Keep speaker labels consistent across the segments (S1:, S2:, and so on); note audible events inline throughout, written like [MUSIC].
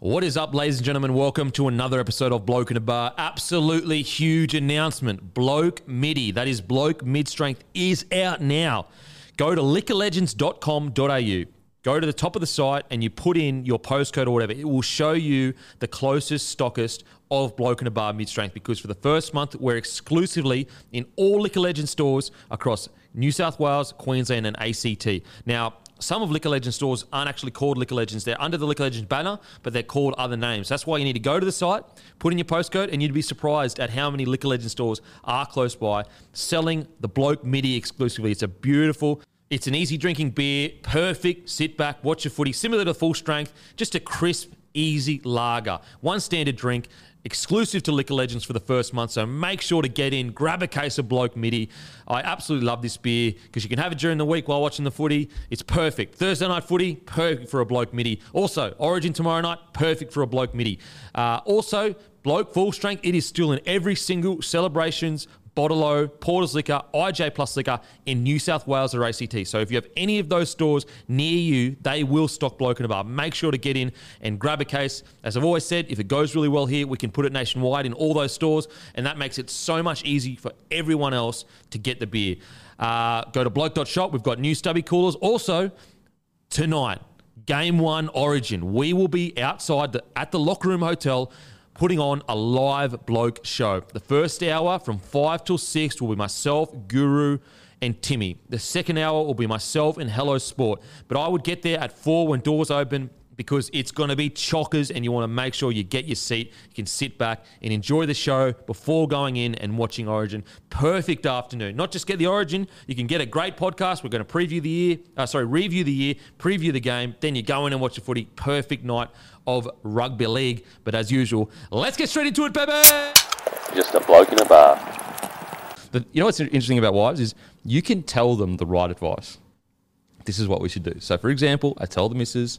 S1: What is up, ladies and gentlemen? Welcome to another episode of Bloke in a Bar. Absolutely huge announcement. Bloke MIDI, that is Bloke Mid Strength, is out now. Go to liquorlegends.com.au. Go to the top of the site and you put in your postcode or whatever. It will show you the closest stockist of Bloke in a Bar Mid Strength because for the first month, we're exclusively in all Liquor Legend stores across New South Wales, Queensland, and ACT. Now, some of Liquor Legend stores aren't actually called Liquor Legends. They're under the Liquor Legends banner, but they're called other names. That's why you need to go to the site, put in your postcode, and you'd be surprised at how many Liquor Legend stores are close by selling the Bloke MIDI exclusively. It's a beautiful, it's an easy drinking beer, perfect sit back, watch your footy, similar to full strength, just a crisp, easy lager. One standard drink, exclusive to Liquor Legends for the first month. So make sure to get in, grab a case of Bloke MIDI. I absolutely love this beer because you can have it during the week while watching the footy. It's perfect. Thursday night footy, perfect for a Bloke MIDI. Also, Origin tomorrow night, perfect for a Bloke MIDI. Uh, also, Bloke Full Strength, it is still in every single celebrations, Botolo, Porter's Liquor, IJ Plus Liquor in New South Wales or ACT. So if you have any of those stores near you, they will stock Bloke in a Bar. Make sure to get in and grab a case. As I've always said, if it goes really well here, we can put it nationwide in all those stores, and that makes it so much easy for everyone else to get the beer. Uh, go to bloke.shop. We've got new stubby coolers. Also, tonight, game one origin. We will be outside the, at the locker room hotel putting on a live bloke show. The first hour from 5 till 6 will be myself, Guru, and Timmy. The second hour will be myself and Hello Sport. But I would get there at 4 when doors open because it's going to be chockers and you want to make sure you get your seat, you can sit back and enjoy the show before going in and watching Origin. Perfect afternoon. Not just get the Origin, you can get a great podcast. We're going to preview the year, uh, sorry, review the year, preview the game, then you go in and watch the footy. Perfect night of rugby league. But as usual, let's get straight into it, baby.
S2: Just a bloke in a bar.
S3: But you know what's interesting about wives is you can tell them the right advice. This is what we should do. So, for example, I tell the missus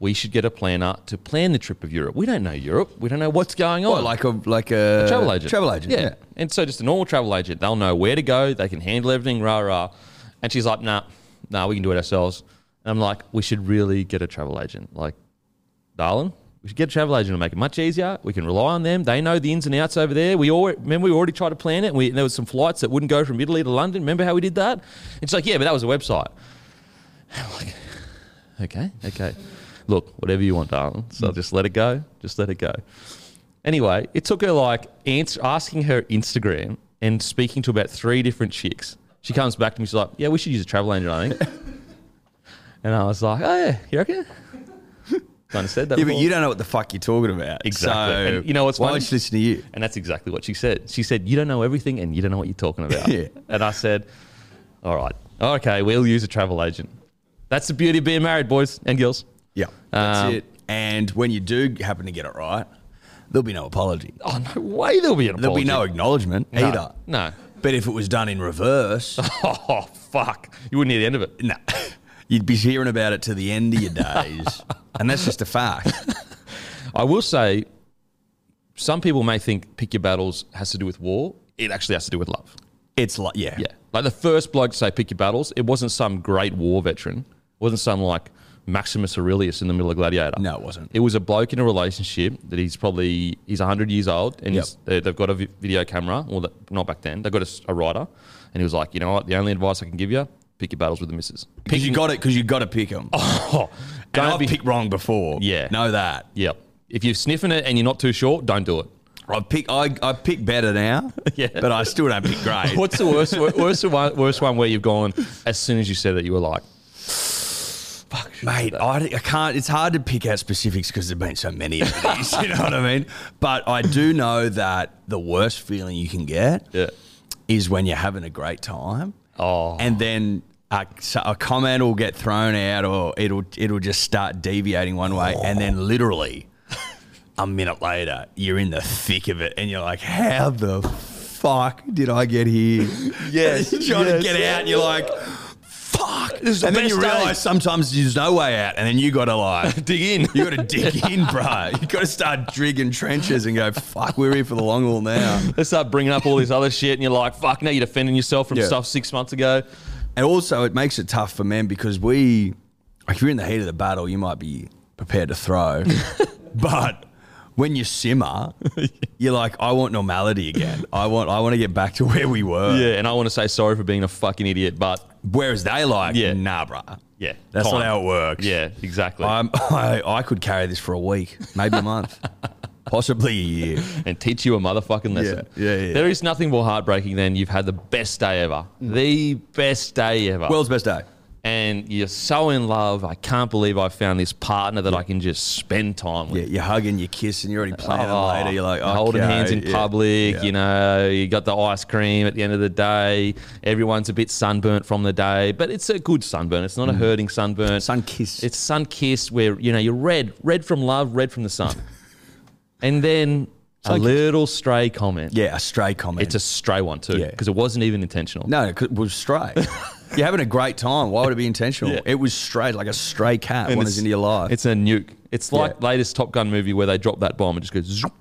S3: we should get a planner to plan the trip of Europe. We don't know Europe. We don't know what's going on.
S4: What, Oh, like a like a,
S3: travel agent.
S4: Travel agent.
S3: Yeah. And so just a normal travel agent. They'll know where to go. They can handle everything. Rah rah. And she's like, nah, nah, we can do it ourselves. And I'm like, we should really get a travel agent. Like, darling, we should get a travel agent to make it much easier. We can rely on them. They know the ins and outs over there. We all remember we already tried to plan it. And we, there was some flights that wouldn't go from Italy to London. Remember how we did that? It's like, yeah, but that was a website. [SIGHS] I'm like, okay, okay. Look, whatever you want, darling. So just let it go. Just let it go. Anyway, it took her like ans- asking her Instagram and speaking to about three different chicks. She comes back to me. She's like, yeah, we should use a travel agent, I [LAUGHS] think. and I was like, oh yeah, you [LAUGHS] reckon? Kind of said that.
S4: Yeah, but
S3: before.
S4: you don't know what the fuck you're talking about.
S3: Exactly.
S4: So
S3: And you know what's
S4: why
S3: funny?
S4: don't you listen to you?
S3: And that's exactly what she said. She said, You don't know everything and you don't know what you're talking [LAUGHS] about.
S4: Yeah.
S3: And I said, All right, okay, we'll use a travel agent. That's the beauty of being married, boys and girls.
S4: Yeah, that's
S3: Um,
S4: it. And when you do happen to get it right, there'll be no apology.
S3: Oh, no way there'll be an
S4: There'll
S3: apology.
S4: be no acknowledgement either.
S3: No. [LAUGHS]
S4: But if it was done in reverse,
S3: Oh, fuck. You wouldn't hear the end of it.
S4: no, you'd be hearing about it to the end of your
S3: [LAUGHS]
S4: days, and that's just a fact.
S3: I will say, some people may think pick your battles has to do with war. It actually has to do with love.
S4: It's like yeah,
S3: Yeah. Like the first bloke to say pick your battles, it wasn't some great war veteran. It wasn't some like Maximus Aurelius in the middle of Gladiator.
S4: No, it wasn't.
S3: It was a bloke in a relationship that he's probably he's 100 years old and
S4: Yep.
S3: he's, they- they've got a vi- video camera. Well, th- not back then. They've got a, s- a writer. And he was like, you know what? The only advice I can give you, pick your battles with the missus.
S4: Because you got it. Because you got to pick them. [LAUGHS]
S3: Oh,
S4: and
S3: don't
S4: I've
S3: be-
S4: picked wrong before.
S3: Yeah.
S4: know that.
S3: Yep. If you're sniffing it and you're not too sure, don't do it.
S4: I pick. I, I pick better now.
S3: [LAUGHS] Yeah.
S4: but I still don't pick
S3: [LAUGHS]
S4: great.
S3: What's the worst, wor- worst, one, worst one where you've gone, as soon as you said it, you were like,
S4: Mate, I, I can't. It's hard to pick out specifics because there've been so many of these. [LAUGHS] you know what I mean? But I do know that the worst feeling you can get
S3: Yeah.
S4: is when you're having a great time,
S3: oh.
S4: and then a, so a comment will get thrown out, or it'll it'll just start deviating one way, and then literally a minute later, you're in the thick of it, and you're like, "How the fuck did I
S3: [LAUGHS]
S4: get here?"
S3: Yes,
S4: you're trying
S3: yes.
S4: to get out, and you're like. Fuck!
S3: is the
S4: and then you
S3: best day.
S4: realise sometimes there's no way out, and then you gotta
S3: [LAUGHS]
S4: like
S3: dig in.
S4: you got to dig in, bro. You got to start digging trenches and go, fuck, we're here for the long haul now.
S3: They start bringing up all this other shit, and you're like, fuck, now you're defending yourself from
S4: Yeah.
S3: stuff six months ago.
S4: And also, it makes it tough for
S3: [LAUGHS]
S4: men because we, like, if you're in the heat of the battle, you might be prepared to throw. But when you simmer, you're like, I want normality again. I want I want to get back to where we were.
S3: Yeah, and I want to say sorry for being a fucking idiot, but
S4: Whereas they like,
S3: Yeah.
S4: nah, bruh.
S3: yeah,
S4: That's
S3: time.
S4: not how it works.
S3: Yeah, exactly.
S4: I'm, [LAUGHS] I, I could carry this for a week, maybe
S3: [LAUGHS]
S4: a month, possibly a year.
S3: and teach you a motherfucking lesson.
S4: yeah, yeah. Mm.
S3: There is nothing more heartbreaking than you've had the best day ever, the best day ever.
S4: World's best day.
S3: and you're so in love. I can't believe I found this partner that I can just spend time
S4: Yeah,
S3: with.
S4: you're hugging, you're kissing, you're already planning
S3: Oh,
S4: later. You're like, okay,
S3: holding hands in
S4: yeah,
S3: public,
S4: yeah.
S3: you know, you got the ice cream at the end of the day. Everyone's a bit sunburnt from the day, but it's a good sunburn. It's not a hurting sunburn.
S4: Mm. sun kiss.
S3: It's sun kissed where you know you're red, red from love, red from the sun, and then a little stray comment.
S4: yeah, a stray comment.
S3: It's a stray one too,
S4: Yeah.
S3: because it wasn't even intentional.
S4: no, it could-
S3: [LAUGHS]
S4: was stray. you're having a great time. Why would it be intentional?
S3: Yeah.
S4: It was stray, like a stray cat
S3: And
S4: wanders
S3: it's-
S4: into your life.
S3: It's a nuke. It's like
S4: Yeah.
S3: latest Top Gun movie where they drop that bomb and just goes, [LAUGHS] zoop.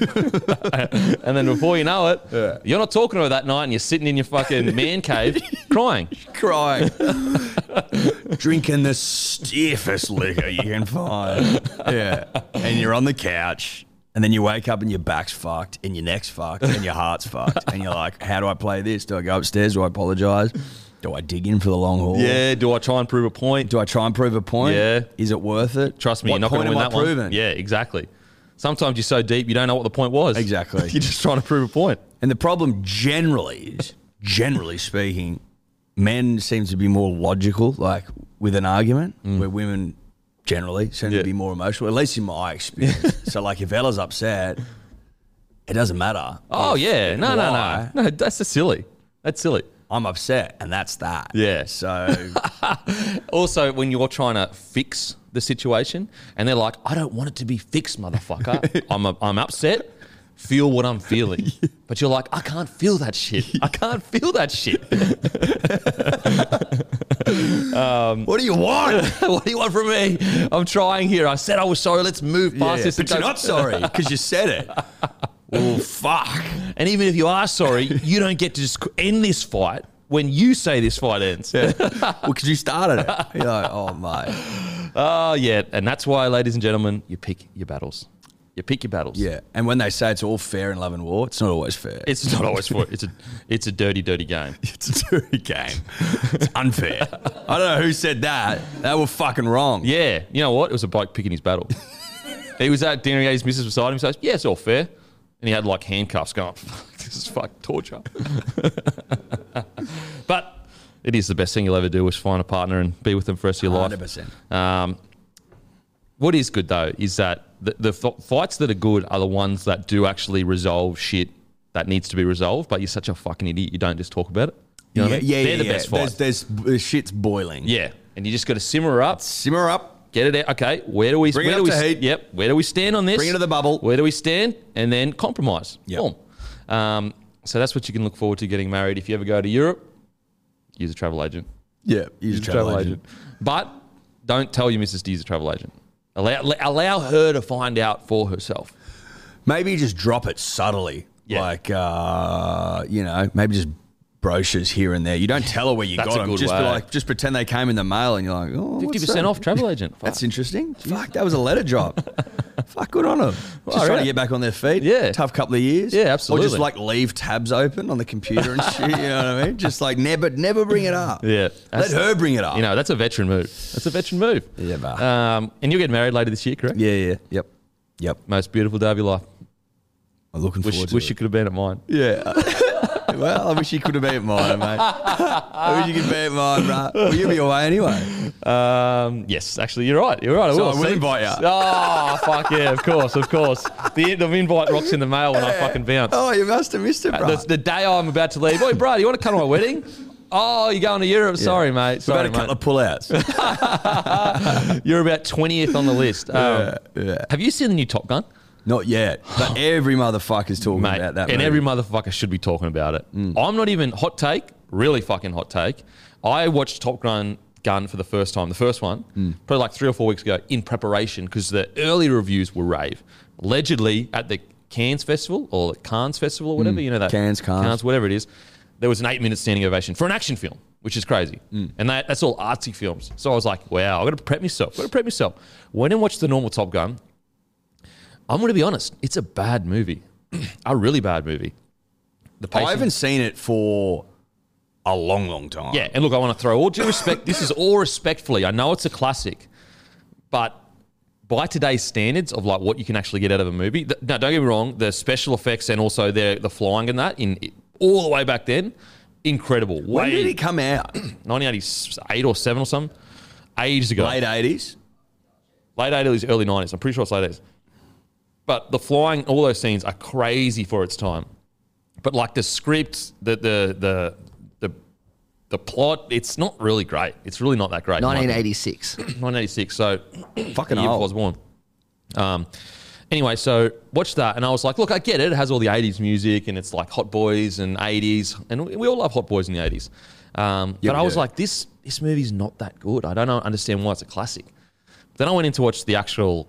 S3: and then before you know it, you're not talking to her that night, and you're sitting in your fucking man [LAUGHS] cave crying.
S4: crying, [LAUGHS]
S3: [LAUGHS]
S4: drinking the stiffest liquor you can find. Yeah, and you're on the couch, and then you wake up and your back's fucked, and your neck's fucked, and your heart's fucked, and you're like, "How do I play this? Do I go upstairs? Do I apologize? Do I dig in for the long haul?
S3: Yeah. Do I try and prove a point?
S4: Do I try and prove a point?
S3: Yeah.
S4: Is it worth it?
S3: Trust me,
S4: What
S3: you're not going
S4: point
S3: to win
S4: am I
S3: that one.
S4: proving?
S3: Yeah, exactly. Sometimes you're so deep, you don't know what the point was.
S4: Exactly.
S3: [LAUGHS] you're just trying to prove a point.
S4: And the problem generally is, generally speaking, men seem to be more logical, like with an argument, where women generally seem
S3: Mm. Yeah.
S4: to be more emotional, at least in
S3: [LAUGHS]
S4: my experience. so, like, if Ella's upset, it doesn't matter.
S3: Oh
S4: If
S3: yeah. No,
S4: Why?
S3: no, no, no. That's just silly. That's silly.
S4: I'm upset, and that's that.
S3: Yeah. [LAUGHS] Oh,
S4: So,
S3: Also, when you're trying to fix the situation and they're like, I don't want it to be fixed,
S4: [LAUGHS]
S3: motherfucker. I'm, I'm upset. Feel what I'm feeling. But you're like, I can't feel that shit. I can't feel that
S4: [LAUGHS]
S3: shit.
S4: what do you [LAUGHS] want?
S3: what do you want [LAUGHS] from me? I'm trying here. I said I was sorry. Let's move past
S4: Yeah,
S3: this. and
S4: but you're
S3: go-
S4: not
S3: [LAUGHS]
S4: sorry because you said it. well, fuck.
S3: And even if you are sorry, you don't get to just end this fight when you say this fight ends.
S4: Well, because you started it. You're like, oh, mate.
S3: Oh, yeah. And that's why, ladies and gentlemen, you pick your battles. You pick your battles.
S4: Yeah. And when they say it's all fair in love and war, it's not always fair.
S3: It's not always for It's a, it's a dirty, dirty game.
S4: It's a dirty game. It's unfair. I don't know who said that. They were fucking wrong.
S3: Yeah, you know what? It was a bloke picking his battle. he was at dinner, he had his missus beside him. He says, "Yeah, it's all fair," and he had like handcuffs going. [LAUGHS] Fuck, this is fuck torture. [LAUGHS] but it is the best thing you'll ever do is find a partner and be with them for the rest of your life.
S4: 100%.
S3: Um, what is good though is that the, the f- fights that are good are the ones that do actually resolve shit that needs to be resolved. But you're such a fucking idiot, you don't just talk about it. You know what I mean? They're the best
S4: There's,
S3: fights.
S4: there's the shit's boiling.
S3: yeah, and you just got to simmer up.
S4: Simmer up.
S3: Get it out. Okay, where do we?
S4: Bring it
S3: where
S4: up
S3: do
S4: to
S3: we,
S4: heat.
S3: Yep. Where do we stand on this?
S4: Bring it to the bubble.
S3: Where do we stand? And then compromise.
S4: Yep.
S3: Boom. Um, so that's what you can look forward to getting married if you ever go to Europe. Use a travel agent.
S4: Yeah. Use a travel, agent.
S3: But don't tell your missus to use a travel agent. Allow le- allow her to find out for herself.
S4: Maybe just drop it subtly.
S3: Yeah.
S4: Like, uh, you know, maybe just brochures here and there. You don't tell her where you
S3: That's
S4: got
S3: a
S4: them.
S3: good
S4: just be
S3: way.
S4: like, just pretend they came in the mail, and you're like, oh, what's
S3: Fifty percent
S4: that?
S3: off travel agent. Fuck.
S4: [LAUGHS] That's interesting. Fuck, that was a
S3: [LAUGHS]
S4: letter drop. Fuck, good on them. Just
S3: I
S4: trying
S3: reckon.
S4: to get back on their feet.
S3: Yeah.
S4: Tough couple of years.
S3: Yeah,
S4: Or
S3: absolutely.
S4: just like leave tabs open on the computer and shit. You know what I mean? Just like never, never bring it
S3: [LAUGHS]
S4: up.
S3: yeah.
S4: Let
S3: That's-
S4: her bring it up.
S3: You know that's a veteran move. That's a veteran move.
S4: Yeah, but-
S3: Um, and you'll get married later this year, correct?
S4: Yeah, yeah. Yep. Yep.
S3: Most beautiful day of your life.
S4: I'm looking forward
S3: Wish,
S4: to
S3: wish
S4: it.
S3: you could have been at mine.
S4: yeah. [LAUGHS] well, I wish you could have been at mine, mate. [LAUGHS] I wish you could be at mine, bro. Well, you'll be away anyway.
S3: Um, yes, actually, you're right. You're right. I
S4: So
S3: will,
S4: I will
S3: See?
S4: invite ya.
S3: Oh, fuck yeah! Of course, of course. The, the invite rocks in the mail when I fucking bounce.
S4: Oh, you must have missed it, bro.
S3: The, the day I'm about to leave. Oi, bro, you want to come to my wedding? Oh, you're going to Europe? Sorry, mate.
S4: We've
S3: Sorry,
S4: had a
S3: mate.
S4: couple of
S3: [LAUGHS]
S4: pullouts.
S3: You're about twentieth on the list. Um,
S4: yeah.
S3: Have you seen the new Top Gun,
S4: Not yet, but every motherfucker's talking
S3: mate?
S4: about that.
S3: and
S4: movie. Mm.
S3: every motherfucker should be talking about it. I'm not even hot take. Really fucking hot take. I watched Top Gun Gun for the first time, the first one,
S4: Mm.
S3: probably like three or four weeks ago in preparation because the early reviews were rave. Allegedly at the Cannes Festival or Cannes Festival or whatever you know that
S4: Mm. Cannes, Cannes.
S3: Cannes whatever it is, there was an eight minute standing ovation for an action film. which is crazy.
S4: Mm.
S3: And that, that's all artsy films. So I was like, wow, I've got to prep myself. I've got to prep myself. Went and watched the normal Top Gun. I'm going to be honest. It's a bad movie. a really bad movie. The
S4: I haven't seen it for a long, long time.
S3: Yeah, and look, I want to throw all due respect. this is all respectfully. I know it's a classic, but by today's standards of like what you can actually get out of a movie, th- no, don't get me wrong. The special effects and also the the flying and that in all the way back then, incredible.
S4: When
S3: Way
S4: did it
S3: [CLEARS THROAT]
S4: come out?
S3: 1988 or seven or something, ages ago.
S4: Late eighties.
S3: late 80s, early 90s. I'm pretty sure it's late 80s. But the flying, all those scenes are crazy for its time. But like the script, the the the the, the plot, it's not really great. It's really not that great. in my opinion. [CLEARS THROAT]
S5: 1986.
S3: 1986. So
S4: Fucking
S3: the year before I
S4: old.
S3: was born. Um, anyway, so watched that, and I was like, look, I get it. It has all the 80s music, and it's like Hot Boys and 80s, and we, we all love Hot Boys in the 80s. Um,
S4: Yeah,
S3: but
S4: we
S3: I was
S4: do.
S3: like, this this movie's not that good. I don't know- understand why it's a classic. Then I went in to watch the actual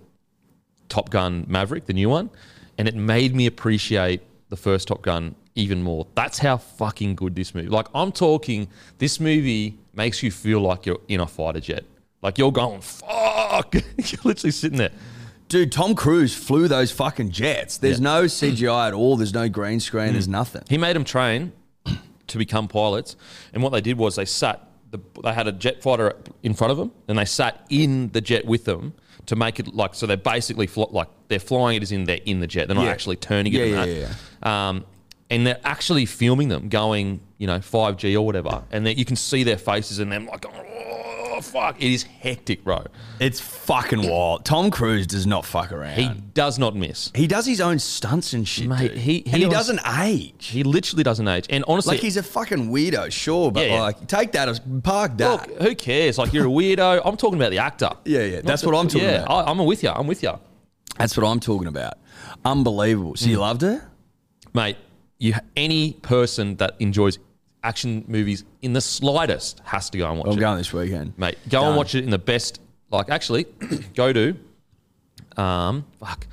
S3: Top Gun Maverick, the new one, and it made me appreciate the first Top Gun even more. That's how fucking good this movie. Like I'm talking, this movie makes you feel like you're in a fighter jet. Like you're going fuck. [LAUGHS] you're literally sitting there.
S4: Dude, Tom Cruise flew those fucking jets. There's
S3: Yeah. Mm.
S4: no CGI at all. There's no green screen. There's nothing.
S3: He made them train to become pilots, and what they did was they sat. The, they had a jet fighter in front of them, and they sat in the jet with them to make it like so. They're basically fl- like they're flying it as in they're in the jet. They're not
S4: Yeah.
S3: actually turning it.
S4: Yeah,
S3: and
S4: yeah,
S3: that.
S4: yeah,
S3: Um, and they're actually filming them going, you know, five G or whatever, and then you can see their faces and them like, oh fuck, it is hectic, bro.
S4: It's fucking wild. Tom Cruise does not fuck around.
S3: He
S4: He,
S3: does not miss.
S4: does his own stunts and shit,
S3: Mate,
S4: dude.
S3: he- he
S4: and he
S3: was-
S4: doesn't age.
S3: He literally doesn't age. And honestly,
S4: Like he's a fucking weirdo, sure, but
S3: Yeah, yeah.
S4: like take that as park that.
S3: Look, who cares? Like you're a weirdo. I'm talking about the actor.
S4: Yeah, yeah,
S3: Not
S4: that's
S3: the-
S4: what I'm talking
S3: yeah,
S4: about.
S3: I, I'm with you. I'm with you,
S4: That's what I'm talking about. Unbelievable. So you
S3: Mm.
S4: loved it?
S3: mate. You any person that enjoys action movies in the slightest has to go and watch
S4: I'm
S3: it,
S4: going this weekend.
S3: mate. Go and watch it in the best. Like actually, [CLEARS THROAT] go to um fuck.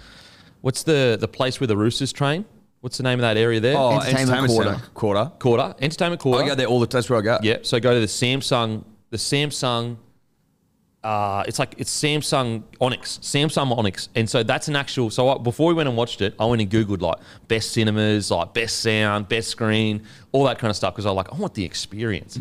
S3: What's the the place where the Roosters train? What's the name of that area there?
S4: Oh,
S5: Entertainment
S4: entertainment
S5: quarter.
S4: Centre. quarter.
S3: Quarter Entertainment Quarter.
S4: I go there all the time. That's where I go.
S3: Yeah. So go to the Samsung, the Samsung. Uh, it's like it's Samsung Onyx, Samsung Onyx, and so that's an actual. So I, before we went and watched it, I went and googled like best cinemas, like best sound, best screen, all that kind of stuff because I like I want the experience.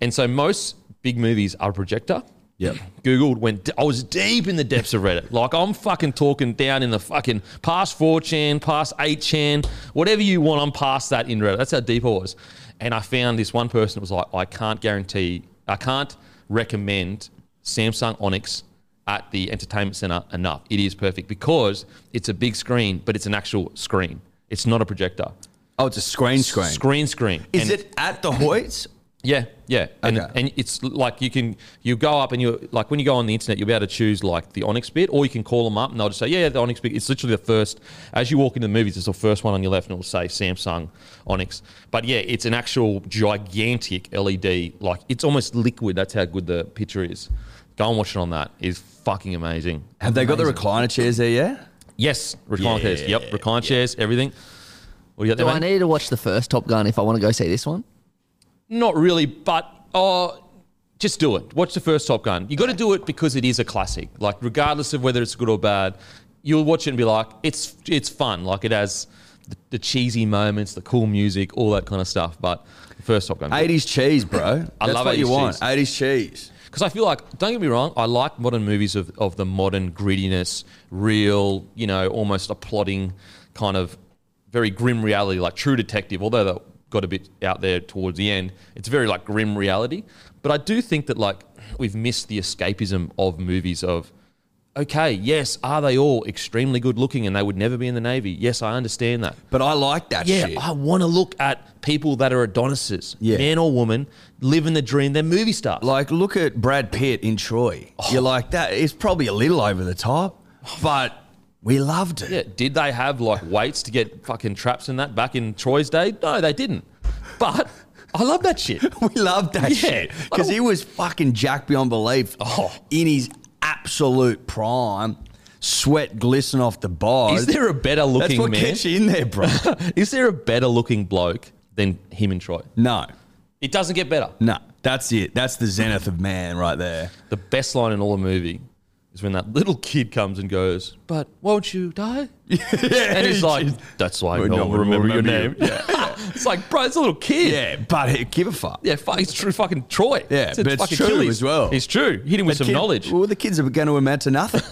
S3: And so most big movies are a projector.
S4: Yep.
S3: Googled went. d- I was deep in the depths of Reddit. Like I'm fucking talking down in the fucking past 4chan, past 8chan, whatever you want. I'm past that in Reddit. That's how deep I was. And I found this one person that was like, I can't guarantee, I can't recommend Samsung Onyx at the entertainment center enough. It is perfect because it's a big screen, but it's an actual screen. It's not a projector.
S4: Oh, it's a screen screen.
S3: Screen, screen.
S4: Is
S3: And-
S4: it at the Hoyts?
S3: yeah, yeah, and
S4: Okay.
S3: and it's like you can you go up and you like when you go on the internet you'll be able to choose like the Onyx bit, or you can call them up and they'll just say yeah, yeah the Onyx bit. It's literally the first as you walk into the movies, it's the first one on your left and it'll say Samsung Onyx. But yeah, it's an actual gigantic LED, like it's almost liquid. That's how good the picture is. Go and watch it on that. Is fucking amazing.
S4: Have they got the recliner chairs there yet?
S3: Yes, recline chairs. Yep, recline chairs. Everything. What do you got there,
S5: Do I
S3: mate?
S5: need to watch the first Top Gun if I want to go see this one?
S3: Not really, but oh, just do it. Watch the first Top Gun. You got to do it because it is a classic. Like regardless of whether it's good or bad, you'll watch it and be like, it's it's fun. Like it has the, the cheesy moments, the cool music, all that kind of stuff. But the first Top Gun,
S4: 80s cheese, bro. [LAUGHS] That's
S3: love
S4: what you
S3: 80s
S4: want.
S3: cheese.
S4: 80s cheese.
S3: because I feel like don't get me wrong, I like modern movies of of the modern grittiness, real, you know, almost a plotting kind of very grim reality, like True Detective. Although that got a bit out there towards the end, it's very like grim reality. But I do think that like we've missed the escapism of movies of. Okay, yes, are they all extremely good looking and they would never be in the Navy? Yes, I understand that.
S4: But I like that
S3: Yeah,
S4: shit.
S3: I want to look at people that are Adonises,
S4: Yeah.
S3: man or woman, living the dream. They're movie stars.
S4: Like, look at Brad Pitt in Troy.
S3: Oh.
S4: You're like, that is probably a little over the top, but we loved it.
S3: Yeah, did they have like weights to get fucking traps and that back in Troy's day? No, they didn't. But I love that
S4: [LAUGHS]
S3: shit.
S4: [LAUGHS] We loved that
S3: Yeah. Oh.
S4: shit. Because he was fucking Jack beyond belief in his absolute prime, sweat glisten off the bar.
S3: Is there a better
S4: That's
S3: looking
S4: what
S3: man?
S4: gets you in
S3: [LAUGHS]
S4: there, bro.
S3: Is there a better looking bloke than him and Troy?
S4: no,
S3: It doesn't get better.
S4: no. That's it. That's the zenith of man right there.
S3: The best line in all the movie is when that little kid comes and goes, "But won't you die?" and he's like, "That's why no, one will remember, your name."
S4: Yeah,
S3: [LAUGHS] it's like, bro, it's a little kid.
S4: yeah, but it, give a fuck.
S3: Yeah, fuck, it's true. Fucking Troy.
S4: Yeah, but it's true as well.
S3: It's true. Hit him with
S4: The
S3: some
S4: kid-
S3: knowledge. [LAUGHS]
S4: Well, the kids are going to amount to nothing.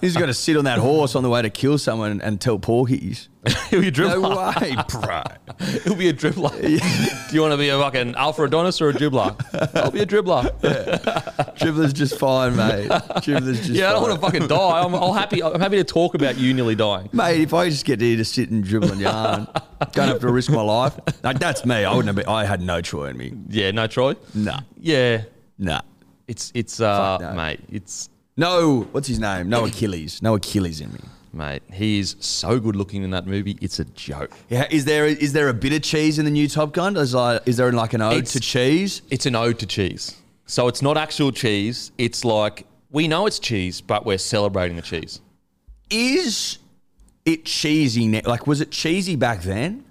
S4: He's going to sit on that horse on the way to kill someone and, and tell porkies.
S3: He'll be a dribbler.
S4: No way, bro.
S3: [LAUGHS] He'll be a
S4: [LAUGHS]
S3: dribbler. Do you want to be a fucking Alpha Adonis or a dribbler? I'll be a
S4: [LAUGHS]
S3: dribbler. Yeah,
S4: Dribbler's just fine, mate. Dribbler's just
S3: I don't
S4: fine.
S3: want to fucking die. I'm, I'll happy. I'm happy to talk about you nearly dying.
S4: Mate, if I just get here to sit and dribble
S3: [LAUGHS]
S4: and yarn, don't have to risk my life. Like that's me. I wouldn't have been, I had no Troy in me.
S3: Yeah, no, Troy.
S4: Nah.
S3: Yeah,
S4: Nah.
S3: it's it's uh,
S4: Fuck no.
S3: mate, it's
S4: No, what's his name? No Achilles. No Achilles in me.
S3: mate. He is so good looking in that movie. It's a joke.
S4: Yeah, is there is there a bit of cheese in the new Top Gun? Is like is there like an ode
S3: It's-
S4: to cheese?
S3: It's an ode to cheese. So it's not actual cheese. It's like we know it's cheese, but we're celebrating the cheese.
S4: Is it cheesy now? Like was it cheesy back then?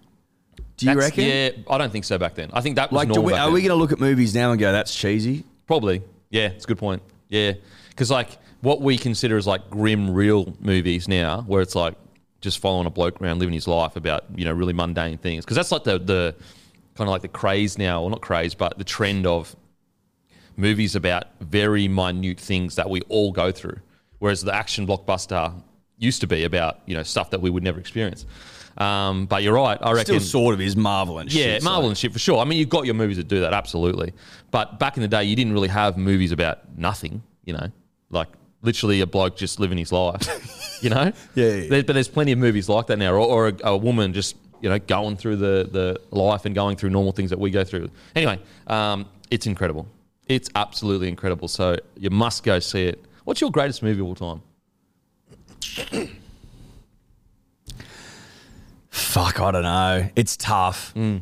S4: Do you
S3: That's-
S4: reckon?
S3: Yeah, I don't think so back then. I think that was
S4: Like, do
S3: normal.
S4: we,
S3: back
S4: are
S3: then.
S4: we going to look at movies now and go, "That's cheesy"?
S3: Probably. Yeah, it's a good point. Yeah, because like what we consider as like grim, real movies now, where it's like just following a bloke around living his life about you know really mundane things, because that's like the the kind of like the craze now, or not craze, but the trend of movies about very minute things that we all go through. Whereas the action blockbuster used to be about you know stuff that we would never experience. Um, but you're right. I
S4: Still,
S3: reckon
S4: sort of is Marvel and
S3: yeah,
S4: shit. so-
S3: Marvel and shit for sure. I mean, you've got your movies that do that, absolutely. But back in the day, you didn't really have movies about nothing, you know, like literally a bloke just living his life, [LAUGHS] you know?
S4: Yeah, yeah, yeah.
S3: There- but there's plenty of movies like that now, or, or a, a woman just, you know, going through the, the life and going through normal things that we go through. Anyway, um, it's incredible. It's absolutely incredible. So you must go see it. What's your greatest movie of all time?
S4: Fuck, I don't know. It's tough.
S3: Mm.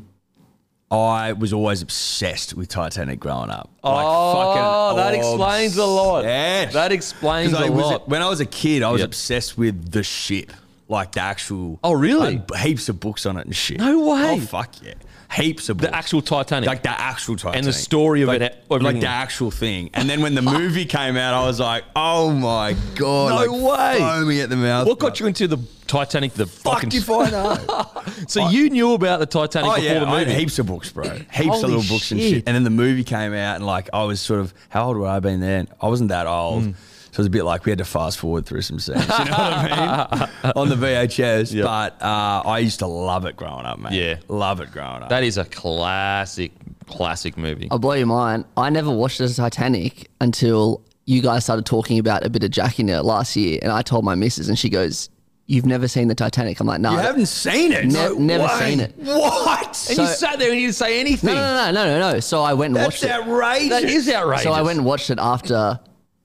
S4: I was always obsessed with Titanic growing up. Like
S3: Oh, that explains a lot.
S4: obsessed.
S3: That explains
S4: 'Cause I
S3: a
S4: was-
S3: lot.
S4: When I was a kid, I was
S3: Yep.
S4: obsessed with the ship, like the actual.
S3: Oh, really?
S4: I had heaps of books on it and shit.
S3: No way.
S4: Oh fuck yeah, heaps of
S3: The
S4: books.
S3: actual Titanic.
S4: like the actual Titanic
S3: and the story of
S4: like,
S3: it, of
S4: like
S3: like
S4: the actual thing. And
S3: [LAUGHS]
S4: then when the movie came out, I was like, oh my god,
S3: No
S4: like,
S3: way.
S4: foaming at the mouth.
S3: What got you into the Titanic? The fucking
S4: Fucked
S3: [LAUGHS]
S4: if I know.
S3: so you knew about the Titanic
S4: Oh
S3: before
S4: yeah,
S3: the
S4: I had
S3: movie.
S4: heaps of books, bro. Heaps
S3: Holy
S4: of little books and shit.
S3: shit.
S4: And then the movie came out, and like I was sort of how old would I have been then? I wasn't that old,
S3: Mm.
S4: so it was a bit like we had to fast forward through some scenes. You know what I
S3: [LAUGHS]
S4: mean? On the VHS, but uh, I used to love it growing up, man.
S3: Yeah.
S4: love it growing up.
S3: that is a classic, classic movie.
S5: I'll blow your mind. I never watched the Titanic until you guys started talking about a bit of Jack in it last year, and I told my missus, and she goes, "You've never seen the Titanic?" I'm like, "No."
S4: you
S5: I don't-
S4: haven't seen it?
S5: Ne- never
S4: way.
S5: seen it.
S4: What?
S3: and you sat there and you didn't say anything.
S5: no, no, no, no, no, no. So I went and
S4: That's
S5: watched it.
S4: outrageous.
S3: That is outrageous.
S5: So I went and watched it after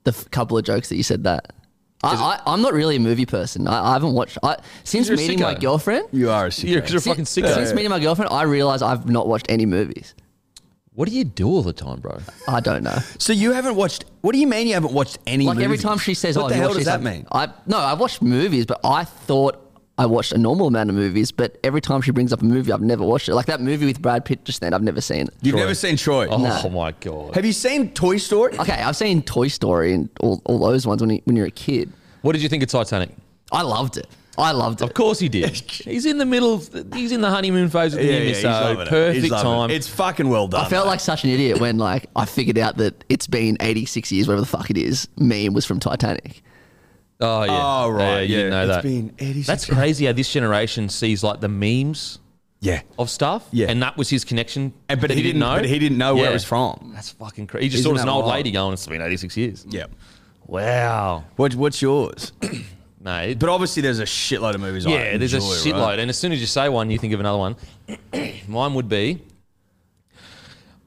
S5: the f- couple of jokes that you said that. I, I, I'm not really a movie person. I, I haven't watched. I, since
S3: You're a
S5: meeting my
S3: sicko.
S5: girlfriend,
S4: You are a
S3: You're,
S4: sicko.
S3: cause you're a
S5: si-
S3: fucking sick.
S5: Since meeting my girlfriend, I realize I've not watched any movies.
S3: What do you do all the time, bro?
S5: I don't know.
S4: So you haven't watched? What do you mean you haven't watched any?
S5: Like every
S4: movies?
S5: time she says,
S4: "What
S5: "Oh,
S4: the
S5: you
S4: hell
S5: watched
S4: does
S5: this,"
S4: that mean?"
S5: I no, I've watched movies, but I thought I watched a normal amount of movies. But every time she brings up a movie, I've never watched it. Like that movie with Brad Pitt just then, I've never seen it.
S4: You've never seen Troy.
S3: Oh
S5: No.
S3: my god.
S4: Have you seen Toy Story?
S5: Okay, I've seen Toy Story and all, all those ones when you, when you're a kid.
S3: what did you think of Titanic?
S5: I loved it. I loved
S3: Of
S5: it.
S3: course he
S4: [LAUGHS]
S3: did. he's in the middle. Of, he's in the honeymoon phase with the Emmy,
S4: he's
S3: so
S4: loving it.
S3: perfect
S4: He's loving
S3: time.
S4: it. It's fucking well done.
S5: I felt like such an idiot when like I figured out that it's been 86 years, whatever the fuck it is. Meme was from Titanic.
S3: oh yeah.
S4: Oh, right,
S3: Yeah, you
S4: yeah.
S3: didn't know
S4: It's
S3: that.
S4: been 86
S3: That's crazy how this generation sees like the memes
S4: yeah.
S3: of stuff.
S4: Yeah.
S3: And that was his connection.
S4: And, but
S3: that
S4: he, didn't know. But he didn't know where
S3: Yeah.
S4: it was from.
S3: That's fucking crazy. He just
S4: Isn't
S3: saw it as an
S4: that
S3: old
S4: wild?
S3: lady going, it's been 86 years.
S4: Yeah.
S3: Wow.
S4: What, what's yours?
S3: Mate.
S4: But obviously, there's a shitload of movies. I
S3: yeah, there's a
S4: enjoy,
S3: shitload.
S4: right?
S3: And as soon as you say one, you think of another one. [CLEARS THROAT] Mine would be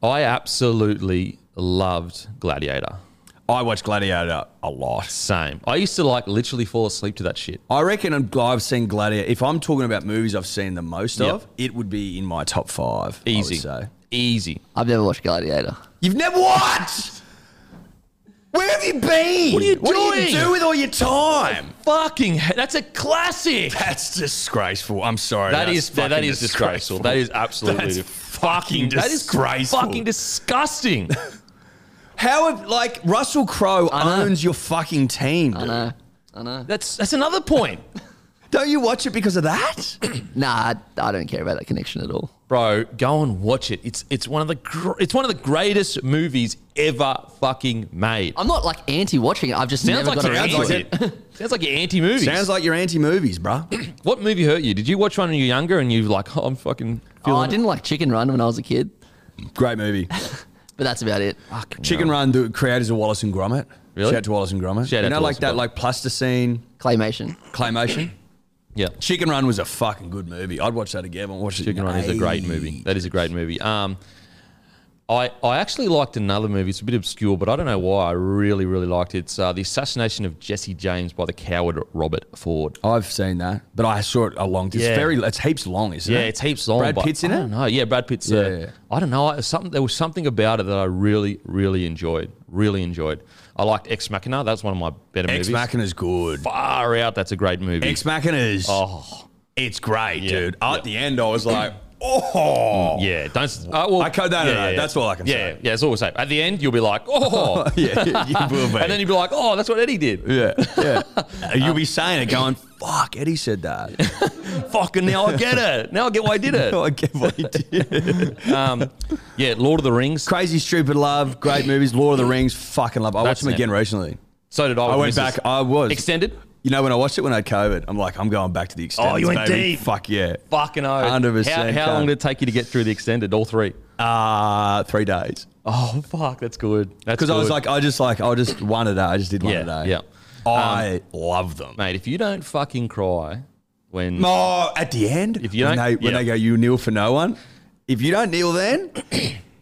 S3: I absolutely loved Gladiator.
S4: I watch Gladiator a lot.
S3: Same. I used to like literally fall asleep to that shit.
S4: I reckon I'm- I've seen Gladiator. If I'm talking about movies I've seen the most
S3: Yep.
S4: of, it would be in my top five.
S3: Easy.
S4: I would say.
S3: Easy.
S5: I've never watched Gladiator.
S4: You've never watched. Where have you been? What
S3: are you
S4: do you
S3: doing?
S4: do with all your time?
S3: Fucking, he- that's a classic.
S4: That's disgraceful. I'm sorry.
S3: That is- that
S4: fucking
S3: is disgraceful. That is absolutely
S4: That's
S3: fucking,
S4: Fucking
S3: that is
S4: disgraceful.
S3: fucking disgusting.
S4: How if, like Russell Crowe
S5: know.
S4: owns your fucking team? dude.
S5: I know. I know.
S3: that's that's another point,
S4: Don't you watch it because of that?
S5: Nah, I, I don't care about that connection at all.
S3: [LAUGHS] bro. Go and watch it. It's it's one of the gr- it's one of the greatest movies ever fucking made.
S5: I'm not like anti-watching it. I've just
S3: Sounds
S5: never
S3: like,
S5: got
S3: you're
S5: around
S3: anti,
S5: to
S4: like
S3: [LAUGHS]
S5: it.
S3: sounds like you're anti movies.
S4: Sounds like you're anti movies, bruh.
S3: [CLEARS THROAT] what movie hurt you? Did you watch one when you were younger and you were like, oh, I'm fucking
S5: Oh,
S3: feeling
S5: I didn't like Chicken Run when I was a kid,
S4: Great movie.
S5: but that's about it.
S4: [CLEARS THROAT] Chicken Run, the creators of Wallace and Gromit.
S3: Really?
S4: Shout out to Wallace and Gromit.
S3: Shout out
S4: you know,
S3: to
S4: like
S3: Wallace and
S4: that,
S3: Gromit.
S4: like plasticine
S5: Claymation.
S4: claymation.
S3: Yeah.
S4: Chicken Run was a fucking good movie. I'd watch that again. I'd watch it.
S3: Chicken Run is a great movie. That is a great movie. Um, I I actually liked another movie. It's a bit obscure, but I don't know why. I really really liked it. It's uh, the assassination of Jesse James by the coward Robert Ford.
S4: I've seen that, but I saw it a long. It's
S3: Yeah.
S4: very. It's heaps long, isn't
S3: Yeah,
S4: it?
S3: it's heaps long.
S4: Brad
S3: but
S4: Pitt's in
S3: I don't
S4: it?
S3: know. Yeah, Brad Pitt's.
S4: Yeah,
S3: uh,
S4: yeah, yeah.
S3: I don't know. I- Something there was something about it that I really really enjoyed. Really enjoyed. I liked Ex Machina. That's one of my better
S4: Ex
S3: movies.
S4: Machina's good.
S3: Far out. That's a great movie.
S4: Ex Machina's.
S3: Oh.
S4: it's great, dude. At
S3: Yeah.
S4: the end, I was [CLEARS THROAT] like, oh,
S3: Yeah, don't. Uh, well,
S4: I code that,
S3: yeah,
S4: no, no,
S3: yeah,
S4: that's
S3: yeah.
S4: all I can
S3: yeah,
S4: say.
S3: Yeah, yeah, it's all we say. At the end, you'll be
S4: [LAUGHS]
S3: like, oh,
S4: yeah, [LAUGHS] you will be.
S3: and then you'll be like, oh, that's what Eddie did.
S4: yeah, [LAUGHS] yeah. You'll be saying it, going, "Fuck, Eddie said that." [LAUGHS]
S3: Fucking now I get it. Now I get why I did it.
S4: I get what [LAUGHS] he did.
S3: Yeah, Lord of the Rings.
S4: Crazy Stupid Love, great movies. Lord of the Rings, fucking love. I
S3: That's
S4: watched them
S3: it.
S4: again recently.
S3: So did I.
S4: I
S3: with
S4: went
S3: Mrs.
S4: back. I was
S3: extended.
S4: You know, when I watched it when I had COVID, I'm like, I'm going back to the extended.
S3: Oh, you went
S4: baby.
S3: deep.
S4: Fuck yeah.
S3: Fucking oh.
S4: 100%
S3: How, how long
S4: cunt.
S3: did it take you to get through the extended? All three.
S4: Uh, three days.
S3: Oh fuck, that's good. That's
S4: Because I was
S3: good.
S4: like, I just like, I just one a day. I just did one
S3: Yeah,
S4: a day.
S3: yeah. Um,
S4: I love them.
S3: mate, if you don't fucking cry when
S4: Oh, at the end, if
S3: you
S4: when
S3: don't-
S4: they, when
S3: yeah.
S4: they go, you kneel for no one. If you don't
S3: [COUGHS]
S4: kneel, then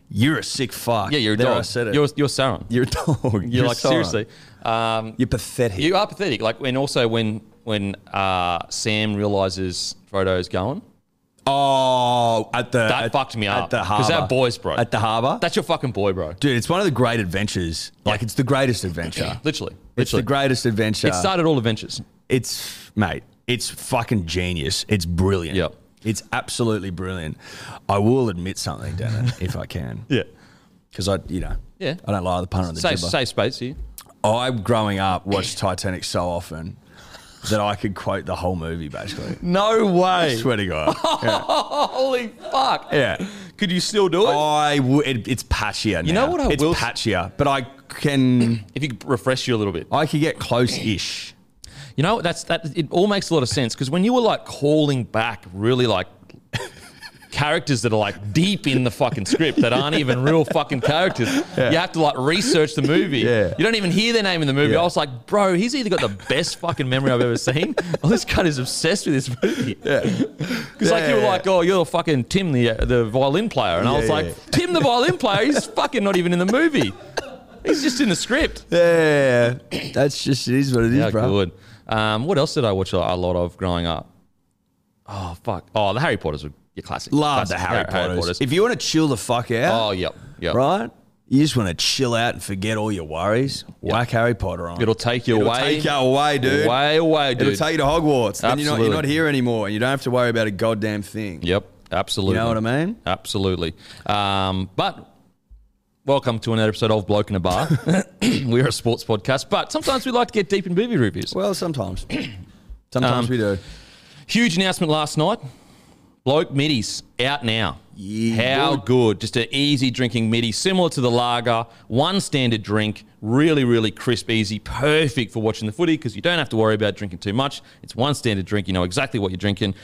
S4: you're a sick fuck.
S3: yeah, you're a
S4: there
S3: dog.
S4: I said it.
S3: You're you're Sauron. You're,
S4: You're a dog. You're,
S3: like
S4: sorry.
S3: seriously. Um,
S4: You're pathetic.
S3: You are pathetic. Like when also when when uh, Sam realizes Frodo's going,
S4: oh, at the
S3: That
S4: at-
S3: fucked me up.
S4: at the
S3: 'Cause
S4: harbour.
S3: our boys, bro.
S4: At the harbour,
S3: that's your fucking boy, bro.
S4: dude. It's one of the great adventures. Like it's the
S3: [COUGHS]
S4: greatest adventure.
S3: Literally,
S4: It's the
S3: literally.
S4: greatest adventure.
S3: it started all adventures.
S4: It's mate. It's fucking genius. It's brilliant.
S3: Yep.
S4: It's absolutely brilliant. I will admit something,
S3: [LAUGHS]
S4: Dennett, if I can,
S3: Yeah.
S4: because I, you know,
S3: Yeah.
S4: I don't lie to the punter and the
S3: Safe,
S4: jibber.
S3: safe space here.
S4: I'm
S3: [COUGHS]
S4: growing up watched Titanic so often that I could quote the whole movie basically.
S3: No way.
S4: Swear
S3: [LAUGHS]
S4: to God. Yeah.
S3: Holy fuck.
S4: yeah.
S3: Could you still do it?
S4: I would. It, it's patchier.
S3: You know
S4: now.
S3: what I
S4: it's
S3: will s-
S4: patchier, but I can.
S3: If you could refresh you a little bit.
S4: I could get close-ish.
S3: You know, that's that it all makes a lot of sense because when you were like calling back really like characters that are like deep in the fucking script that aren't even real fucking characters, you have to like research the movie.
S4: Yeah.
S3: You don't even hear their name in the movie.
S4: Yeah.
S3: I was like, bro, he's either got the best fucking memory I've ever seen, or this cut is obsessed with this movie. Yeah. Because like you were
S4: Yeah.
S3: like, oh, you're fucking Tim the uh, the violin player, and I
S4: Yeah,
S3: was
S4: yeah,
S3: like,
S4: yeah.
S3: Tim the violin player, he's fucking not even in the movie. He's just in the script.
S4: Yeah, that's just it is what it is,
S3: Yeah,
S4: bro.
S3: good. Um, what else did I watch a a lot of growing up? Oh fuck! Oh, the Harry Potter's were your classic.
S4: Love
S3: Classic
S4: the Harry, Potters. If you want to chill the fuck
S3: oh
S4: out,
S3: yep, yep.
S4: right? You just want to chill out and forget all your worries. Whack Harry Potter on.
S3: It'll take you
S4: It'll
S3: away,
S4: take you away, dude.
S3: way away, dude.
S4: It'll take you to Hogwarts. Then you're not, you're
S3: Absolutely.
S4: not here anymore, and you don't have to worry about a goddamn thing.
S3: yep, absolutely.
S4: You know what I mean?
S3: Absolutely. Um, but welcome to another episode of Bloke in a
S4: [LAUGHS]
S3: Bar. [COUGHS] We're a sports podcast, but sometimes we like to get deep in movie reviews. [CLEARS THROAT]
S4: Well, sometimes. Sometimes
S3: Um,
S4: we do.
S3: Huge announcement last night. Bloke middies out now.
S4: Yeah,
S3: How
S4: boy.
S3: good. Just an easy drinking midi, similar to the lager. One standard drink. Really, really crisp, easy. Perfect for watching the footy because you don't have to worry about drinking too much. It's one standard drink. You know exactly what you're drinking.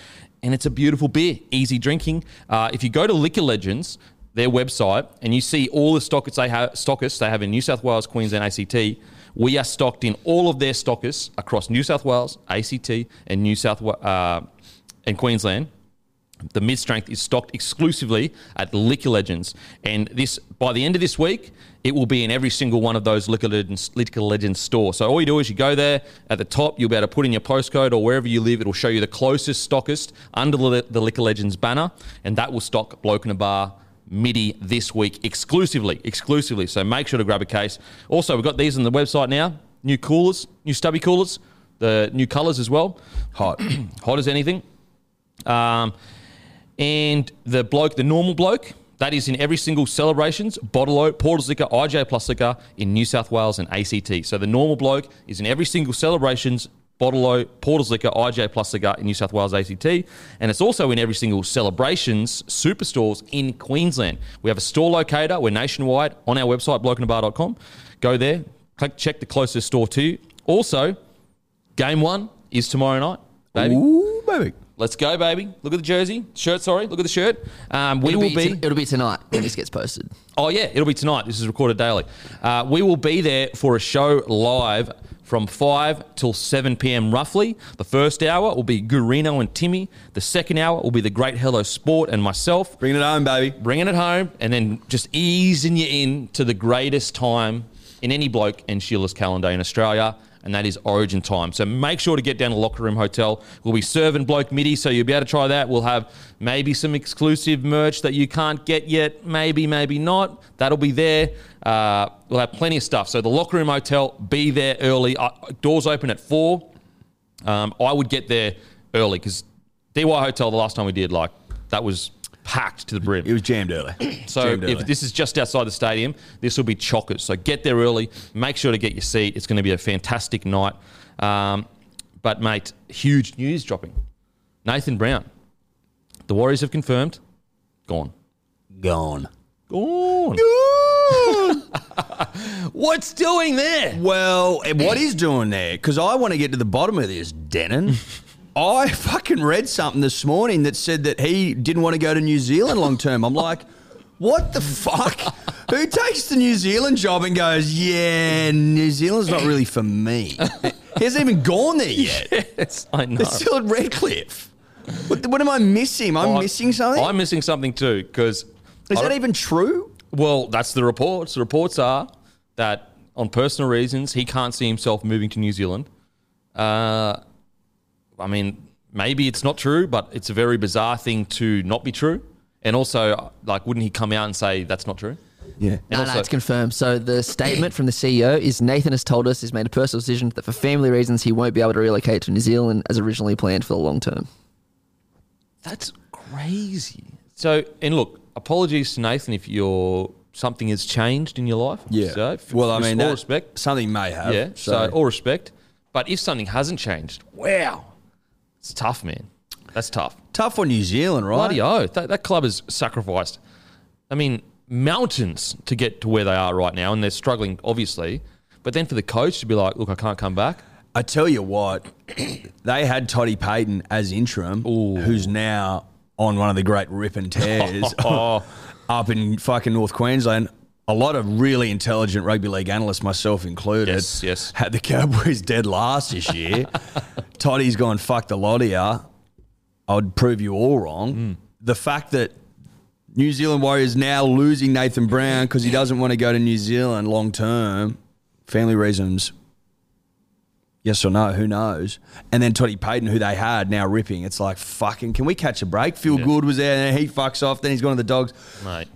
S3: And it's a beautiful beer. Easy drinking. Uh, if you go to Liquor Legends, their website, and you see all the stockers they have, stockists they have in New South Wales, Queensland, ACT, we are stocked in all of their stockers across New South Wales, ACT, and New South Wa- uh, and Queensland. The mid strength is stocked exclusively at Liquor Legends, and this by the end of this week, it will be in every single one of those Liquor Legends, Liquor Legends store. So all you do is you go there at the top, you'll be able to put in your postcode or wherever you live. It'll show you the closest stockist under the, the Liquor Legends banner, and that will stock Bloke in a Bar MIDI this week exclusively, exclusively. So make sure to grab a case. Also, we've got these on the website now. New coolers, new stubby coolers, the new colours as well. Hot, [CLEARS THROAT] hot as anything. Um, and the bloke, the normal bloke, That is in every single celebrations, bottle oat, porters liquor, IJ plus liquor in New South Wales and ACT. So the normal bloke is in every single celebrations, bottle oat, porters liquor, IJ plus liquor in New South Wales ACT, and it's also in every single celebrations superstores in Queensland. We have a store locator. We're nationwide on our website blokeinabar.com. Go there, click, check the closest store to you. Also, game one is tomorrow night. Baby.
S4: Ooh, baby.
S3: Let's go, baby. Look at the jersey. Shirt, sorry. Look at the shirt. Um, we
S5: It'll
S3: will
S5: be,
S3: be.
S5: to- it'll be tonight when this
S3: [CLEARS THROAT]
S5: gets posted.
S3: oh, yeah. It'll be tonight. This is recorded daily. Uh, we will be there for a show live from 5 till 7 p.m. roughly. The first hour will be Gurino and Timmy. The second hour will be the great Hello Sport and myself
S4: Bringing it home, baby.
S3: bringing it home and then just easing you in to the greatest time in any bloke and Sheila's calendar in Australia, and that is Origin time. So make sure to get down to Locker Room Hotel. We'll be serving bloke midi, so you'll be able to try that. We'll have maybe some exclusive merch that you can't get yet, maybe, maybe not. That'll be there. Uh, we'll have plenty of stuff. So the Locker Room Hotel, be there early. Uh, doors open at four. Um, I would get there early because DY Hotel, the last time we did, like that was packed to the brim.
S4: It was jammed early.
S3: So
S4: jammed early.
S3: if this is just outside the stadium, this will be chockers. So get there early. Make sure to get your seat. It's going to be a fantastic night. Um, but mate, huge news dropping. Nathan Brown, the Warriors have confirmed, gone.
S4: gone.
S3: Gone.
S4: [LAUGHS]
S3: What's doing there?
S4: Well, and what is doing there? Because I want to get to the bottom of
S3: [LAUGHS]
S4: this, Denon. I fucking read something this morning that said that he didn't want to go to New Zealand long term. I'm like, what the fuck? Who takes the New Zealand job and goes, yeah, New Zealand's not really
S3: [LAUGHS]
S4: for me? He hasn't even gone there yet.
S3: Yes, I know.
S4: They're still at Redcliffe. What, what am I missing? I'm missing something?
S3: I'm missing something too because
S4: is that even true?
S3: Well, that's the reports. The reports are that on personal reasons, he can't see himself moving to New Zealand. Uh, I mean, maybe it's not true, but it's a very bizarre thing to not be true. And also, like, wouldn't he come out and say that's not true?
S4: Yeah.
S3: And
S5: No,
S3: also,
S5: no, it's confirmed. So the statement from the CEO is Nathan has told us he's made a personal decision that for family reasons he won't be able to relocate to New Zealand as originally planned for the long term.
S3: that's crazy. So, and look, apologies to Nathan if your something has changed in your life. So, f-
S4: well, I
S3: with
S4: mean,
S3: all
S4: that-
S3: respect.
S4: Something may have.
S3: Yeah. So, all respect. But if something hasn't changed, wow, it's tough, man. That's tough.
S4: tough on New Zealand, right?
S3: Bloody oath. That, that club has sacrificed, I mean, mountains to get to where they are right now. And they're struggling, obviously. But then for the coach to be like, look, I can't come back.
S4: I tell you what, [CLEARS THROAT] they had Toddy Payton as interim, who's now on one of the great rip and tears
S3: [LAUGHS] Oh.
S4: [LAUGHS] up in fucking North Queensland. A lot of really intelligent rugby league analysts, myself included,
S3: Yes, yes.
S4: had the [LAUGHS] Cowboys dead last this
S3: [LAUGHS]
S4: year. Toddy's gone, fuck the lot of ya. I'd prove you all wrong.
S3: Hmm.
S4: The fact that New Zealand Warriors now losing Nathan Brown because he doesn't want to go to New Zealand long term, family reasons. Yes or no? Who knows? And then Toddy Payton, who they had now ripping, it's like fucking. Can we catch a break? Feel good was there, and then he fucks off. Then he's gone to the dogs.
S3: Mate,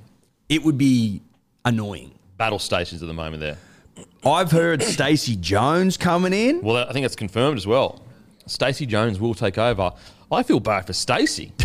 S4: It would be annoying.
S3: battle stations at the moment there.
S4: I've
S3: [COUGHS]
S4: heard Stacey Jones coming in.
S3: Well, I think that's confirmed as well. Stacey Jones will take over. I feel bad for Stacey [LAUGHS]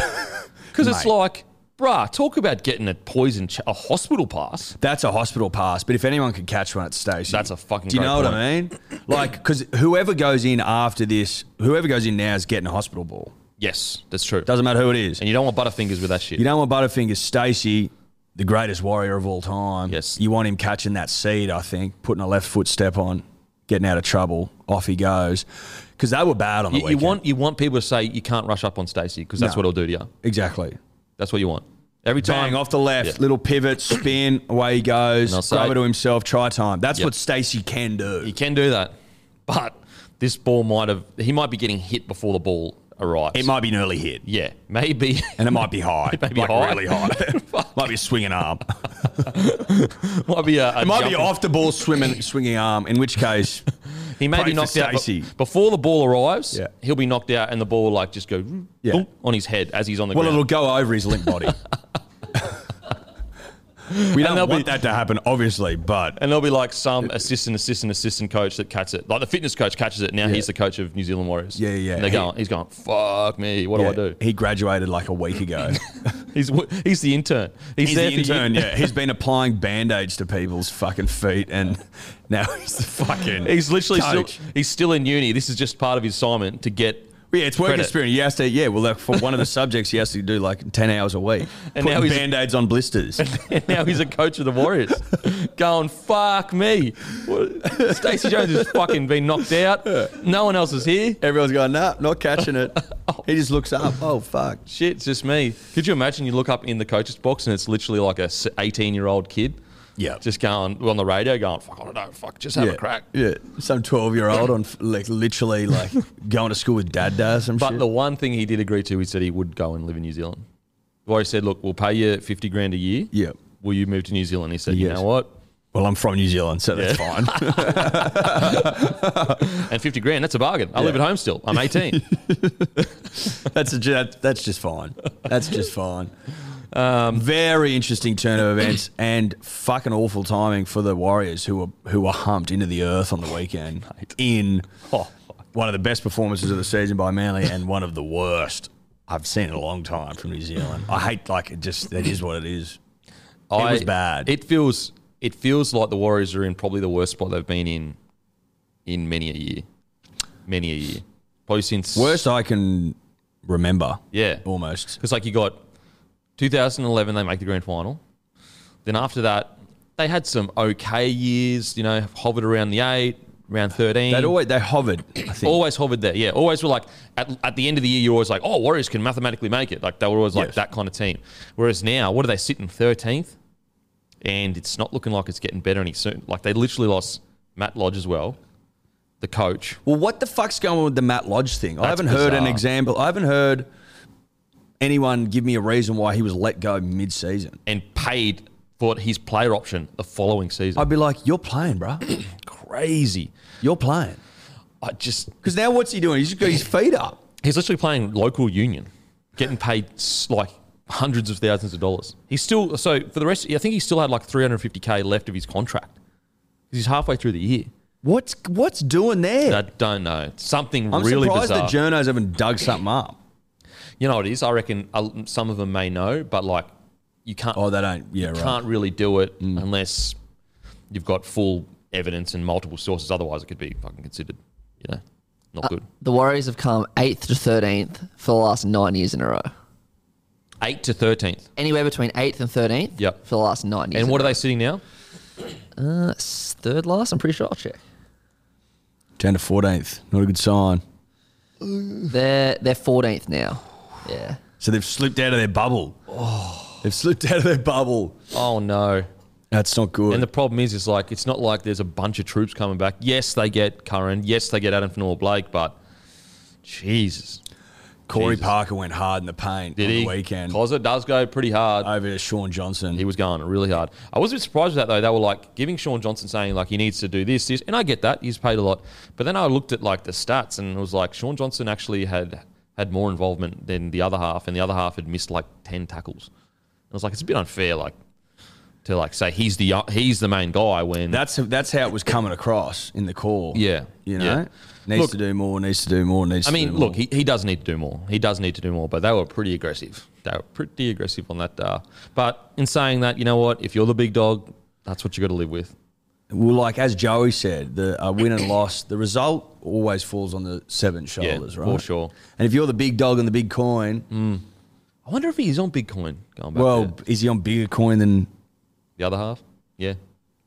S3: because it's
S4: Mate.
S3: like, bruh, talk about getting a poison, ch- a hospital pass.
S4: That's a hospital pass, but if anyone could catch one, it's Stacey.
S3: That's a fucking
S4: Do you
S3: great
S4: know what I mean? Like, because whoever goes in after this, whoever goes in now is getting a hospital ball.
S3: Yes, that's true.
S4: Doesn't matter who it is.
S3: and you don't want butterfingers with that shit.
S4: You don't want Butterfinger Stacey, the greatest warrior of all time.
S3: Yes.
S4: You want him catching that seed, I think, putting a left foot step on, getting out of trouble. Off he goes. Because they were bad on the
S3: you, you
S4: weekend.
S3: want you want people to say you can't rush up on Stacey because that's
S4: No.
S3: what it'll do to you.
S4: Exactly.
S3: That's what you want. Every time
S4: Bang, off the left,
S3: Yeah.
S4: little pivot, spin, away he goes.
S3: And I'll say-
S4: Grubber to himself, try time. That's
S3: Yep.
S4: what Stacey can do.
S3: He can do that, but this ball might have. He might be getting hit before the ball arrives.
S4: It might be an early hit.
S3: Yeah, maybe. [LAUGHS]
S4: And it might be high. [LAUGHS] it
S3: may be
S4: like
S3: high.
S4: really high. might be a swinging arm.
S3: might be a. a
S4: It might be
S3: jumping-
S4: off the ball swimming, swinging arm, in which case,
S3: He may
S4: Pray
S3: be
S4: for
S3: knocked out but
S4: Stacey.
S3: before the ball arrives.
S4: Yeah.
S3: he'll be knocked out, and the ball will, like just go boom,
S4: Yeah.
S3: on his head as he's on the
S4: [LAUGHS] well, it'll
S3: ground.
S4: go over his limp body. We don't
S3: they'll
S4: want
S3: be-
S4: that to happen, obviously, but
S3: And there'll be like some assistant, assistant, assistant coach that catches it. Like the fitness coach catches it. Now he's the coach of New Zealand Warriors.
S4: Yeah, yeah,
S3: And they're
S4: he-
S3: going, he's going, fuck me. What do I do?
S4: he graduated like a week [LAUGHS] ago.
S3: He's he's the intern. He's,
S4: He's
S3: there for
S4: the
S3: you.
S4: intern, yeah. He's been applying band aids to people's fucking feet, and [LAUGHS] now he's the fucking.
S3: He's literally still,
S4: coach.
S3: he's still in uni. This is just part of his assignment to get. [LAUGHS]
S4: Yeah, it's work
S3: Credit.
S4: experience. He has to, yeah, well, like for one of the subjects, he has to do like 10 hours a week.
S3: And
S4: [LAUGHS] And
S3: now
S4: putting
S3: he's-
S4: band aids on blisters.
S3: And now he's a coach of the Warriors. going, fuck me. What- Stacey Jones has fucking been knocked out. No one else is here.
S4: [LAUGHS] Everyone's going, nah, not catching [LAUGHS] it. He just looks up. Oh, fuck.
S3: Shit, it's just me. Could you imagine you look up in the coach's box and it's literally like a 18 year old kid?
S4: Yeah.
S3: Just going on the radio, going, fuck, I don't know, fuck, just have
S4: yeah,
S3: a crack.
S4: Yeah. Some 12 year
S3: [CLEARS THROAT]
S4: old on like literally like going to school with dad does some
S3: But
S4: shit.
S3: the one thing he did agree to, he said he would go and live in New Zealand. Warriors said, look, we'll pay you 50 grand a year.
S4: Yeah.
S3: Will you move to New Zealand? He said, you
S4: Yes.
S3: know what?
S4: well, I'm from New Zealand, so that's fine.
S3: [LAUGHS]
S4: [LAUGHS]
S3: And 50 grand, that's a bargain. I live at home still. I'm
S4: [LAUGHS]
S3: 18.
S4: that's, a, ju- that's just fine. That's just fine.
S3: Um,
S4: Very interesting turn of events [CLEARS THROAT] and fucking awful timing for the Warriors who were who were humped into the earth on the weekend in
S3: [LAUGHS] Oh, fuck.
S4: one of the best performances of the season by Manly and one of the worst I've seen in a long time from New Zealand. I hate like it just that is what it is.
S3: I-
S4: was bad.
S3: It feels it feels like the Warriors are in probably the worst spot they've been in in many a year. Many a year. Probably since
S4: Worst I can remember.
S3: Yeah.
S4: Almost.
S3: Because like you got 2011, they make the grand final. Then after that, they had some okay years. You know, hovered around the eight, round 13.
S4: They always they hovered, I think.
S3: always hovered there. Yeah, always were like at, at the end of the year, you're always like, oh, Warriors can mathematically make it. Like they were always like
S4: Yes.
S3: that kind of team. Whereas now, what do they sit in thirteenth? And it's not looking like it's getting better any soon. Like they literally lost Matt Lodge as well, the coach.
S4: Well, what the fuck's going on with the Matt Lodge thing? I
S3: That's
S4: haven't heard an
S3: bizarre.
S4: example. I haven't heard anyone give me a reason why he was let go mid season.
S3: and paid for his player option the following season.
S4: I'd be like, You're
S3: [COUGHS]
S4: playing, bruh.
S3: crazy.
S4: You're playing.
S3: I just
S4: Because now what's he doing? He's just got his feet up.
S3: he's literally playing local union, getting paid s- like hundreds of thousands of dollars. He's still so for the rest. I think he still had like 350k left of his contract 'Cause he's halfway through the year.
S4: What's what's doing there?
S3: I don't know. Something
S4: I'm
S3: really
S4: surprised
S3: bizarre.
S4: that journos haven't dug something up.
S3: you know what it is? I reckon uh, some of them may know, but like you can't.
S4: Oh, they don't. Yeah, Mm. right.
S3: can't really do it unless you've got full evidence and multiple sources. Otherwise, it could be fucking considered, you know,
S4: Uh,
S3: not good.
S5: The Warriors have come 8th to 13th for the last nine years in a row.
S3: Eight to thirteenth.
S5: Anywhere between 8th and 13th
S3: Yep.
S5: for the last nine years.
S3: And
S5: in
S3: what
S5: a
S3: are they sitting now?
S5: row. Uh, s- third last? I'm pretty sure. I'll check.
S4: Down to 14th. Not a good sign.
S5: They're, they're 14th now. Yeah.
S4: So they've slipped out of their bubble. Oh. They've slipped out of their bubble.
S3: Oh no!
S4: That's not good.
S3: And the problem is, is like it's not like there's a bunch of troops coming back. Yes, they get Curran. Yes, they get Adam Fanor Blake, but Jesus,
S4: Corey
S3: Jesus.
S4: Parker went hard in the paint
S3: did
S4: on
S3: he?
S4: the weekend Uh,
S3: Cozza does go pretty hard.
S4: over to Sean Johnson.
S3: He was going really hard. I was a bit surprised with that though. They were like giving Sean Johnson saying like he needs to do this, this, and I get that he's paid a lot. But then I looked at like the stats and it was like Sean Johnson actually had had more involvement than the other half, and the other half had missed like ten tackles. I was like, it's a bit unfair, like to like say he's the he's the main guy when
S4: that's that's how it was coming across in the call.
S3: Yeah,
S4: you know,
S3: yeah.
S4: needs
S3: Look-
S4: to do more. Needs to do more. Needs.
S3: I
S4: to
S3: mean,
S4: do more.
S3: look, he, he does need to do more. He does need to do more, but they were pretty aggressive. They were pretty aggressive on that. Uh, but in saying that, you know what? If you're the big dog, that's what you got to live with.
S4: Well, like as Joey said, the uh, win and loss, the result always falls on the seven shoulders, right?
S3: for sure. Mm,
S4: And if you're the big dog and the big coin,
S3: I wonder if he's on Bitcoin. Going back
S4: well,
S3: there.
S4: is he on bigger coin than
S3: the other half, yeah,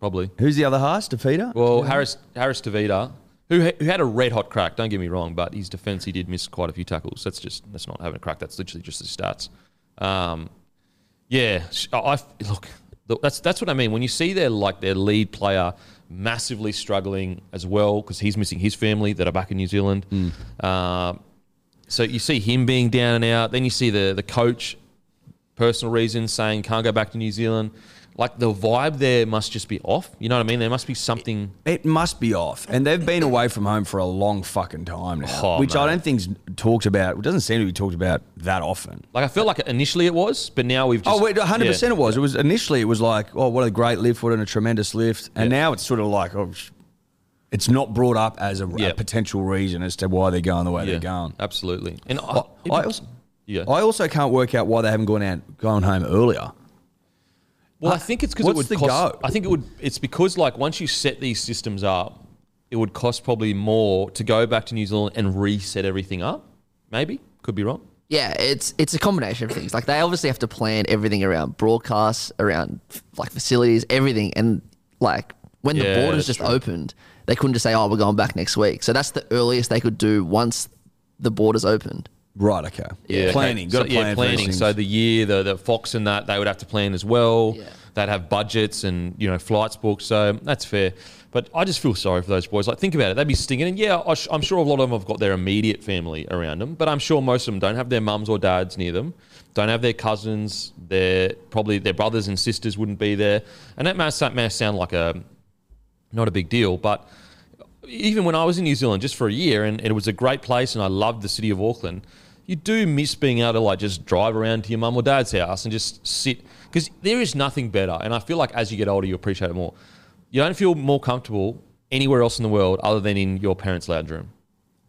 S3: probably.
S4: who's the other half? Defeater?
S3: Well, Harris Harris Tavita, who ha- who had a red hot crack. Don't get me wrong, but his defense he did miss quite a few tackles. That's just that's not having a crack. That's literally just the stats. Um, yeah, sh- I I- look. th- That's that's what I mean. When you see their like their lead player massively struggling as well because he's missing his family that are back in New Zealand. Um, so you see him being down and out. Then you see the the coach personal reasons saying can't go back to New Zealand. Like the vibe there must just be off. You know what I mean? There must be something.
S4: It must be off, and they've been away from home for a long fucking time now,
S3: Oh,
S4: which I
S3: mate.
S4: don't think's talked about. It doesn't seem to be talked about that often.
S3: Like I feel like initially it was, but now we've just
S4: Oh, wait, 100 percent
S3: Yeah.
S4: it was. It was initially it was like, oh, what a great lift, what a tremendous lift, and now it's sort of like, oh, sh- it's not brought up as a, a
S3: Yeah.
S4: potential reason as to why they're going the way
S3: Yeah,
S4: they're going.
S3: absolutely. And I,
S4: I, I also,
S3: yeah.
S4: I also can't work out why they haven't gone out, gone home earlier.
S3: Well, I think it's because it
S4: What's
S3: would
S4: the
S3: cost.
S4: go?
S3: I think it would. It's because like once you set these systems up, it would cost probably more to go back to New Zealand and reset everything up. Maybe could be wrong.
S5: Yeah, it's it's a combination of things. Like they obviously have to plan everything around broadcasts, around f- like facilities, everything, and like when
S3: Yeah,
S5: the borders
S3: that's
S5: just
S3: true.
S5: opened, they couldn't just say, "Oh, we're going back next week." So that's the earliest they could do once the borders opened.
S4: Right? Okay.
S3: okay.
S4: Planning. Got to
S3: So,
S4: plan.
S3: Yeah,
S4: for these
S3: planning.
S4: things.
S3: So the year, the, the Fox and that they would have to plan as well.
S5: Yeah.
S3: They'd have budgets and you know flights booked. So that's fair. But I just feel sorry for those boys. Like think about it, they'd be stinging. And yeah, I sh- I'm sure a lot of them have got their immediate family around them, but I'm sure most of them don't have their mums or dads near them. Don't have their cousins. Their probably their brothers and sisters wouldn't be there. And that may, that may sound like a not a big deal, but even when I was in New Zealand just for a year and it was a great place and I loved the city of Auckland, you do miss being able to like just drive around to your mum or dad's house and just sit because there is nothing better. And I feel like as you get older, you appreciate it more. You don't feel more comfortable anywhere else in the world other than in your parents' lounge room.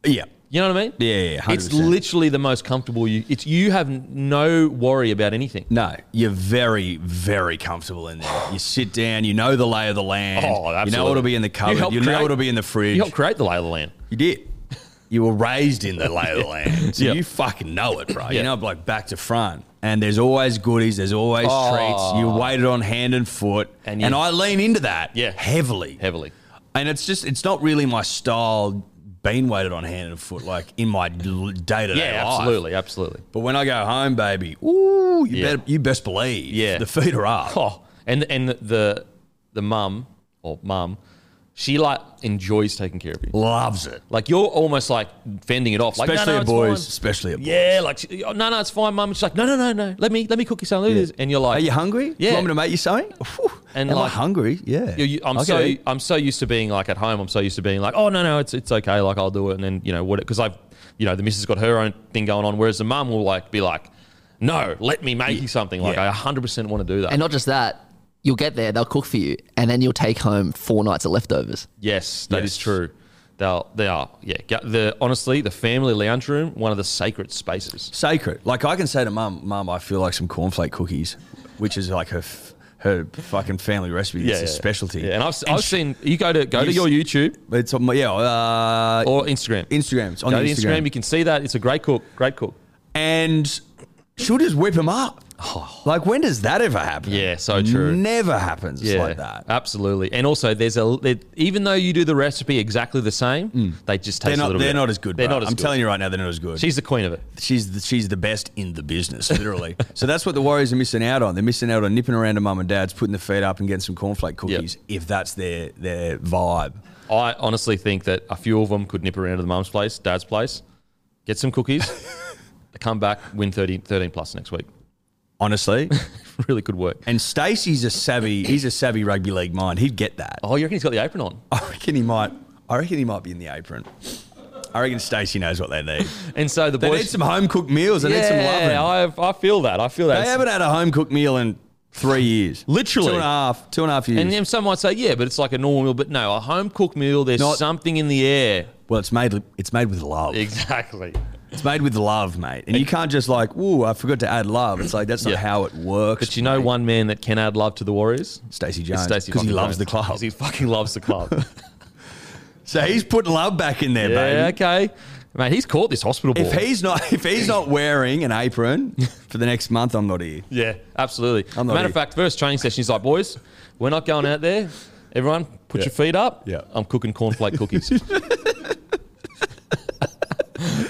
S4: yeah.
S3: You know what I mean?
S4: Yeah, yeah, yeah, 100%.
S3: it's literally the most comfortable. You it's you have no worry about anything.
S4: No, you're very, very comfortable in there. You sit down, you know the lay of the land.
S3: Oh,
S4: You know
S3: absolutely.
S4: what'll be in the
S3: You
S4: cupboard. You,
S3: helped
S4: know
S3: create-
S4: what'll be in the fridge.
S3: You help create the lay of the land.
S4: You did. You were raised in the lay of the land.
S3: [LAUGHS]
S4: So
S3: Yeah.
S4: you fucking know it, bro.
S3: Yeah.
S4: You know, like back to front. And there's always goodies, there's always treats. You waited on hand and foot.
S3: Oh. And
S4: And,
S3: you-
S4: I lean into that
S3: Yeah.
S4: heavily.
S3: Heavily.
S4: And it's just, it's not really my style being waited on hand and foot, like in my day to day
S3: Yeah,
S4: life.
S3: absolutely, absolutely.
S4: But when I go home, baby, ooh, you,
S3: Yeah.
S4: better, you best believe
S3: Yeah.
S4: the feet are up.
S3: Oh, and and the the mum or mum, she like enjoys taking care of you.
S4: Loves it.
S3: Like you're almost like fending it off, like, no,
S4: Especially
S3: no,
S4: at
S3: it's
S4: boys.
S3: fine.
S4: Especially at boys.
S3: Yeah, like she- oh, no, no, it's fine, mum. She's like, no, no, no, no. Let me let me cook you something. Look at this. And you're like,
S4: Are you hungry?
S3: Yeah.
S4: You want me to make you something? Whew.
S3: And
S4: Am I
S3: like-
S4: hungry? Yeah.
S3: You- you- I'm
S4: I
S3: so
S4: could eat.
S3: I'm so used to being like at home. I'm so used to being like, oh no no, it's it's okay. Like I'll do it. And then you know what? Because I've you know the missus got her own thing going on, whereas the mum will like be like, no, let me make you something. Like
S4: Yeah.
S3: I 100 percent want to do that.
S5: And not just that, you'll get there, they'll cook for you, and then you'll take home four nights of leftovers.
S3: Yes, that is
S4: Yes.
S3: true. They'll, they are, yeah. ga- The honestly, the family lounge room, one of the sacred spaces.
S4: sacred. Like I can say to mum, mum, I feel like some cornflake cookies, which is like her f- her fucking family recipe. it's a specialty.
S3: Yeah, and I've, I've seen you go to go to
S4: You've
S3: your YouTube
S4: It's on my, yeah, uh,
S3: or Instagram.
S4: Instagram. It's on
S3: go
S4: the
S3: to
S4: Instagram.
S3: Instagram, you can see that. It's a great cook, great cook.
S4: and she'll just whip them up. Like when does that ever happen?
S3: Oh. Yeah, so true.
S4: Never happens
S3: Yeah,
S4: like that.
S3: absolutely. And also, there's a there, even though you do the recipe exactly the same, they just taste
S4: Mm. They're
S3: a
S4: not.
S3: little.
S4: They're
S3: bit.
S4: not as good.
S3: They're
S4: bro.
S3: not as
S4: I'm
S3: good.
S4: telling you right now, they're not as good.
S3: she's the queen of it.
S4: She's the, she's the best in the business, literally. so that's what the Warriors are missing out on. They're missing out on nipping around to mum and dad's, putting the feet up, and getting some cornflake cookies if that's their their vibe.
S3: I honestly think that a few of them could nip around to the mum's place, dad's place, get some
S4: [LAUGHS]
S3: cookies, come back, win 30, 13 plus next week.
S4: Honestly,
S3: [LAUGHS] really good work.
S4: and Stacey's a savvy. He's a savvy rugby league mind. He'd get that.
S3: Oh, you reckon he's got the apron on?
S4: I reckon he might. I reckon he might be in the apron. I reckon Stacey knows what
S3: [LAUGHS]
S4: they need.
S3: And so the
S4: They
S3: boys
S4: need some home cooked meals. They
S3: yeah,
S4: need some loving.
S3: I, I feel that. I feel that.
S4: They haven't had a home cooked meal in three years.
S3: Literally.
S4: two and a half, two and a half years.
S3: and then some might say, yeah, but it's like a normal meal. But no, a home cooked meal. There's
S4: Not-
S3: something in the air.
S4: well, it's made. It's made with love.
S3: Exactly.
S4: It's made with love, mate. And you can't just like, ooh, I forgot to add love. It's like that's not
S3: Yeah.
S4: how it works.
S3: But you know, one man that can add love to the Warriors,
S4: Stacey
S3: It's
S4: Jones,
S3: Stacey
S4: because he
S3: fucking Jones.
S4: loves the
S3: 'Cause
S4: club.
S3: He fucking loves the
S4: [LAUGHS]
S3: club.
S4: So he's putting love back in there,
S3: yeah.
S4: baby.
S3: Okay. Man, he's caught this hospital ball.
S4: If he's not, [LAUGHS] if he's not wearing
S3: [LAUGHS]
S4: an apron for the next month, I'm not here.
S3: yeah, absolutely.
S4: I'm not
S3: Matter
S4: here.
S3: of fact, first training session, he's like, boys, we're not going out there. Everyone, put your feet up.
S4: Yeah.
S3: I'm cooking cornflake
S4: [LAUGHS]
S3: cookies.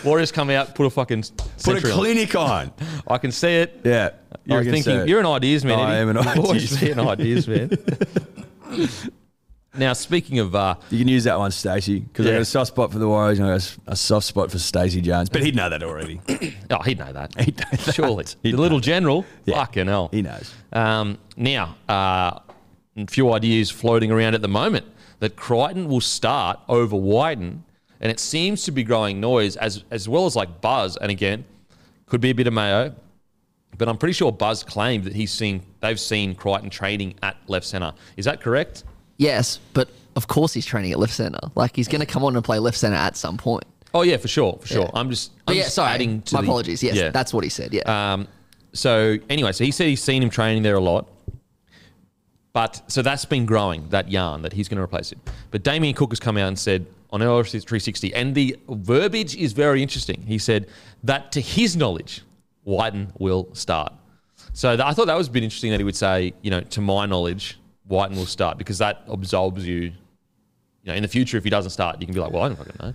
S3: Warriors come out, put a fucking
S4: Put a
S3: century on. [LAUGHS]
S4: clinic on.
S3: I can see it.
S4: Yeah,
S3: You're
S4: I can
S3: thinking
S4: say
S3: [LAUGHS]
S4: it.
S3: you're an ideas man.
S4: I
S3: Eddie.
S4: am an [LAUGHS]
S3: You've always
S4: ideas
S3: been an ideas man. Now, speaking of uh, VAR,
S4: You can use that one, Stacey, because I
S3: Yeah.
S4: got a soft spot for the Warriors and I got a s- a soft spot for Stacey Jones. But he'd know that already.
S3: oh, [LAUGHS] he'd know that.
S4: He'd know [LAUGHS] that.
S3: Surely.
S4: He'd
S3: the little
S4: know.
S3: general,
S4: Yeah.
S3: fucking hell.
S4: he knows.
S3: Um, now, uh, a few ideas floating around at the moment that Crichton will start over Wyden, and it seems to be growing noise as as well as like buzz. And again, could be a bit of Mayo, but I'm pretty sure Buzz claimed that he's seen they've seen Crichton training at left centre. Is that correct?
S5: Yes, but of course he's training at left centre. Like he's going to come on and play left centre at some point.
S3: Oh yeah, for sure, for sure.
S5: Yeah.
S3: I'm just,
S5: But
S3: I'm
S5: yeah,
S3: just
S5: sorry.
S3: adding to
S5: my
S3: the-
S5: apologies. Yes,
S3: yeah.
S5: that's what he said. Yeah.
S3: Um, so anyway, so he said he's seen him training there a lot. But so that's been growing that yarn that he's going to replace him. But Damien Cook has come out and said on LRC 360, and the verbiage is very interesting. He said that to his knowledge, Whiten will start. So that, I thought that was a bit interesting that he would say, you know, to my knowledge, Whiten will start because that absolves you. You know, in the future, if he doesn't start, you can be like, well, I don't fucking know.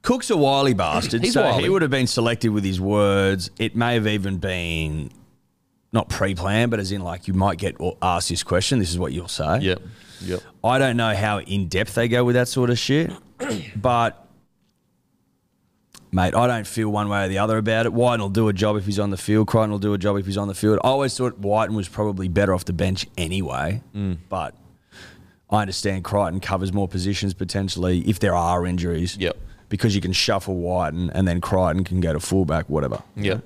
S4: Cook's a wily bastard,
S3: [CLEARS THROAT] He's
S4: so
S3: wily.
S4: he would have been selective with his words. It may have even been not pre-planned, but as in like you might get or asked this question. This is what you'll say.
S3: Yep. Yep.
S4: I don't know how in depth they go with that sort
S3: [CLEARS THROAT]
S4: of shit, but mate, I don't feel one way or the other about it. Whiten will do a job if he's on the field. Crichton will do a job if he's on the field. I always thought Whiten was probably better off the bench anyway,
S3: Mm.
S4: but I understand Crichton covers more positions potentially if there are injuries.
S3: Yep.
S4: Because you can shuffle Whiten and then Crichton can go to fullback, whatever.
S3: Yep.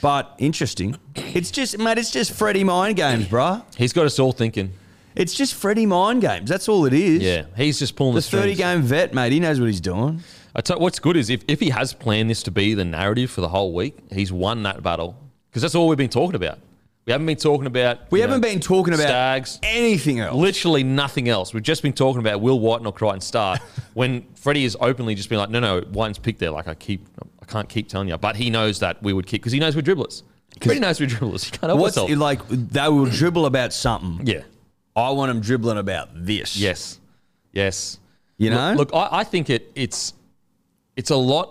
S4: But interesting. It's just, mate, it's just Freddie mind games, bruh.
S3: He's got us all thinking.
S4: It's just Freddie mind games. That's all it is.
S3: Yeah. He's just pulling the,
S4: The 30
S3: strings.
S4: game vet, mate, he knows what he's doing.
S3: I tell, what's good is if, if he has planned this to be the narrative for the whole week, he's won that battle because that's all we've been talking about. We haven't been talking about.
S4: We
S3: you
S4: haven't
S3: know,
S4: been talking about
S3: stags.
S4: anything else.
S3: Literally nothing else. We've just been talking about will White or Crichton
S4: [LAUGHS]
S3: start when Freddie is openly just been like, no, no, White's picked there. Like I keep, I can't keep telling you, but he knows that we would kick because he knows we're dribblers. Freddie knows we're dribblers. [LAUGHS] He can't help
S4: What's
S3: himself.
S4: it like? They will dribble about something.
S3: yeah.
S4: I want them dribbling about this.
S3: Yes. Yes.
S4: You
S3: Look-
S4: know?
S3: Look, I, I think it it's it's a lot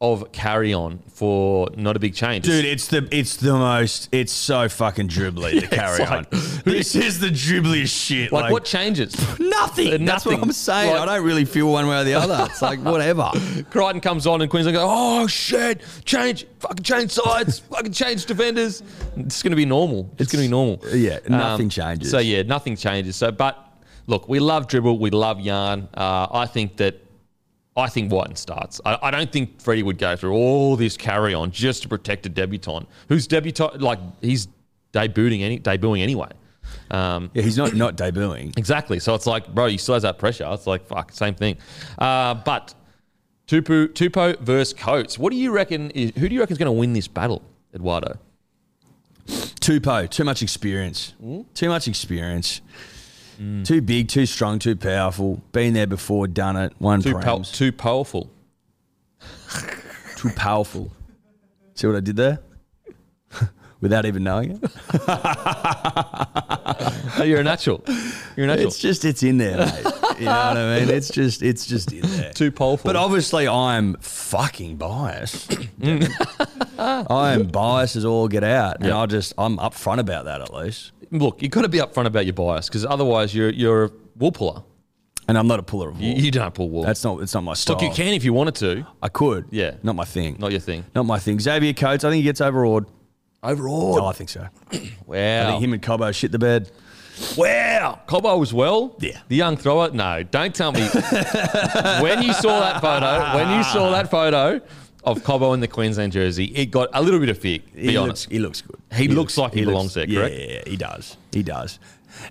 S3: of carry on for not a big change.
S4: Dude, it's the it's the most it's so
S3: [LAUGHS]
S4: fucking dribbly to carry
S3: like-
S4: on. This is the dribbliest shit.
S3: like what changes? [LAUGHS]
S4: Nothing.
S3: Uh,
S4: That's what
S3: nothing.
S4: I'm saying.
S3: Like-
S4: I don't really feel one way or the other. It's
S3: [LAUGHS]
S4: like whatever.
S3: Crichton comes on and Queensland go, oh shit, change, fucking change sides, [LAUGHS] fucking change defenders. It's going to be normal. It's, going to be normal.
S4: uh, yeah, nothing changes.
S3: Um, So yeah, nothing changes. So, but look, we love dribble, we love yarn. Uh, I think that. I think Whiten starts. I, I don't think Freddie would go through all this carry on just to protect a debutant who's debutant like he's debuting any debuting anyway. Um,
S4: Yeah, he's not not debuting.
S3: Exactly. So it's like, bro, you still has that pressure. It's like, fuck, same thing. Uh, but Tupu, Tupo versus Coates. What do you reckon? Is, who do you reckon is going to win this battle, Eduardo?
S4: Tupo, too much experience.
S3: Hmm?
S4: Too much experience. Too big, too strong, too powerful. Been there before, done it. One
S3: Too,
S4: prams.
S3: po- too powerful.
S4: too powerful. See what I did there? [LAUGHS] Without even knowing
S3: [LAUGHS]
S4: it.
S3: Oh, you're a natural. You're a natural.
S4: It's just it's in there, mate. You know what I
S3: [LAUGHS]
S4: mean? It's just it's just in there.
S3: too powerful.
S4: But obviously I'm
S3: [COUGHS]
S4: fucking biased. [LAUGHS] I am biased as all get out. And I just I'm upfront about that at least.
S3: look, you've got to be upfront about your bias because otherwise you're you're a wool puller.
S4: And I'm not a puller of wool.
S3: You, you don't pull wool.
S4: That's not it's not my style.
S3: look, you can if you wanted to.
S4: I could.
S3: Yeah.
S4: Not my thing.
S3: Not your thing.
S4: Not my thing. Xavier Coates, I think he gets overawed.
S3: Overall.
S4: Oh, I think so. I
S3: Wow.
S4: think him and Cobo shit the bed.
S3: Wow. Cobo as well?
S4: Yeah.
S3: The young thrower? No, don't tell me. when you saw that photo, when you saw that photo of Cobo in the Queensland jersey, it got a little bit of fear, be
S4: he
S3: honest.
S4: Looks, he looks good.
S3: He looks like he belongs there,
S4: yeah,
S3: correct?
S4: Yeah, yeah, he does. He does.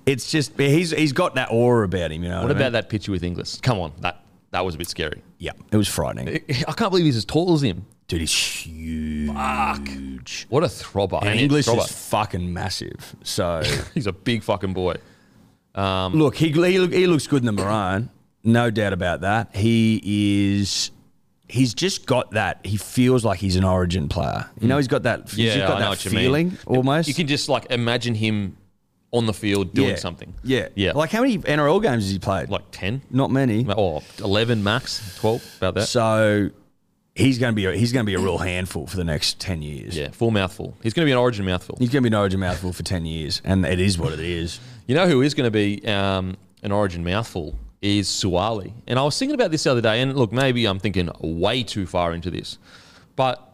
S4: It's just he's he's got that aura about him, you know. What,
S3: what about that picture with Inglis? Come on, that that was a bit scary.
S4: Yeah, it was frightening.
S3: I can't believe he's as tall as him.
S4: Dude, he's huge.
S3: What a throbber.
S4: And
S3: And
S4: English
S3: throbber.
S4: is fucking massive. So
S3: [LAUGHS] he's a big fucking boy.
S4: look, he he, look, he looks good in the maroon, no doubt about that. He is. He's just got that. He feels like he's an Origin player. You know, he's got that. He's
S3: Yeah,
S4: just got
S3: I
S4: that
S3: know what you mean.
S4: feeling almost.
S3: You can just like imagine him on the field doing something.
S4: Yeah,
S3: Yeah.
S4: Like how many NRL games has he played?
S3: like 10
S4: not many.
S3: or 11 max, 12, about that.
S4: So he's going to be a, he's going to be a real handful for the next ten years.
S3: Yeah, full mouthful. He's going to be an origin mouthful.
S4: He's going to be an Origin mouthful for ten years, and it is what it is.
S3: You know who is going to be um, an origin mouthful is Suwali. And I was thinking about this the other day, and look, maybe I'm thinking way too far into this, but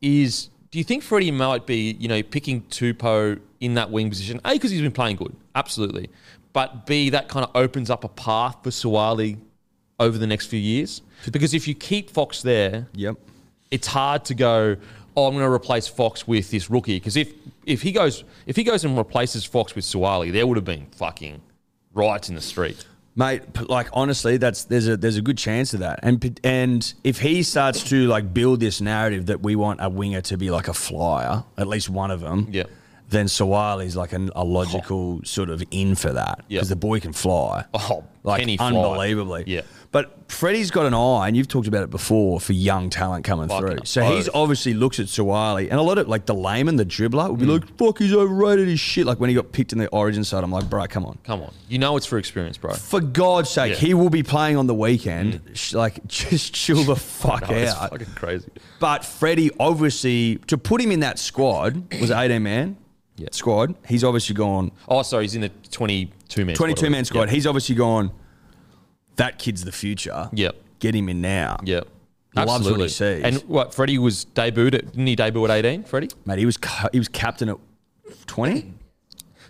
S3: is do you think Freddie might be, you know, picking Tupou in that wing position? A, because he's been playing good, absolutely. But B, that kind of opens up a path for Suwali over the next few years. Because if you keep Fox there,
S4: Yep.
S3: it's hard to go. Oh, I'm going to replace Fox with this rookie because if if he goes if he goes and replaces Fox with Suwali, there would have been fucking riots in the street.
S4: Mate, p- like honestly, that's there's a there's a good chance of that, and p- and if he starts to like build this narrative that we want a winger to be like a flyer, at least one of them,
S3: Yeah. Oh.
S4: then Sawali's like an, a logical sort of in for that
S3: Yeah.
S4: because the boy can fly,
S3: Oh,
S4: like
S3: can he fly?
S4: unbelievably,
S3: Yeah.
S4: But Freddie's got an eye, and you've talked about it before for young talent coming
S3: Fucking
S4: through. So
S3: oath.
S4: he's obviously looks at Sawali, and a lot of like the layman, the dribbler, would be
S3: Mm.
S4: like, "Fuck, he's overrated as shit." Like when he got picked in the Origin side, I'm like, "Bro, come on."
S3: Come on, you know it's for experience, bro.
S4: for God's sake,
S3: Yeah. Mm.
S4: he will be playing on the weekend. Sh Like, [LAUGHS] just chill
S3: [LAUGHS]
S4: the fuck
S3: Oh, It's
S4: out.
S3: fucking crazy.
S4: But Freddie, obviously, to put him in that squad was 18 man squad. He's obviously gone
S3: Oh, sorry, he's in the 22 man.
S4: 22 man squad.
S3: Yep.
S4: He's obviously gone. That kid's the future.
S3: Yep.
S4: Get him in now.
S3: yep.
S4: Loves what he
S3: Absolutely.
S4: sees.
S3: And what Freddie was debuted at? Didn't he debut at 18, Freddie?
S4: Mate, he was ca- he was captain at 20.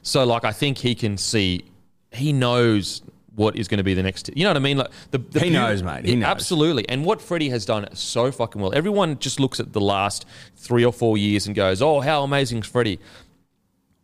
S3: So like, I think he can see. He knows what is going to be the next. You know what I mean? Like the, the
S4: He
S3: beauty-
S4: knows, mate. He
S3: Yeah,
S4: knows.
S3: Absolutely. And what Freddie has done so fucking well. Everyone just looks at the last three or four years and goes, "Oh, how amazing is Freddie."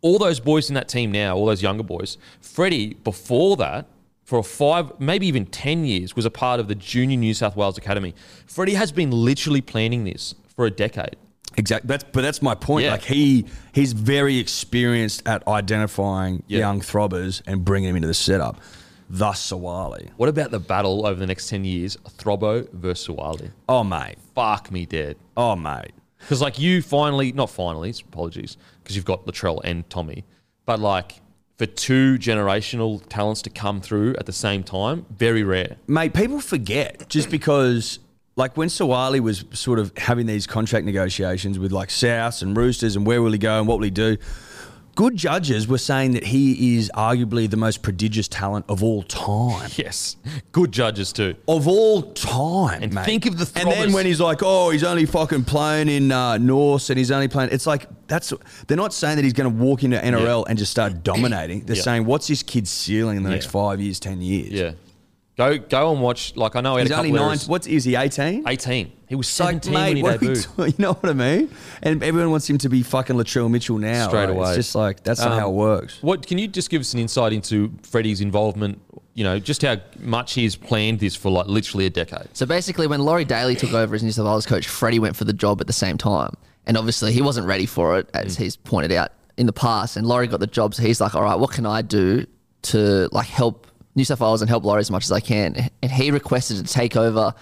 S3: All those boys in that team now, all those younger boys. Freddie, before that, for five, maybe even ten years, was a part of the junior New South Wales academy. Freddie has been literally planning this for a decade.
S4: Exactly. That's but that's my point.
S3: Yeah.
S4: Like he he's very experienced at identifying
S3: Yeah.
S4: young throbbers and bringing them into the setup. Thus Sawali.
S3: What about the battle over the next ten years, Throbo versus Suwali?
S4: Oh mate.
S3: Fuck me dead.
S4: Oh mate.
S3: Because like you finally, not finally, apologies, because you've got Latrell and Tommy, but like for two generational talents to come through at the same time, very rare. [LAUGHS]
S4: mate, people forget just because, like, when Sawali was sort of having these contract negotiations with like Souths and Roosters and where will he go and what will he do, good judges were saying that he is arguably the most prodigious talent of all time.
S3: Yes, good judges too.
S4: Of all time,
S3: And
S4: mate.
S3: think of the
S4: and then
S3: throbbers.
S4: when he's like, "Oh, he's only fucking playing in uh, Norse, and he's only playing," it's like that's they're not saying that he's going to walk into NRL and
S3: [CLEARS THROAT]
S4: just start dominating. They're
S3: Yeah.
S4: saying, "What's this kid's ceiling in the next
S3: Yeah.
S4: five years, ten years?"
S3: Yeah, go go and watch. Like I know he had
S4: he's
S3: a
S4: only
S3: couple of
S4: nine.
S3: errors.
S4: What is he? Eighteen.
S3: eighteen. He was
S4: Like,
S3: seventeen
S4: mate,
S3: when
S4: [LAUGHS] what
S3: he
S4: are we
S3: debuted.
S4: doing? You know what I mean? And everyone wants him to be fucking Latrell Mitchell now.
S3: Straight
S4: like,
S3: away.
S4: It's just like, that's not
S3: Um,
S4: how it works.
S3: What can you just give us an insight into Freddie's involvement? You know, just how much he's planned this for like literally a decade.
S5: So basically, when Laurie Daly took over as New South Wales coach, Freddie went for the job at the same time. And obviously, he wasn't ready for it, as he's pointed out in the past. And Laurie got the job, so he's like, all right, what can I do to like help New South Wales and help Laurie as much as I can? And he requested to take over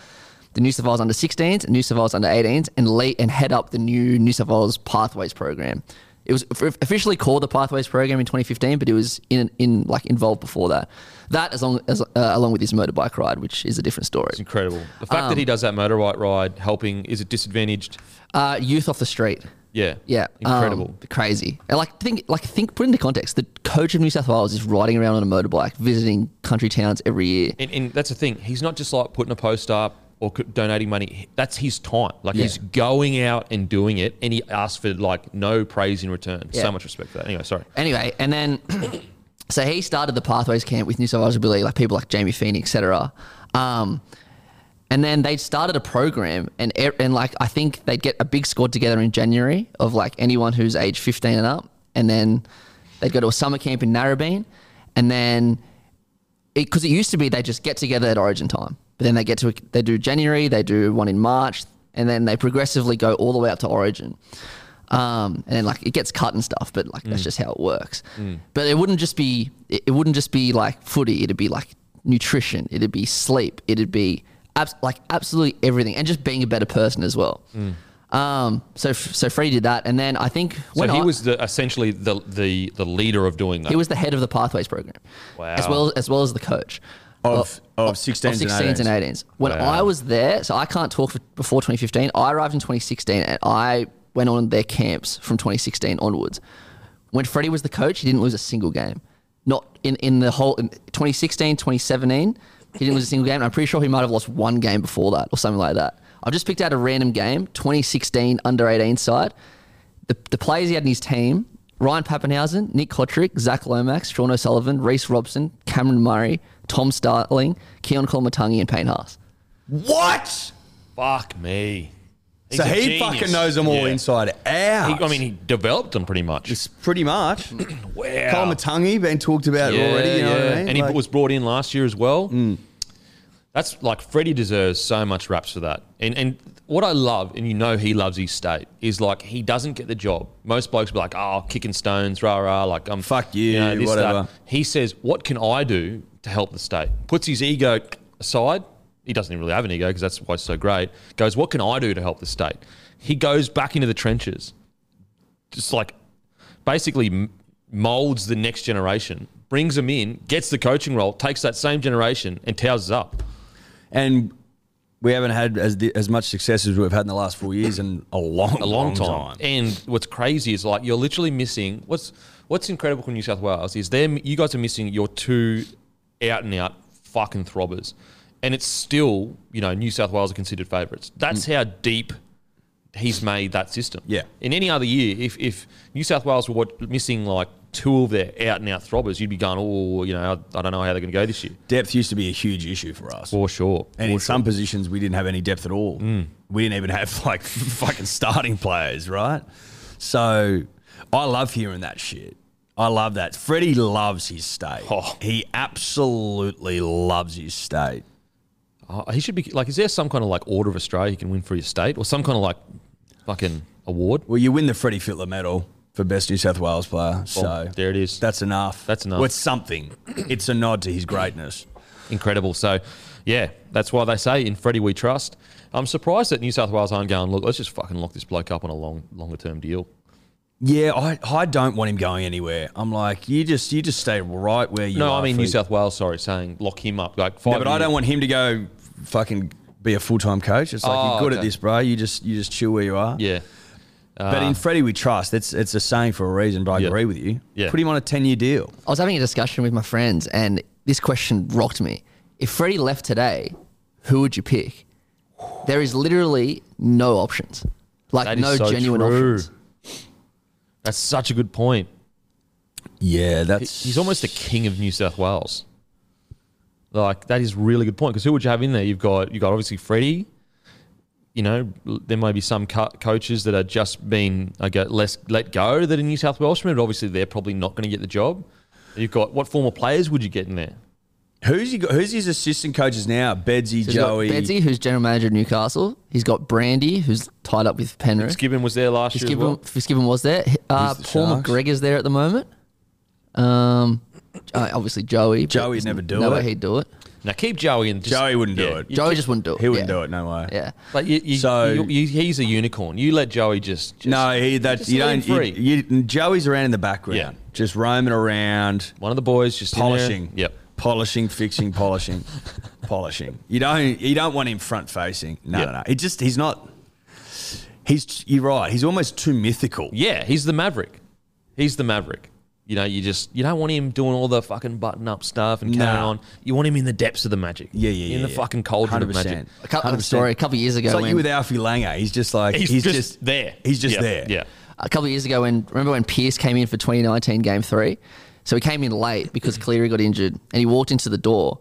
S5: the New South Wales under 16s and New South Wales under 18s and late and head up the new New South Wales Pathways program. It was f- officially called the Pathways program in 2015, but it was in in like involved before that. That as long as uh, along with his motorbike ride, which is a different story.
S3: It's incredible. The fact
S4: Um,
S3: that he does that motorbike ride, helping is it disadvantaged?
S5: Uh, youth off the street.
S3: Yeah,
S5: Yeah, um,
S3: incredible.
S5: crazy. And like think, like think, put into context. The coach of New South Wales is riding around on a motorbike, visiting country towns every year.
S3: And, and that's the thing. He's not just like putting a post up or co- donating money. That's his time. Like
S5: Yeah.
S3: he's going out and doing it, and he asks for like no praise in return.
S5: Yeah.
S3: So much respect for that. Anyway, sorry.
S5: Anyway, and then [COUGHS] so he started the Pathways camp with New South Wales Rugby League, like people like Jamie Feeney, etc. Um, and then they started a program, and e- and like I think they'd get a big squad together in January of like anyone who's age fifteen and up, and then they'd go to a summer camp in Narrabeen, and then because it, used to be they just get together at Origin time, but then they get to they do January, they do one in March, and then they progressively go all the way up to Origin. Um, and then like it gets cut and stuff, but like
S3: Mm.
S5: that's just how it works. But it wouldn't just be it, it wouldn't just be like footy. It'd be like nutrition. It'd be sleep. It'd be abs- like absolutely everything, and just being a better person as well. Um, so so Freddie did that, and then I think
S3: Mm. So
S5: when
S3: he
S5: I-
S3: was the, essentially the, the the leader of doing that.
S5: he was the head of the pathways program,
S3: Wow.
S5: as well as well as the coach
S4: Of- of
S5: of
S4: 16s and
S5: 16s and 18s. When
S3: Wow.
S5: I was there, so I can't talk for, before 2015. I arrived in 2016, and I went on their camps from 2016 onwards. When Freddie was the coach, he didn't lose a single game. not in, in the whole in 2016, 2017. He didn't lose a single game. I'm pretty sure he might have lost one game before that or something like that. I've just picked out a random game, 2016 under 18 side. The, the players he had in his team Ryan Pappenhausen, Nick Kotrick, Zach Lomax, Sean O'Sullivan, Reese Robson, Cameron Murray, Tom Starling, Keon Kolmatangi, and Payne Haas.
S4: What?
S3: Fuck me. He's
S4: so
S3: a
S4: he
S3: genius.
S4: fucking knows them all
S3: Yeah.
S4: inside out.
S3: He- I mean, he developed them pretty much.
S4: it's
S3: [CLEARS THROAT]
S4: pretty much.
S3: wow.
S4: Kyle Matangi been talked about already. You know what I mean?
S3: And he
S4: Like- Mm.
S3: was brought in last year as well. That's like Freddie deserves so much raps for that. And and what I love, and you know he loves his state, is like he doesn't get the job. Most blokes be like, oh, kicking stones, rah rah, like I'm
S4: Fuck you,
S3: this, that.
S4: whatever.
S3: He says, what can I do to help the state? Puts his ego aside. He doesn't really have an ego because that's why it's so great. Goes, what can I do to help the state? He goes back into the trenches just like basically m- molds the next generation, brings them in, gets the coaching role, takes that same generation and towers up.
S4: and we haven't had as the, as much success as we've had in the last four years in a long,
S3: A long, time. And what's crazy is like you're literally missing what's what's incredible for New South Wales is them you guys are missing your two out and out fucking throbbers. And it's still, you know, New South Wales are considered favourites. That's how deep he's made that system.
S4: Yeah.
S3: In any other year, if, if New South Wales were what, missing like two of their out and out throbbers, you'd be going, oh, you know, I, I don't know how they're going to go this year.
S4: Depth used to be a huge issue for us.
S3: For sure.
S4: and in some positions, we didn't have any depth at all.
S3: Mm.
S4: We didn't even have [LAUGHS] like fucking starting players, right? So I love hearing that shit. I love that. Freddie loves his state.
S3: Oh.
S4: He absolutely loves his state.
S3: Uh, he should be like, is there some kind of like order of Australia you can win for your state or some kind of like fucking award?
S4: Well, you win the Freddie Fitler medal for best New South Wales player. So
S3: Oh, there it is.
S4: That's enough.
S3: That's enough.
S4: Well, it's something. It's a nod to his greatness.
S3: Incredible. So, yeah, that's why they say in Freddie we trust. I'm surprised that New South Wales aren't going, look, let's just fucking lock this bloke up on a long, longer term deal.
S4: Yeah, I, I don't want him going anywhere. I'm like, you just you just stay right where you
S3: No,
S4: are.
S3: I mean
S4: for-
S3: New South Wales, sorry, saying lock him up. Like five
S4: Yeah, but I
S3: years.
S4: don't want him to go fucking be a full time coach. It's like
S3: Oh,
S4: you're good at
S3: okay.
S4: this, bro. You just you just chill where you are.
S3: Yeah.
S4: But in Freddie we trust. It's it's a saying for a reason, but I
S3: Yeah.
S4: agree with you.
S3: Yeah.
S4: Put him on a ten year deal.
S5: I was having a discussion with my friends, and this question rocked me. If Freddie left today, who would you pick? There is literally no options, like
S3: That is
S5: no
S3: so
S5: genuine
S3: true.
S5: options.
S3: That's such a good point.
S4: Yeah, that's
S3: He's almost the king of New South Wales. Like that is really good point because who would you have in there? You've got you got obviously Freddie. You know, l- there may be some co- coaches that are just being I guess, less let go that in New South Welshman, but obviously they're probably not going to get the job. You've got what former players would you get in there?
S4: who's he got, who's his assistant coaches now? Bedsy,
S5: So he's got
S4: Joey.
S5: Bedsy, who's general manager of Newcastle. He's got Brandy, who's tied up with Penrith.
S3: Fitzgibbon was there last year. as
S5: Fitzgibbon,
S3: well.
S5: Fitzgibbon was there. Uh,
S4: the
S5: Paul
S4: Sharks.
S5: McGregor's there at the moment. Um, uh, obviously Joey. but
S4: Joey'd
S5: there's
S4: never do
S5: no
S4: it.
S5: way he'd do it.
S3: Now keep Joey and just,
S4: Joey wouldn't do
S3: yeah,
S4: it.
S3: you
S5: Joey
S3: keep-
S5: just wouldn't do it.
S4: He wouldn't
S5: yeah.
S4: do it. No way.
S5: Yeah.
S3: Like you, you,
S4: So-
S3: you, you- he's a unicorn. You let Joey just, just
S4: no, he that
S3: just
S4: you
S3: let him
S4: don't. You,
S3: free.
S4: you- Joey's around in the background,
S3: Yeah.
S4: just roaming around,
S3: one of the boys just in there.
S4: polishing.
S3: Yep.
S4: Polishing, fixing, polishing, [LAUGHS] polishing. You don't you don't want him front facing. No,
S3: Yeah.
S4: no, no. It just he's not. He's you're right. He's almost too mythical.
S3: Yeah, he's the Maverick. He's the Maverick. You know, you just you don't want him doing all the fucking button up stuff and carrying
S4: Nah.
S3: on. You want him in the depths of the magic.
S4: Yeah, yeah, yeah.
S3: In the
S4: yeah.
S3: fucking cauldron of magic.
S5: A couple of
S4: 100%.
S5: story a couple of years ago.
S4: It's like
S5: when,
S4: you with Alfie Langer. He's just like he's, just,
S3: there.
S4: he's just
S3: Yeah,
S4: there.
S3: Yeah.
S5: a couple of years ago when remember when Pierce came in for 2019 game three, so he came in late because Cleary got injured, and he walked into the door,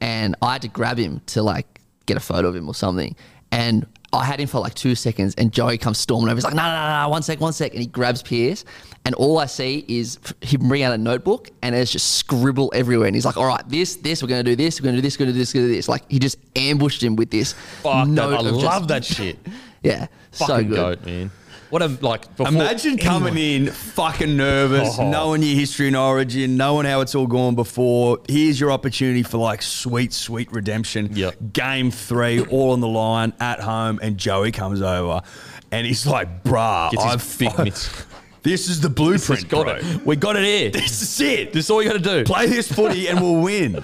S5: and I had to grab him to like get a photo of him or something, and I had him for like two seconds, and Joey comes storming over. He's like, no, no, no, no, one sec, one sec, and he grabs Pierce, and all I see is f- him bring out a notebook, and there's just scribble everywhere, and he's like, all right, this, this, we're gonna do this, we're gonna do this, we're gonna do this, we're gonna do this. Like he just ambushed him with this.
S3: Fuck that.
S5: note
S3: I
S5: of just-
S3: love that
S4: [LAUGHS]
S3: shit.
S5: Yeah, so
S3: fucking
S5: good.
S3: goat, man. What a like before [LAUGHS]
S4: Imagine coming in fucking nervous,
S3: Oh.
S4: knowing your history and origin, knowing how it's all gone before. Here's your opportunity for like sweet, sweet redemption.
S3: Yep.
S4: Game three, all on the line at home, and Joey comes over and he's like, bruh,
S3: Gets his
S4: I've
S3: big mitts.
S4: [LAUGHS] This is the blueprint.
S3: He's got
S4: bro.
S3: it. We got it here.
S4: This is it.
S3: This is all you gotta do.
S4: Play this footy and we'll
S3: [LAUGHS]
S4: win.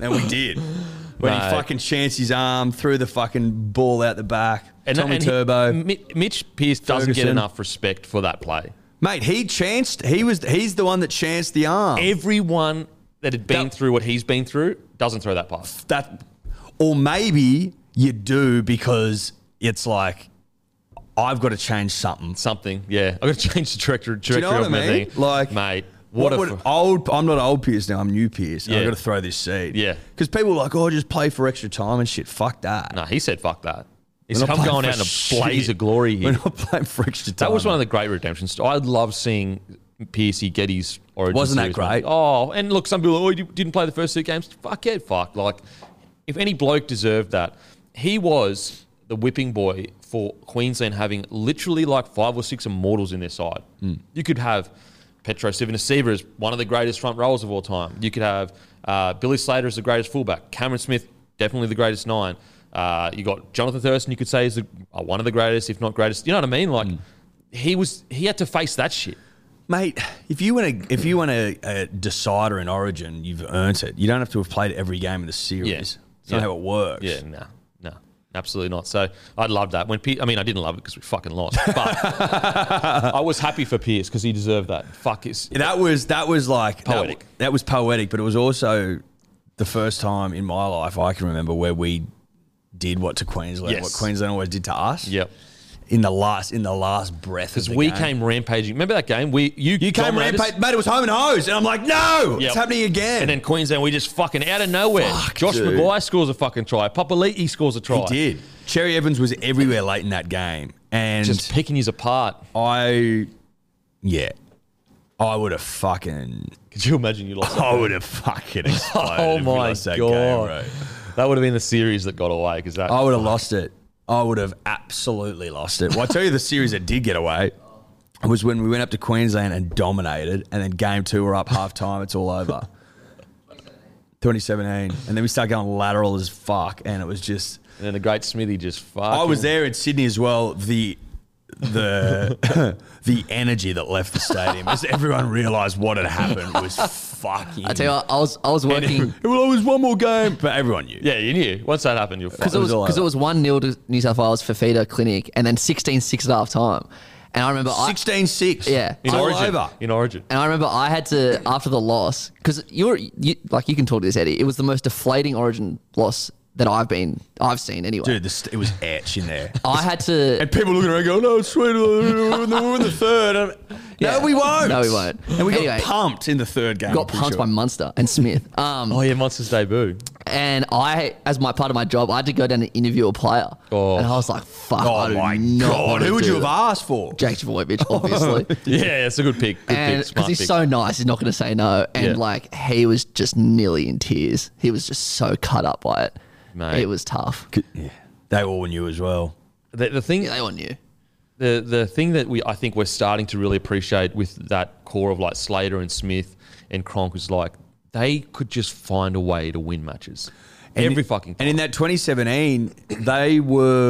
S4: and we did. When
S3: Mate.
S4: he fucking chanced his arm, threw the fucking ball out the back. Tommy
S3: he-
S4: Turbo.
S3: Mi- Mitch Pearce doesn't get
S4: Ferguson.
S3: enough respect for that play.
S4: Mate, he chanced. He was. He's the one that chanced the arm.
S3: Everyone that had been
S4: That-
S3: through what he's been through doesn't throw that pass.
S4: that or maybe you do because it's like I've got to change something.
S3: Something, yeah. I've got to change the director,
S4: Do
S3: directory
S4: you know what I
S3: of my
S4: mean?
S3: thing.
S4: Like,
S3: mate, what, a
S4: would
S3: f-
S4: old? I'm not old Pierce now. I'm new Pierce. and I've
S3: Yeah.
S4: got to throw this seed.
S3: Yeah.
S4: because people are like, oh, just play for extra time and shit. Fuck that.
S3: Nah, he said, fuck that. He
S4: We're
S3: said,
S4: not
S3: I'm
S4: playing
S3: going
S4: for
S3: out in a
S4: shit.
S3: blaze of glory
S4: We're
S3: here.
S4: not playing for extra time.
S3: That was one of the great redemption stories. I love seeing Piercy get his origin.
S4: Wasn't that
S3: series,
S4: great?
S3: mate. Oh, and look, some people, are, oh, you didn't play the first two games. Fuck it, fuck. Like, if any bloke deserved that, he was the whipping boy for Queensland having literally like five or six immortals in their side.
S4: Mm.
S3: You could have Petro Sivanasiva as one of the greatest front rowers of all time. You could have uh, Billy Slater as the greatest fullback. Cameron Smith, definitely the greatest nine. Uh, you got Jonathan Thurston, you could say is the, uh, one of the greatest, if not greatest. You know what I mean? Like,
S4: Mm.
S3: he was he had to face that shit.
S4: mate. If you want to, if you want a, a decider in Origin, you've earned it. You don't have to have played every game of the series.
S3: Yeah.
S4: It's not
S3: Yeah.
S4: how it works.
S3: Yeah, no, no, absolutely not. So I loved that. When Pe- I mean, I didn't love it because we fucking lost, but [LAUGHS] I was happy for Pierce because he deserved that. Fuck it's
S4: That was that was like that-
S3: Poetic.
S4: That, was poetic, but it was also the first time in my life I can remember where we did what to Queensland,
S3: Yes.
S4: what Queensland always did to us.
S3: Yep.
S4: In the last in the last breath,
S3: because we came rampaging. Remember that game? We you
S4: You came
S3: dominated us?
S4: rampage, mate. It was home and hose, and I'm like, no,
S3: Yep.
S4: it's happening again.
S3: And then Queensland, we just fucking out of nowhere.
S4: Fuck,
S3: Josh
S4: dude.
S3: Maguire scores a fucking try. Papa Lee scores a try.
S4: he did. Cherry Evans was everywhere late in that game, and
S3: Just picking his apart.
S4: I, yeah, I would have fucking,
S3: Could you imagine you lost? that?
S4: I would have fucking exploded.
S3: [LAUGHS] oh
S4: if we
S3: my
S4: lost that game,
S3: god,
S4: bro.
S3: that would have been the series that got away because that
S4: I would have lost it. I would have absolutely lost it. Well, I tell you, the series that did get away was when we went up to Queensland and dominated, and then game two we're up half time. It's all over. 2017, and then we start going lateral as fuck, and it was just.
S3: and then the great Smithy just fucking.
S4: I was there in Sydney as well. The the [COUGHS] the energy that left the stadium as everyone realised what had happened was fucking.
S5: I tell you, what, I was
S3: [LAUGHS]
S5: I was working
S4: well, [LAUGHS] it was one more game, but everyone knew.
S3: Yeah, you knew once that happened, you're
S5: because it
S4: It
S5: was
S4: was all
S5: because it
S4: over.
S5: was one 0 to New South Wales for Feeder Clinic, and then 16-6 at half time. And I remember I,
S4: 16-6.
S5: Yeah.
S4: It's
S3: in
S4: all
S3: origin.
S4: over.
S3: In origin.
S5: And I remember I had to after the loss because you're you, like you can talk to this Eddie. It was the most deflating Origin loss that I've been I've seen anyway.
S4: Dude, this, it was etch in
S5: [LAUGHS]
S4: there.
S5: I had to.
S4: [LAUGHS] And people looking around going, no, it's sweet. We're in the, we're in the third. And-
S5: Yeah.
S4: No, we won't.
S5: No, we won't.
S4: And we got
S5: Anyway.
S4: pumped in the third game.
S5: Got punched by Munster
S4: [LAUGHS]
S5: and Smith. Um,
S3: Oh yeah, Monsters debut.
S5: and I, as my part of my job, I had to go down and interview a player.
S3: Oh.
S5: And I was like, "Fuck!" I
S4: Oh,
S5: do
S4: my
S5: not
S4: God.
S5: wanna
S4: Who would
S5: do
S4: you have
S5: that.
S4: asked for?
S5: Jake Javovich,
S4: [LAUGHS]
S5: obviously.
S3: Yeah, it's a good pick. Good
S5: and
S3: pick.
S5: because
S3: Smart
S5: he's
S3: pick.
S5: so nice, he's not going to say no. And
S3: Yeah.
S5: like he was just nearly in tears. He was just so cut up by it.
S3: Mate.
S5: It was tough.
S4: Yeah. They all knew as well.
S3: the, the thing,
S5: Yeah, they all knew.
S3: the the thing that we I think we're starting to really appreciate with that core of like Slater and Smith and Cronk is like they could just find a way to win matches every fucking time.
S4: And in that 2017, they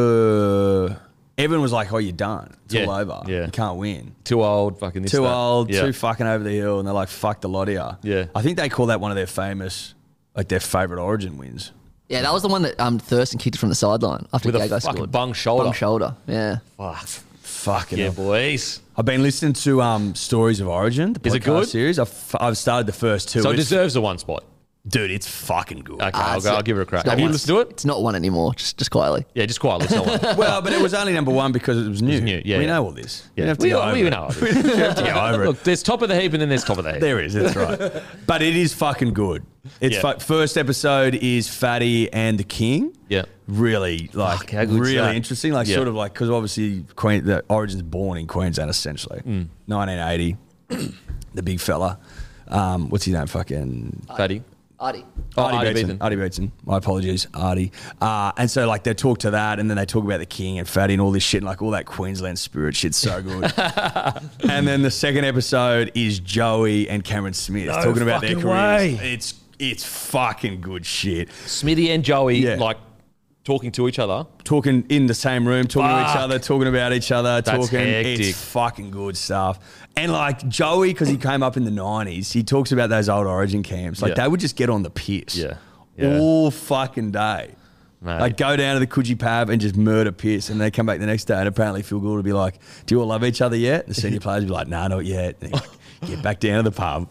S4: were. Everyone was like, oh, you're done. It's
S3: Yeah.
S4: all over.
S3: Yeah.
S4: You can't win.
S3: too old, fucking this,
S4: Too
S3: that.
S4: old,
S3: yeah.
S4: too fucking over the hill. And they're like, fuck the lot here.
S3: Yeah.
S4: I think they call that one of their famous, like their favorite origin wins.
S5: Yeah, that was the one that um, Thurston kicked it from the sideline after
S3: With a
S5: Gago
S3: fucking
S5: scored.
S3: bung shoulder.
S5: Bung shoulder. Yeah.
S3: Fuck.
S4: Fucking
S3: Yeah,
S4: hell.
S3: boys.
S4: I've been listening to um, Stories of Origin, the podcast
S3: Is it good?
S4: series. I've, I've started the first two.
S3: So it
S4: It's-
S3: deserves a one spot.
S4: dude, it's fucking good.
S3: Okay,
S5: Ah,
S3: I'll,
S5: it's
S3: go,
S5: not-
S3: I'll give it a crack.
S5: it's not
S3: Have you
S5: one.
S3: listened to it?
S5: It's not one anymore. Just just quietly.
S3: Yeah, just quietly. It's not one.
S4: [LAUGHS] Well, but it was only number one because it was new.
S3: new, yeah,
S4: we
S3: yeah.
S4: know all this.
S3: Yeah.
S4: We have to
S3: We
S4: go
S3: all-
S4: over
S3: we
S4: it. [LAUGHS]
S3: know.
S4: we have
S3: [LAUGHS]
S4: to go over it.
S3: Look, there's top of the heap and then there's top of the heap.
S4: There is.
S3: [LAUGHS]
S4: That's right. but it is fucking good. It's
S3: Yeah.
S4: fu- first episode is Fatty and the King.
S3: Yeah.
S4: Really, like,
S3: Fuck, how good's
S4: really
S3: that?
S4: interesting. Like,
S3: Yeah.
S4: sort of like because obviously Queen, the Origin's born in Queensland, essentially,
S3: Mm.
S4: 1980. [COUGHS] the big fella, um, what's his name? Fucking
S3: Fatty.
S5: Artie.
S3: Oh,
S4: Artie,
S3: Artie
S4: Bateson.
S3: Beetson.
S4: Artie Bateson. My apologies, Artie. Uh, and so, like, they talk to that, and then they talk about the king and fatty and all this shit, and like all that Queensland spirit shit's
S3: [LAUGHS]
S4: so good. and then the second episode is Joey and Cameron Smith talking about their
S3: fucking
S4: careers. It's it's fucking good shit.
S3: Smithy and Joey
S4: Yeah.
S3: like talking to each other.
S4: Talking in the same room, talking to each
S3: Fuck.
S4: other, talking about each other, talking.
S3: hectic.
S4: It's fucking good stuff. And like Joey, because he came up in the nineties, he talks about those old Origin camps. Like
S3: Yeah.
S4: they would just get on the piss,
S3: Yeah. Yeah.
S4: all fucking day.
S3: Mate.
S4: I'd go down to the Coogee Pab and just murder piss, and they come back the next day and apparently Phil Gould would be like, "Do you all love each other yet?"
S3: [LAUGHS]
S4: The senior players would be like, "Nah, not yet." And he'd like, Get back down to the pub.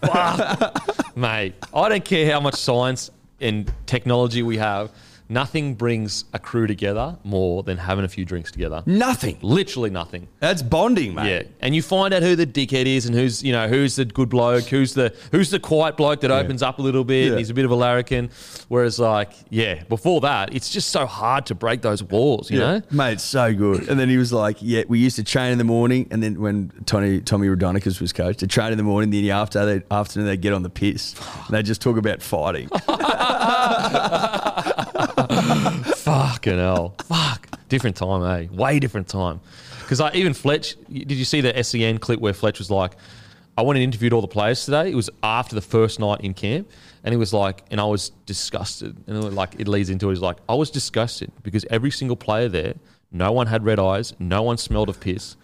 S3: Mate, I don't care how much science and technology we have. Nothing brings a crew together more than having a few drinks together.
S4: [LAUGHS] Nothing.
S3: Literally nothing.
S4: That's bonding, mate.
S3: Yeah, and you find out who the dickhead is, and who's you know who's the good bloke, who's the who's the quiet bloke that opens up a little bit.
S4: Yeah.
S3: And he's a bit of a larrikin. Whereas like yeah, before that, it's just so hard to break those walls. You know,
S4: Mate, so good. And then he was like, Yeah, we used to train in the morning. And then when Tony Tommy Rodonicus was coach, to train in the morning, then the after, they, afternoon, they'd get on the piss. And they just talk
S3: [LAUGHS]
S4: about fighting.
S3: fucking hell, fuck, different time, eh? Way different time. Because I even Fletch, did you see the SEN clip where Fletch was like, I went and interviewed all the players today. It was after the first night in camp, and he was like, and I was disgusted. And it, like it leads into it. He's like, I was disgusted because every single player there, no one had red eyes, no one smelled of piss.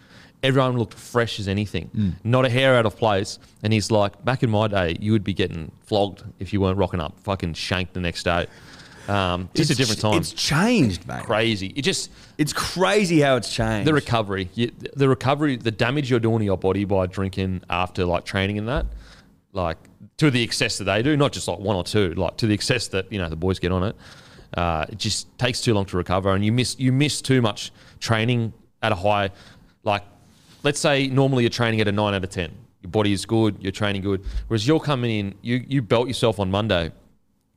S3: Everyone looked fresh as anything, not a hair out of place. And he's like, back in my day, you would be getting flogged if you weren't rocking up, fucking shanked the next day. Um, just a different time
S4: It's changed, mate.
S3: crazy. It just
S4: It's crazy how it's changed.
S3: the recovery, you, the recovery, the damage you're doing to your body by drinking after like training and that, like to the excess that they do, not just like one or two, like to the excess that you know the boys get on it. Uh, it just takes too long to recover, and you miss you miss too much training at a high, like let's say normally you're training at a nine out of ten. Your body is good, you're training good. Whereas you're coming in, you you belt yourself on Monday,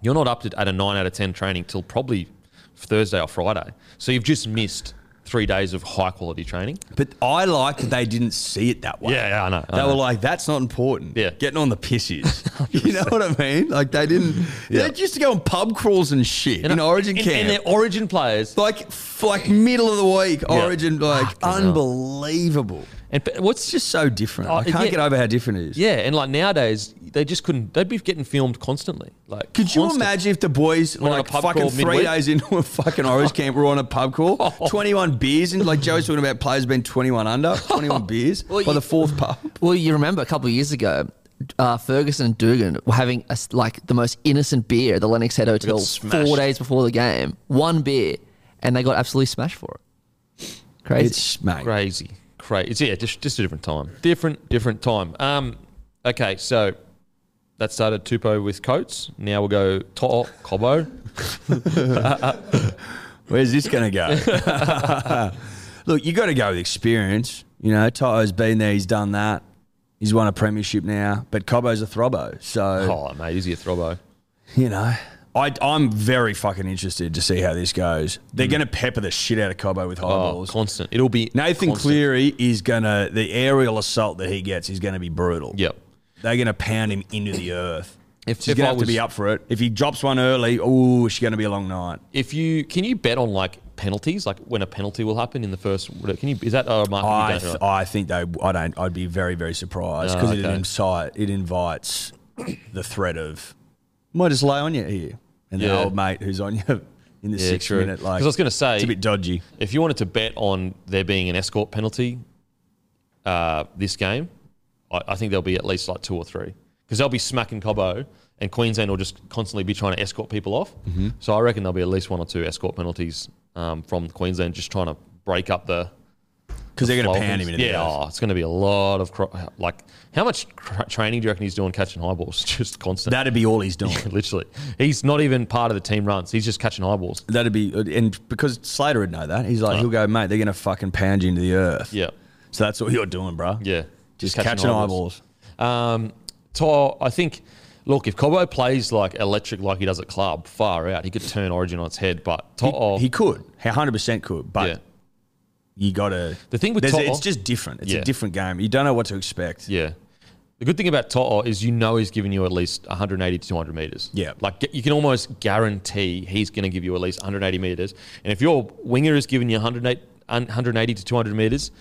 S3: you're not up to, at a nine out of ten training till probably Thursday or Friday. So you've just missed three days of high quality training.
S4: but I like that they didn't see it that way.
S3: Yeah, yeah, I know, I
S4: They were
S3: know.
S4: like, that's not important.
S3: Yeah.
S4: Getting on the
S3: [LAUGHS]
S4: piss is. you know what I mean? Like, they didn't. They used to go on pub crawls and shit in Origin
S3: and,
S4: Camp.
S3: and they're Origin players.
S4: like, f- like middle of the week, Origin, like,
S3: Fucking hell.
S4: unbelievable.
S3: And but what's
S4: It's
S3: just
S4: just so different.
S3: Oh,
S4: I can't
S3: yeah.
S4: get over how different it is.
S3: yeah, and like nowadays they just couldn't. They'd be getting filmed constantly. Like,
S4: Could you
S3: constant.
S4: imagine if the boys
S3: on a
S4: like
S3: pub
S4: fucking
S3: crawl
S4: three
S3: midweek? Oh.
S4: days into a fucking orange camp were on a
S3: [LAUGHS]
S4: pub call, twenty one beers and like Joe's talking about players being twenty
S3: [LAUGHS]
S4: one under, twenty one beers by
S5: you-
S4: the fourth pub.
S5: Well, you remember a couple of years ago, uh, Ferguson and Dugan were having a s like the most innocent beer at the Lennox Head Hotel four
S4: smashed.
S5: days before the game. One beer, and they got absolutely smashed for it. Crazy.
S4: It's mate.
S3: crazy, crazy. It's, yeah, just just a different time, different different time. Um, okay, so that started Tupo with Coates. Now we'll go To'o
S4: [LAUGHS]
S3: Cobo.
S4: Where's this
S3: [LAUGHS]
S4: gonna go? [LAUGHS] Look, you got to go with experience. You know, Toto's been there, he's done that, he's won a premiership now. But Cobo's a throbbo, so
S3: Oh mate, is he a throbbo?
S4: you know. I, I'm very fucking interested to see how this goes. They're going to pepper the shit out of Cobo with high
S3: Mm. Oh,
S4: balls.
S3: constant. It'll be
S4: Nathan
S3: constant.
S4: Cleary is gonna the aerial assault that he gets is gonna be brutal.
S3: Yep.
S4: They're gonna pound him into the earth.
S3: If-
S4: She's
S3: if I
S4: gonna have to
S3: was-
S4: be up for it. If he drops one early, oh, she's gonna be a long night.
S3: If you can you bet on like penalties, like when a penalty will happen in the first. Can you is that a market?
S4: I th- I think they I don't I'd be very, very surprised
S3: Oh,
S4: because it
S3: okay.
S4: incite it invites the threat of might just lay on you here. And
S3: Yeah.
S4: the old mate who's on you in the
S3: Yeah,
S4: six
S3: true.
S4: minute like
S3: 'Cause I was gonna say-
S4: it's a bit dodgy.
S3: if you wanted to bet on there being an escort penalty uh, this game, I, I think there'll be at least like two or three because they'll be smacking Cobo and Queensland will just constantly be trying to escort people off.
S4: Mm-hmm.
S3: So I reckon there'll be at least one or two escort penalties um, from Queensland just trying to break up the.
S4: Because they're gonna
S3: flow of
S4: pound him
S3: things.
S4: into the
S3: yeah,
S4: earth.
S3: oh, it's going to be a lot of cro- like how much cr- training do you reckon he's doing catching high balls [LAUGHS] just constant?
S4: That'd be all he's doing.
S3: [LAUGHS] Literally, he's not even part of the team runs. He's just catching high balls.
S4: That'd be and because Slater would know that. He's like, he'll go, mate. They're gonna fucking pound you into the earth.
S3: Yeah,
S4: So that's what you're doing, bro.
S3: yeah,
S4: Just, catching, eyeballs.
S3: Um, Tor, I think, look, if Cobo plays like electric like he does at club, far out, he could turn Origin on its head. But Tor,
S4: He, he could, hundred percent could, but
S3: yeah,
S4: you gotta.
S3: The thing with
S4: there's-
S3: Toto-
S4: it's just different. It's
S3: Yeah.
S4: a different game. You don't know what to expect.
S3: yeah. The good thing about To'o is you know he's giving you at least 180 to 200 meters.
S4: Yeah.
S3: Like gu- you can almost guarantee he's going to give you at least 180 meters. And if your winger is giving you 108 un- 180 to 200 meters,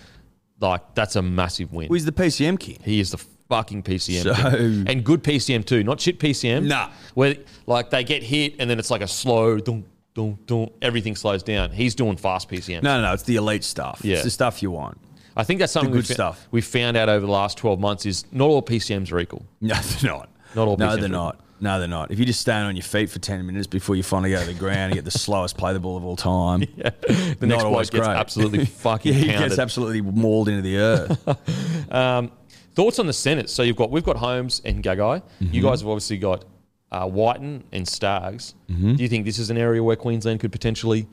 S3: like that's a massive win.
S4: Well, he's the PCM king.
S3: He is the fucking PCM.
S4: So-
S3: king. and good PCM too, not shit PCM.
S4: Nah.
S3: Where like they get hit and then it's like a slow dun, dun, dun, everything slows down. He's doing fast PCM.
S4: No, no, no. It's the elite stuff.
S3: Yeah.
S4: It's the stuff you want. [LAUGHS]
S3: I think that's something
S4: The
S3: we
S4: good
S3: fa-
S4: stuff.
S3: we found out over the last 12 months is not all PCMs are equal.
S4: No, they're not.
S3: Not all
S4: No,
S3: PCMs
S4: they're
S3: are.
S4: not. No, they're not. If you just stand on your feet for 10 minutes before you finally go to the ground and get the [LAUGHS] slowest play the ball of all time,
S3: [LAUGHS] The next bloke
S4: always
S3: gets
S4: great. [LAUGHS]
S3: absolutely fucking
S4: yeah, he
S3: pounded.
S4: gets absolutely mauled into the earth.
S3: Thoughts on the Senate? So you've got we've got Holmes and Gagai.
S4: Mm-hmm.
S3: You guys have obviously got uh, Whiten and Stags.
S4: Mm-hmm.
S3: Do you think this is an area where Queensland could potentially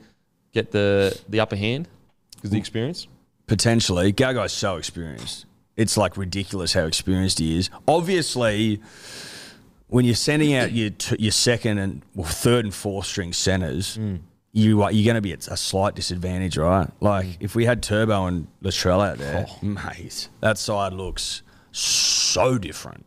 S3: get the the upper hand because the experience?
S4: Potentially. Gagai's so experienced. It's like ridiculous how experienced he is. Obviously, when you're sending out your t- your second and well, third and fourth string centers, you are, you're going to be at a slight disadvantage, right? Like if we had Turbo and Latrell out there, mate, that side looks so different,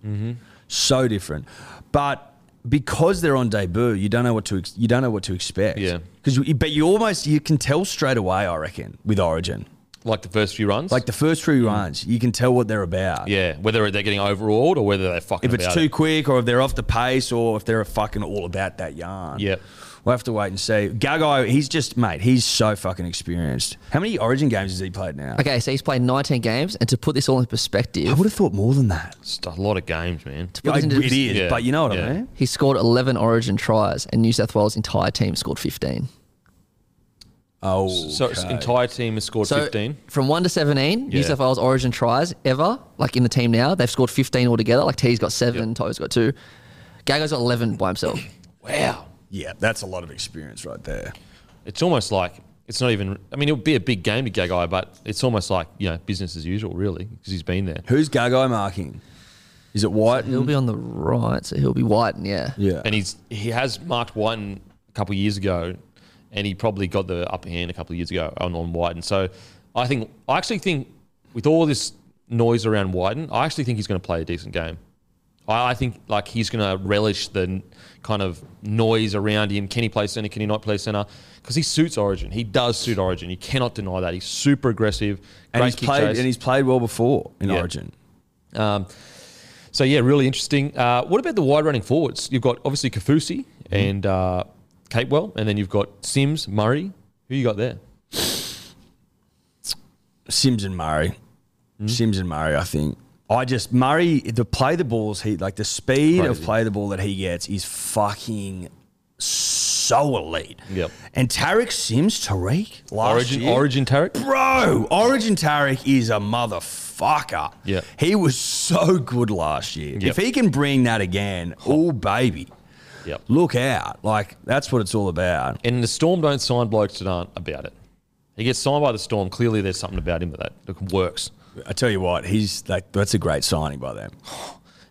S4: so different. But because they're on debut, you don't know what to ex- you don't know what to expect.
S3: Yeah.
S4: because but you almost you can tell straight away. I reckon with Origin.
S3: Like the first few runs,
S4: Like the first three runs, you can tell what they're about.
S3: Mm. yeah, whether they're getting overawed or whether they're fucking.
S4: If it's
S3: about
S4: too
S3: it.
S4: quick or if they're off the pace or if they're fucking all about that yarn.
S3: Yep.
S4: We'll have to wait and see. Gagai, he's just, mate, he's so fucking experienced. How many Origin games has he played now?
S5: Okay, so he's played 19 games, and to put this all
S4: I
S5: in perspective,
S4: would have thought more than that.
S3: It's a lot of games, man.
S5: put this
S4: it
S5: into
S4: is,
S3: Yeah.
S4: but you know what
S3: Yeah.
S4: I mean?
S5: he scored 11 Origin tries, and New South Wales' entire team scored 15.
S4: Oh,
S3: So its entire team has scored
S5: So
S3: 15.
S5: from one to 17, New
S3: Yeah.
S5: South Wales Origin tries ever, like in the team now, they've scored 15 altogether. Like T's got seven, To's got two, Gago's got 11 by himself.
S3: Wow.
S4: yeah, that's a lot of experience right there.
S3: It's almost like it's not even. I mean, it would be a big game to Gagai, but it's almost like you know business as usual, really, because he's been there.
S4: Who's Gagai marking? Is it White?
S5: He'll be on the right, so he'll be white, and yeah.
S4: yeah.
S3: and he's he has marked one a couple of years ago, and he probably got the upper hand a couple of years ago on, on Wyden. So I think I actually think with all this noise around Wyden, I actually think he's going to play a decent game. I, I think like he's going to relish the n- kind of noise around him. Can he play center? Can he not play center? Because he suits Origin. He does suit Origin. You cannot deny that. He's super aggressive.
S4: and
S3: great
S4: he's
S3: kick
S4: played
S3: chase.
S4: and he's played well before in
S3: Yeah.
S4: Origin.
S3: Um, so yeah, really interesting. Uh, what about the wide running forwards? You've got obviously Kafusi
S4: Mm-hmm.
S3: and uh, Capewell, and then you've got Sims, Murray. Who you got there?
S4: Sims and Murray.
S3: Hmm?
S4: Sims and Murray, I think. I just Murray the play the balls he like the speed of
S3: Crazy.
S4: play the ball that he gets is fucking so elite.
S3: Yep.
S4: And Tarek Sims Tariq last
S3: Origin,
S4: year,
S3: Origin Tarek.
S4: Bro, Origin Tarek is a motherfucker.
S3: Yeah.
S4: He was so good last year.
S3: Yep.
S4: If he can bring that again, oh baby.
S3: Yep.
S4: Look out. Like that's what it's all about.
S3: And the Storm don't sign blokes that aren't about it. He gets signed by the Storm. Clearly, there's something about him that that works.
S4: I tell you what, he's like that's a great signing by them.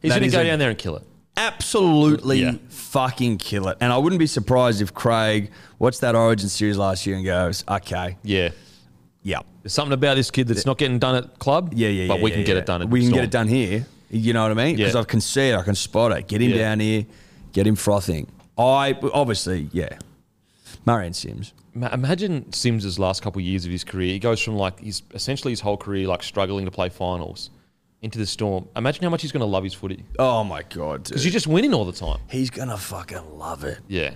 S3: He's going
S4: That
S3: to
S4: is
S3: go
S4: a-
S3: down there and kill it.
S4: absolutely
S3: Yeah.
S4: fucking kill it. And I wouldn't be surprised if Craig watched that Origin series last year and goes, okay,
S3: Yeah.
S4: yeah,
S3: There's something about this kid that's not getting done at club.
S4: yeah, yeah,
S3: But
S4: yeah,
S3: we
S4: yeah,
S3: can get
S4: yeah.
S3: it done. At
S4: We can get
S3: Storm.
S4: it done here. You know what I mean?
S3: Yeah.
S4: Because I can see it, I can spot it. Get him
S3: Yeah.
S4: down here, get him frothing. I obviously, yeah, Murray and Sims.
S3: Ma- Imagine Sims' last couple of years of his career. He goes from like his essentially his whole career like struggling to play finals into the storm. Imagine how much he's going to love his footy
S4: Oh my god, dude.
S3: because you're just winning all the time.
S4: he's gonna fucking love it.
S3: Yeah,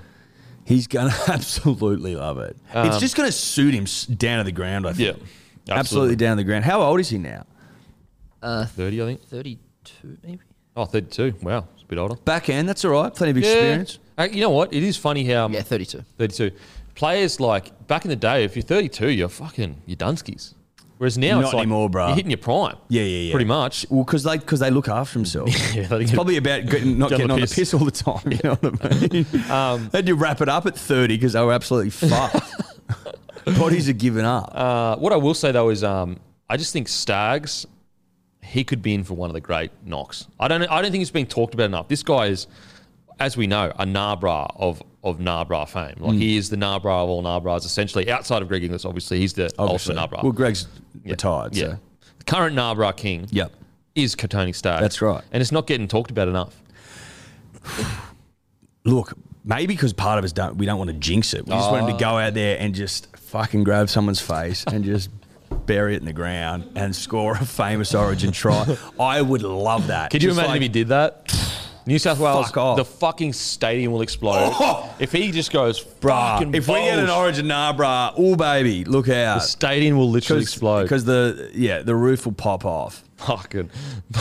S4: He's gonna [LAUGHS] absolutely love it. it's just gonna suit him s- down to the ground. I think.
S3: Um, Yeah,
S4: absolutely.
S3: absolutely.
S4: down to the ground. How old is he now?
S3: thirty, I think.
S5: 32, maybe?
S3: Oh, 32. Wow, it's a bit older.
S4: Back end, that's all right. Plenty of experience.
S3: Yeah. Uh, you know what? It is funny how
S5: Yeah, 32.
S3: 32 players like back in the day. If you're 32, you're fucking you're Dunskies. Whereas now it's
S4: Not
S3: like
S4: anymore, bruh.
S3: you're hitting your prime.
S4: Yeah, yeah, yeah.
S3: Pretty much.
S4: Well, because they because they look after themselves.
S3: [LAUGHS] Yeah, they
S4: it's
S3: get-
S4: probably about getting,
S3: [LAUGHS]
S4: not
S3: Get on
S4: getting
S3: the
S4: on the
S3: piss. Um,
S4: piss all the time. You know what
S3: [LAUGHS]
S4: I mean? they had to wrap it up at thirty because they were
S3: [LAUGHS]
S4: absolutely fucked. Bodies are giving up.
S3: Uh, what I will say though is, um, I just think Stags, he could be in for one of the great knocks. I don't, I don't think it's being talked about enough. This guy is, as we know, a Nabra of of Nabra fame.
S4: Hmm.
S3: Like he is the Nabra of all Nabras, essentially. Outside of Greg Inglis, obviously, he's the
S4: obviously.
S3: ultimate Nabra.
S4: Well, Greg's retired.
S3: yeah,
S4: So.
S3: the current Nabra king.
S4: Yep.
S3: is Katoni Stags.
S4: That's right.
S3: and it's not getting talked about enough.
S4: Look, maybe because part of us don't we don't want to jinx it. We just want him to
S3: Oh.
S4: go out there and just fucking grab someone's face and just. Bury it in the ground
S3: [LAUGHS]
S4: and score a famous Origin try. I would love that.
S3: Could you
S4: Just
S3: imagine
S4: like-
S3: if he did that? New South Wales,
S4: Fuck off. Oh!
S3: the fucking stadium will explode if he just goes, bruh.
S4: if we get an Origin, nah, bruh. Oh, baby, look out.
S3: the stadium will literally explode.
S4: because the yeah the roof will pop off,
S3: fucking,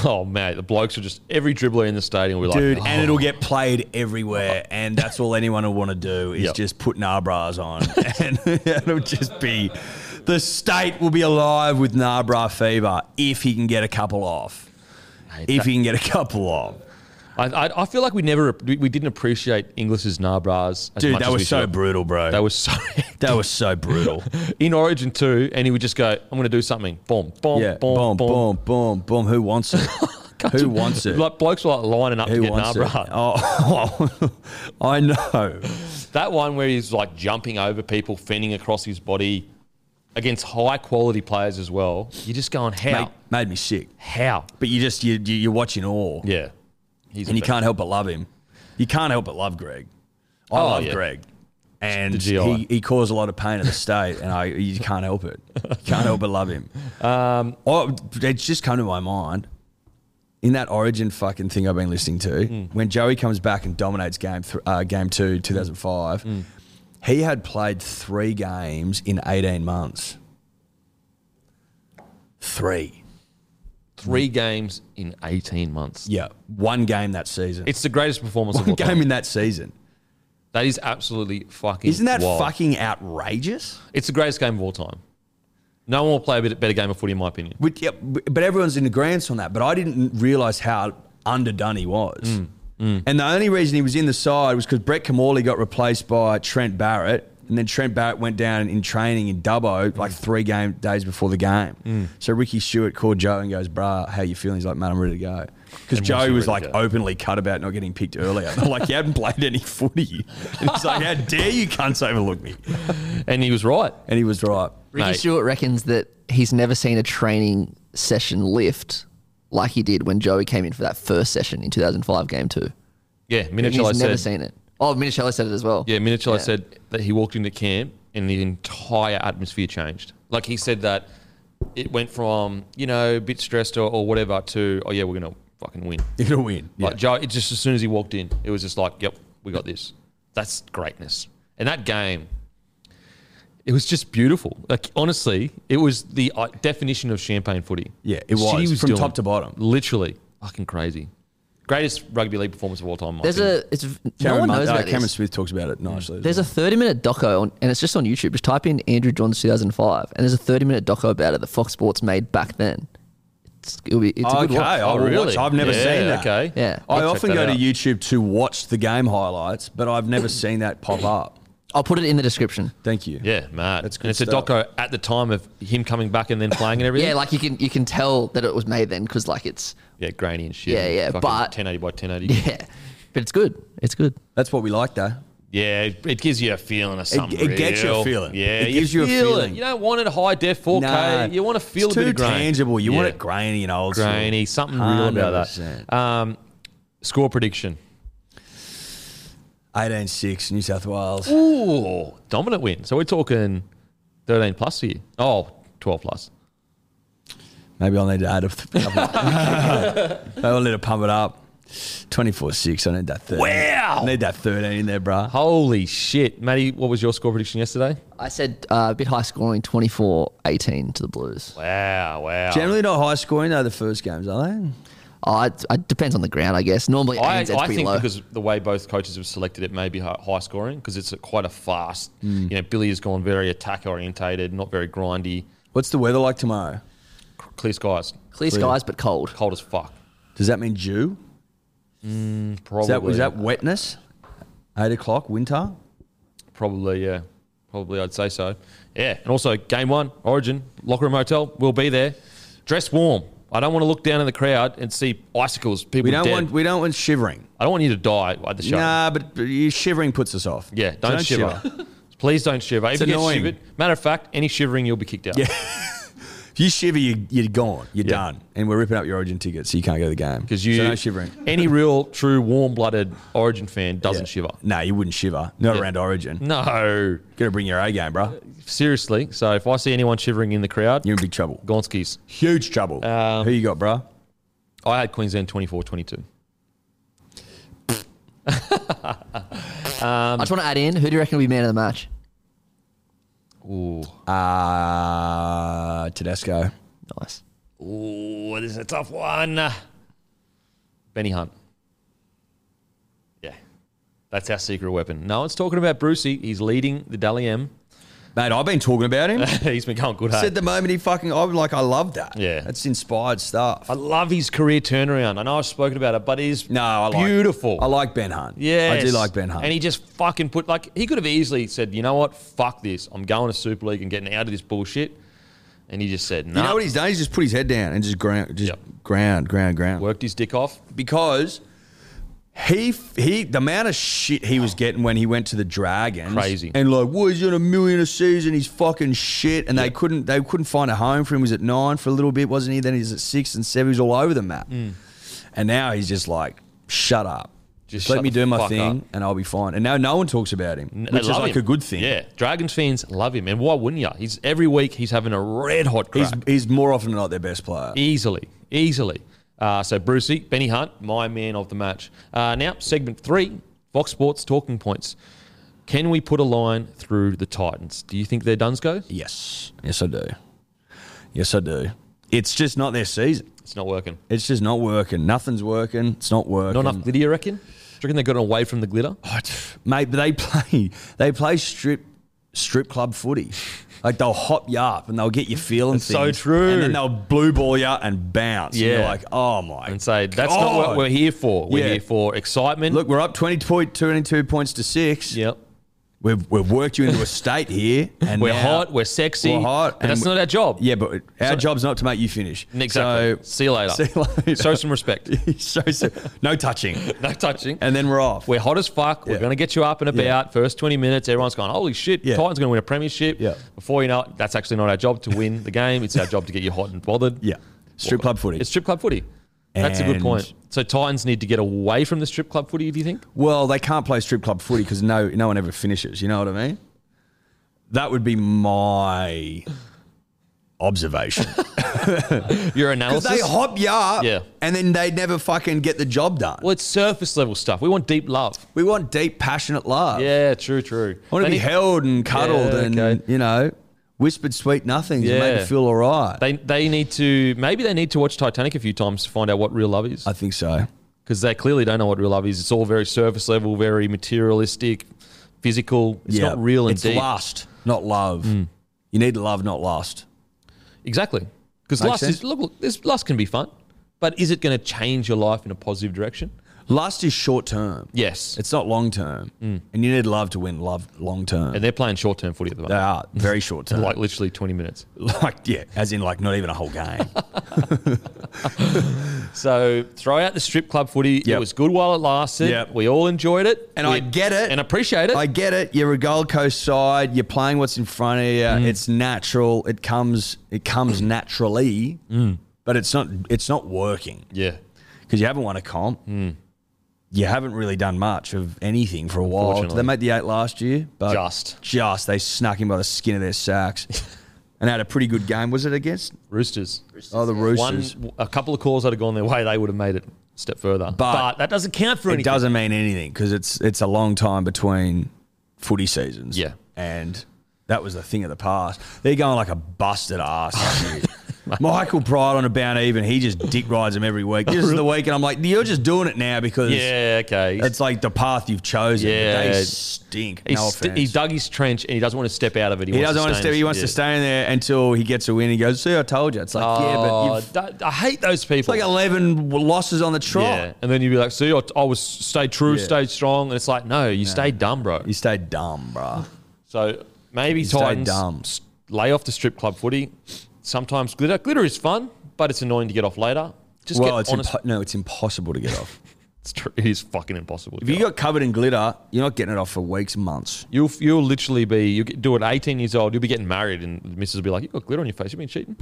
S3: oh mate, the blokes will just every dribbler in the stadium will be
S4: dude,
S3: like,
S4: and it'll get played everywhere, and that's all anyone will want to do is
S3: Yep.
S4: just put Narbras on, and [LAUGHS] it'll just be the state will be alive with Narbra fever if he can get a couple off,
S3: Mate,
S4: if
S3: that-
S4: he can get a couple off.
S3: I, I, I feel like we never we, we didn't appreciate English's nabras. As
S4: Dude,
S3: much
S4: that
S3: as we
S4: was so
S3: should.
S4: brutal, bro.
S3: That was so [LAUGHS]
S4: that was so brutal.
S3: in Origin two, and he would just go, "I'm going to do something." Boom, boom,
S4: yeah,
S3: boom, boom.
S4: [LAUGHS] boom, boom, boom, boom. Who wants it? Who wants it?
S3: Like blokes were like lining up
S4: Who
S3: to get
S4: wants
S3: nabras.
S4: [LAUGHS] it? Oh, [LAUGHS] I know.
S3: That one where he's like jumping over people, fending across his body against high quality players as well. You're just going, how?
S4: Made, made me sick.
S3: How?
S4: But you just you, you you're watching awe,
S3: Yeah. He's
S4: and
S3: a
S4: you
S3: bit-
S4: can't help but love him. You can't help but love Greg. I
S3: Oh,
S4: love
S3: yeah.
S4: Greg, and
S3: The GI.
S4: he, he caused a lot of pain at the state, and I you can't help it. You can't help but
S3: [LAUGHS]
S4: love him. Um, oh, it's just come to my mind. In that Origin fucking thing I've been listening to,
S3: Hmm.
S4: when Joey comes back and dominates game th- uh, game two, two thousand five,
S3: Hmm.
S4: he had played three games in eighteen months. Three.
S3: three games in 18 months.
S4: Yeah, one game that season.
S3: It's the greatest performance of
S4: one
S3: all
S4: [LAUGHS] game
S3: time.
S4: in that season.
S3: That is absolutely fucking
S4: Isn't that
S3: wild.
S4: fucking outrageous?
S3: It's the greatest game of all time. No one will play a bit- better game of footy, in my opinion.
S4: But, yeah, but everyone's in agreement on that. But I didn't realize how underdone he was. And the only reason he was in the side was because Brett Kamali got replaced by Trent Barrett. And then Trent Barrett went down in training in Dubbo like three game days before the game. So Ricky Stewart called Joe and goes, "Bruh, how you feeling?" He's like, "Man, I'm ready to go." Because Joe was like openly cut about not getting picked earlier. [LAUGHS] They're like, "You hadn't played any footy." [LAUGHS] And he's like, "How dare you cunts overlook me?"
S3: And he was right.
S4: And he was right.
S5: Ricky
S3: Mate.
S5: Stewart reckons that he's never seen a training session lift like he did when Joey came in for that first session in 2005 game two.
S3: Yeah,
S5: He's
S3: Minicello
S5: never
S3: said.
S5: seen it. Oh, Minichello said it as well.
S3: Yeah, Minicello said that he walked into camp and the entire atmosphere changed. Like he said that it went from you know a bit stressed or, or whatever to oh yeah we're gonna fucking win.
S4: [LAUGHS] You're gonna win. Yeah.
S3: Like Joe, it just as soon as he walked in, it was just like yep we got this. That's greatness. And that game, it was just beautiful. Like honestly, it was the uh, definition of champagne footy.
S4: Yeah,
S3: She
S4: it was, from
S3: doing-
S4: top to bottom.
S3: Literally fucking crazy. Greatest rugby league performance of all time. in my
S5: There's
S3: opinion.
S5: a it's no
S4: Cameron
S5: one
S4: Mun-
S5: knows
S4: uh,
S5: about
S4: Cameron
S5: this.
S4: Smith talks about it nicely.
S5: There's a 30 minute doco on, and it's just on YouTube. Just type in Andrew Johns 2005, and there's a 30 minute doco about it that Fox Sports made back then. It's it'll be it's a good
S4: okay,
S5: watch.
S4: I'll
S3: really?
S4: watch. I've never
S3: Yeah,
S4: seen that.
S3: okay.
S5: Oh, Yeah.
S4: I
S3: I'll check
S4: often
S3: that
S4: go to
S3: out.
S4: YouTube to watch the game highlights, but
S3: [CLEARS THROAT]
S4: I've never seen that pop up.
S5: I'll put it in the description.
S4: Thank you.
S3: Yeah, mad.
S4: That's
S3: and
S4: good
S3: it's
S4: stuff.
S3: a doco at the time of him coming back and then playing and everything.
S5: Yeah, like you can you can tell that it was made then because like it's [LAUGHS]
S3: yeah, grainy and shit.
S5: Yeah, yeah,
S3: Fucking
S5: but-
S3: 1080 by 1080.
S5: [LAUGHS]
S3: Yeah,
S5: yeah, but it's good. It's good.
S4: That's what we like, though.
S3: it, it gives you a feeling of something.
S4: it gets you a
S3: real.
S4: feeling.
S3: Yeah,
S4: It gives you a
S3: feel it.
S4: feeling.
S3: You don't want it high def 4K.
S4: Nah,
S3: you want to feel
S4: it's
S3: a bit
S4: too
S3: of grain.
S4: tangible. You want
S3: Yeah.
S4: it grainy and old. school.
S3: grainy, something real about
S4: 100%.
S3: that. Um, score prediction.
S4: 18-6, New South Wales.
S3: Ooh, dominant win. So we're talking 13 plus here. Oh, 12 plus.
S4: Maybe I'll need to add a th- couple.
S3: [LAUGHS]
S4: [LAUGHS] Maybe I'll need to pump it up. 24-6. I need that 13.
S3: Wow.
S4: I need that 13 in there, bruh.
S3: Holy shit. Matty, what was your score prediction yesterday?
S5: I said uh, a bit high scoring 24-18 to the Blues.
S3: Wow, wow.
S4: Generally not high scoring, though, the first games, are they?
S5: Oh, it, it depends on the ground, I guess. Normally,
S3: I,
S5: ANZ's
S3: I
S5: pretty
S3: think
S5: low.
S3: because the way both coaches have selected it may be hi- high scoring because it's a, quite a fast. You know, Billy has gone very attack orientated, not very grindy.
S4: What's the weather like tomorrow?
S3: C- Clear skies,
S5: clear skies but cold.
S3: cold as fuck.
S4: Does that mean dew?
S3: Probably,
S4: Is that, is that wetness? Eight o'clock, winter?
S3: probably yeah, probably I'd say so. Yeah, and also game one, Origin, locker room hotel, we'll be there. Dress warm. I don't want to look down in the crowd and see icicles, people
S4: We don't
S3: dead.
S4: want we don't want shivering.
S3: I don't want you to die at the show.
S4: Nah, but but you- shivering puts us off.
S3: Yeah, don't, shiver. [LAUGHS] Please don't shiver. If
S4: It's
S3: you get
S4: annoying.
S3: shivered, matter of fact, any shivering, you'll be kicked [LAUGHS] out.
S4: If you shiver, you, you're gone. You're
S3: Yeah.
S4: done. And we're ripping up your origin ticket, so you can't go to the game.
S3: Because you
S4: so no shivering.
S3: Any real, true, warm-blooded Origin fan doesn't
S4: Yeah.
S3: shiver.
S4: Nah, you wouldn't shiver. Not around origin.
S3: No,
S4: Gotta bring your A game, bro.
S3: seriously. So if I see anyone shivering in the crowd,
S4: You're in big trouble.
S3: Gonskis.
S4: Huge trouble.
S3: Um,
S4: Who you got, bro?
S3: I had Queensland 24-22.
S5: I just want to add in who do you reckon will be man of the match?
S4: Uh, Tedesco.
S5: Nice.
S3: Ooh, this is a tough one. Benny Hunt. Yeah. That's our secret weapon. No one's talking about Brucey. He's leading the Dally M. [COUGHS]
S4: Mate, I've been talking
S3: [LAUGHS]
S4: about him.
S3: He's been going good. hey?
S4: Said the moment he fucking, I'm like, I love that.
S3: Yeah.
S4: That's inspired stuff.
S3: I love his career turnaround. I know I've spoken about it, but it is
S4: no, I like,
S3: beautiful.
S4: I like Ben Hunt.
S3: Yeah,
S4: I do like Ben Hunt.
S3: And he just fucking put like he could have easily said, you know what, fuck this, I'm going to Super League and getting out of this bullshit. And he just said, no.
S4: you know what he's done? He's just put his head down and just ground, just
S3: Yep.
S4: ground, ground, ground.
S3: worked his dick off.
S4: because he he the amount of shit he was getting when he went to the Dragons
S3: Crazy.
S4: and like well he's on a million a season he's fucking shit and they couldn't they couldn't find a home for him he was at nine for a little bit wasn't he then he's at six and seven he was all over the map and now he's just like shut up
S3: Just
S4: just,
S3: shut
S4: let me
S3: the
S4: do my
S3: fuck
S4: thing
S3: up.
S4: and I'll be fine and now no one talks about him
S3: They
S4: which is
S3: love
S4: like
S3: him.
S4: a good thing
S3: Yeah, Dragons fans love him, and why wouldn't you? He's every week he's having a red hot crack.
S4: he's he's more often than not their best player
S3: easily, easily. Uh, so Brucey, Benny Hunt, my man of the match. Uh, now segment three, Fox Sports talking points. Can we put a line through the Titans? Do you think they're Dunsco?
S4: yes yes I do yes I do it's just not their season.
S3: It's not working.
S4: It's just not working. Nothing's working. It's not working.
S3: Not enough glitter, you reckon? Do you reckon they've gotten away from the glitter?
S4: Oh, it's- [LAUGHS] mate, but they play they play strip strip club footy. Like they'll hop you up and they'll get you feeling
S3: so
S4: things,
S3: true.
S4: And then they'll blue ball you and bounce. And
S3: Yeah.
S4: you're like, oh my
S3: And say, that's not what
S4: God."
S3: we're here for. We're
S4: Yeah.
S3: here for excitement.
S4: Look, we're up 20 point, 22 points to six.
S3: Yep.
S4: We've, we've worked you
S3: [LAUGHS]
S4: into a state here. And
S3: We're
S4: now-
S3: hot, we're sexy.
S4: We're hot,
S3: But
S4: and
S3: that's
S4: we-
S3: not our job.
S4: Yeah, but our job's not to make you finish.
S3: Exactly.
S4: So,
S3: see you later.
S4: [LAUGHS] See you later.
S3: Show some respect.
S4: so, [LAUGHS] so-
S3: [LAUGHS]
S4: no touching.
S3: no touching.
S4: And then we're off.
S3: We're hot as fuck. We're
S4: Yeah.
S3: going to get you up and about.
S4: Yeah.
S3: First 20 minutes, everyone's going, holy shit,
S4: Yeah.
S3: Titans going to win a premiership.
S4: Yeah.
S3: Before you know it, that's actually not our job to win the game. It's our job to get you hot and bothered.
S4: yeah. Strip club footy.
S3: It's strip club footy. That's a good
S4: And-
S3: point. So Titans need to get away from the strip club footy, do you think?
S4: Well, they can't play strip club footy because no, no one ever finishes. You know what I mean? That would be my
S3: [LAUGHS]
S4: observation. [LAUGHS]
S3: Your
S4: Because
S3: analysis?
S4: they hop you up,
S3: Yeah.
S4: and then they never fucking get the job done.
S3: Well, it's surface level stuff. We want deep love.
S4: We want deep, passionate love.
S3: Yeah, true, true.
S4: Uh, I want
S3: They
S4: to be
S3: need-
S4: held and cuddled,
S3: Yeah,
S4: and
S3: okay.
S4: you know, whispered sweet nothings and
S3: Yeah.
S4: made to feel all right.
S3: They they need to maybe they need to watch Titanic a few times to find out what real love is
S4: I think so.
S3: because they clearly don't know what real love is. It's all very surface level, very materialistic, physical. It's
S4: Yeah.
S3: not real and
S4: It's
S3: deep. Mm.
S4: lust, not love. You need love, not lust.
S3: Exactly. Because
S4: Makes
S3: lust
S4: sense.
S3: is look, look this lust can be fun, but is it going to change your life in a positive direction?
S4: Lust is short term.
S3: Yes. Mm.
S4: It's not long term, and you need love to win love long term.
S3: and they're playing short term footy at the
S4: They
S3: moment,
S4: are very short term.
S3: like literally twenty minutes.
S4: [LAUGHS] like, yeah, as in like not even a
S3: [LAUGHS]
S4: whole game.
S3: So throw out the strip club footy. It
S4: Yep.
S3: was good while it lasted.
S4: Yep.
S3: We all enjoyed it,
S4: And
S3: We-
S4: I get it.
S3: and appreciate it.
S4: I get it. You're a Gold Coast side. You're playing what's in front of you.
S3: Mm.
S4: It's natural. It comes. It
S3: [CLEARS THROAT]
S4: comes naturally.
S3: Mm.
S4: But it's not. It's not working
S3: yeah.
S4: because you haven't won a comp.
S3: Hmm.
S4: You haven't really done much of anything for a while.
S3: Unfortunately.
S4: They made the eight last year, but
S3: Just.
S4: just they snuck him by the skin of their
S3: [LAUGHS]
S4: sacks, and had a pretty good game. Was it against?
S3: Roosters.
S4: Oh, the Roosters.
S3: One, a couple of calls that had gone their way, they would have made it a step further. But, that doesn't count for
S4: it
S3: anything.
S4: doesn't mean anything because it's it's a long time between footy seasons.
S3: Yeah.
S4: and that was a thing of the past. They're going like a busted ass.
S3: [LAUGHS]
S4: this year. Michael Pride on a bound even. He just dick rides him every week.
S3: [LAUGHS]
S4: This is the week, and I'm like, you're just doing it now because
S3: Yeah, okay.
S4: it's like the path you've chosen.
S3: Yeah.
S4: they stink.
S3: He's
S4: no
S3: st-
S4: offense.
S3: he dug his trench and he doesn't want to step out of it.
S4: he doesn't want to
S3: in-
S4: stay. He wants to
S3: yeah.
S4: stay in there until he gets a win. He goes, "See, I told you." It's like, yeah, but
S3: Oh,
S4: you've
S3: that- I hate those people.
S4: like eleven losses on the trot.
S3: yeah. And then you'd be like, see, I, I was stay true,
S4: Yeah.
S3: stay strong. And it's like, no, you stay dumb, bro.
S4: You stay dumb, bruh.
S3: So maybe
S4: stay
S3: Titans
S4: dumb.
S3: s- lay off the strip club footy. Sometimes glitter. Glitter is fun, but it's annoying to get off later. Just
S4: Well,
S3: get
S4: it's
S3: honest.
S4: impo- no, it's impossible to get
S3: [LAUGHS]
S4: off.
S3: it's true. It is fucking impossible. to
S4: If
S3: get
S4: you got covered in glitter, you're not getting it off for weeks, months.
S3: You'll you'll literally be you get- do it 18 years old. You'll be getting married, and the missus will be like, "You got glitter on your face. You've been cheating."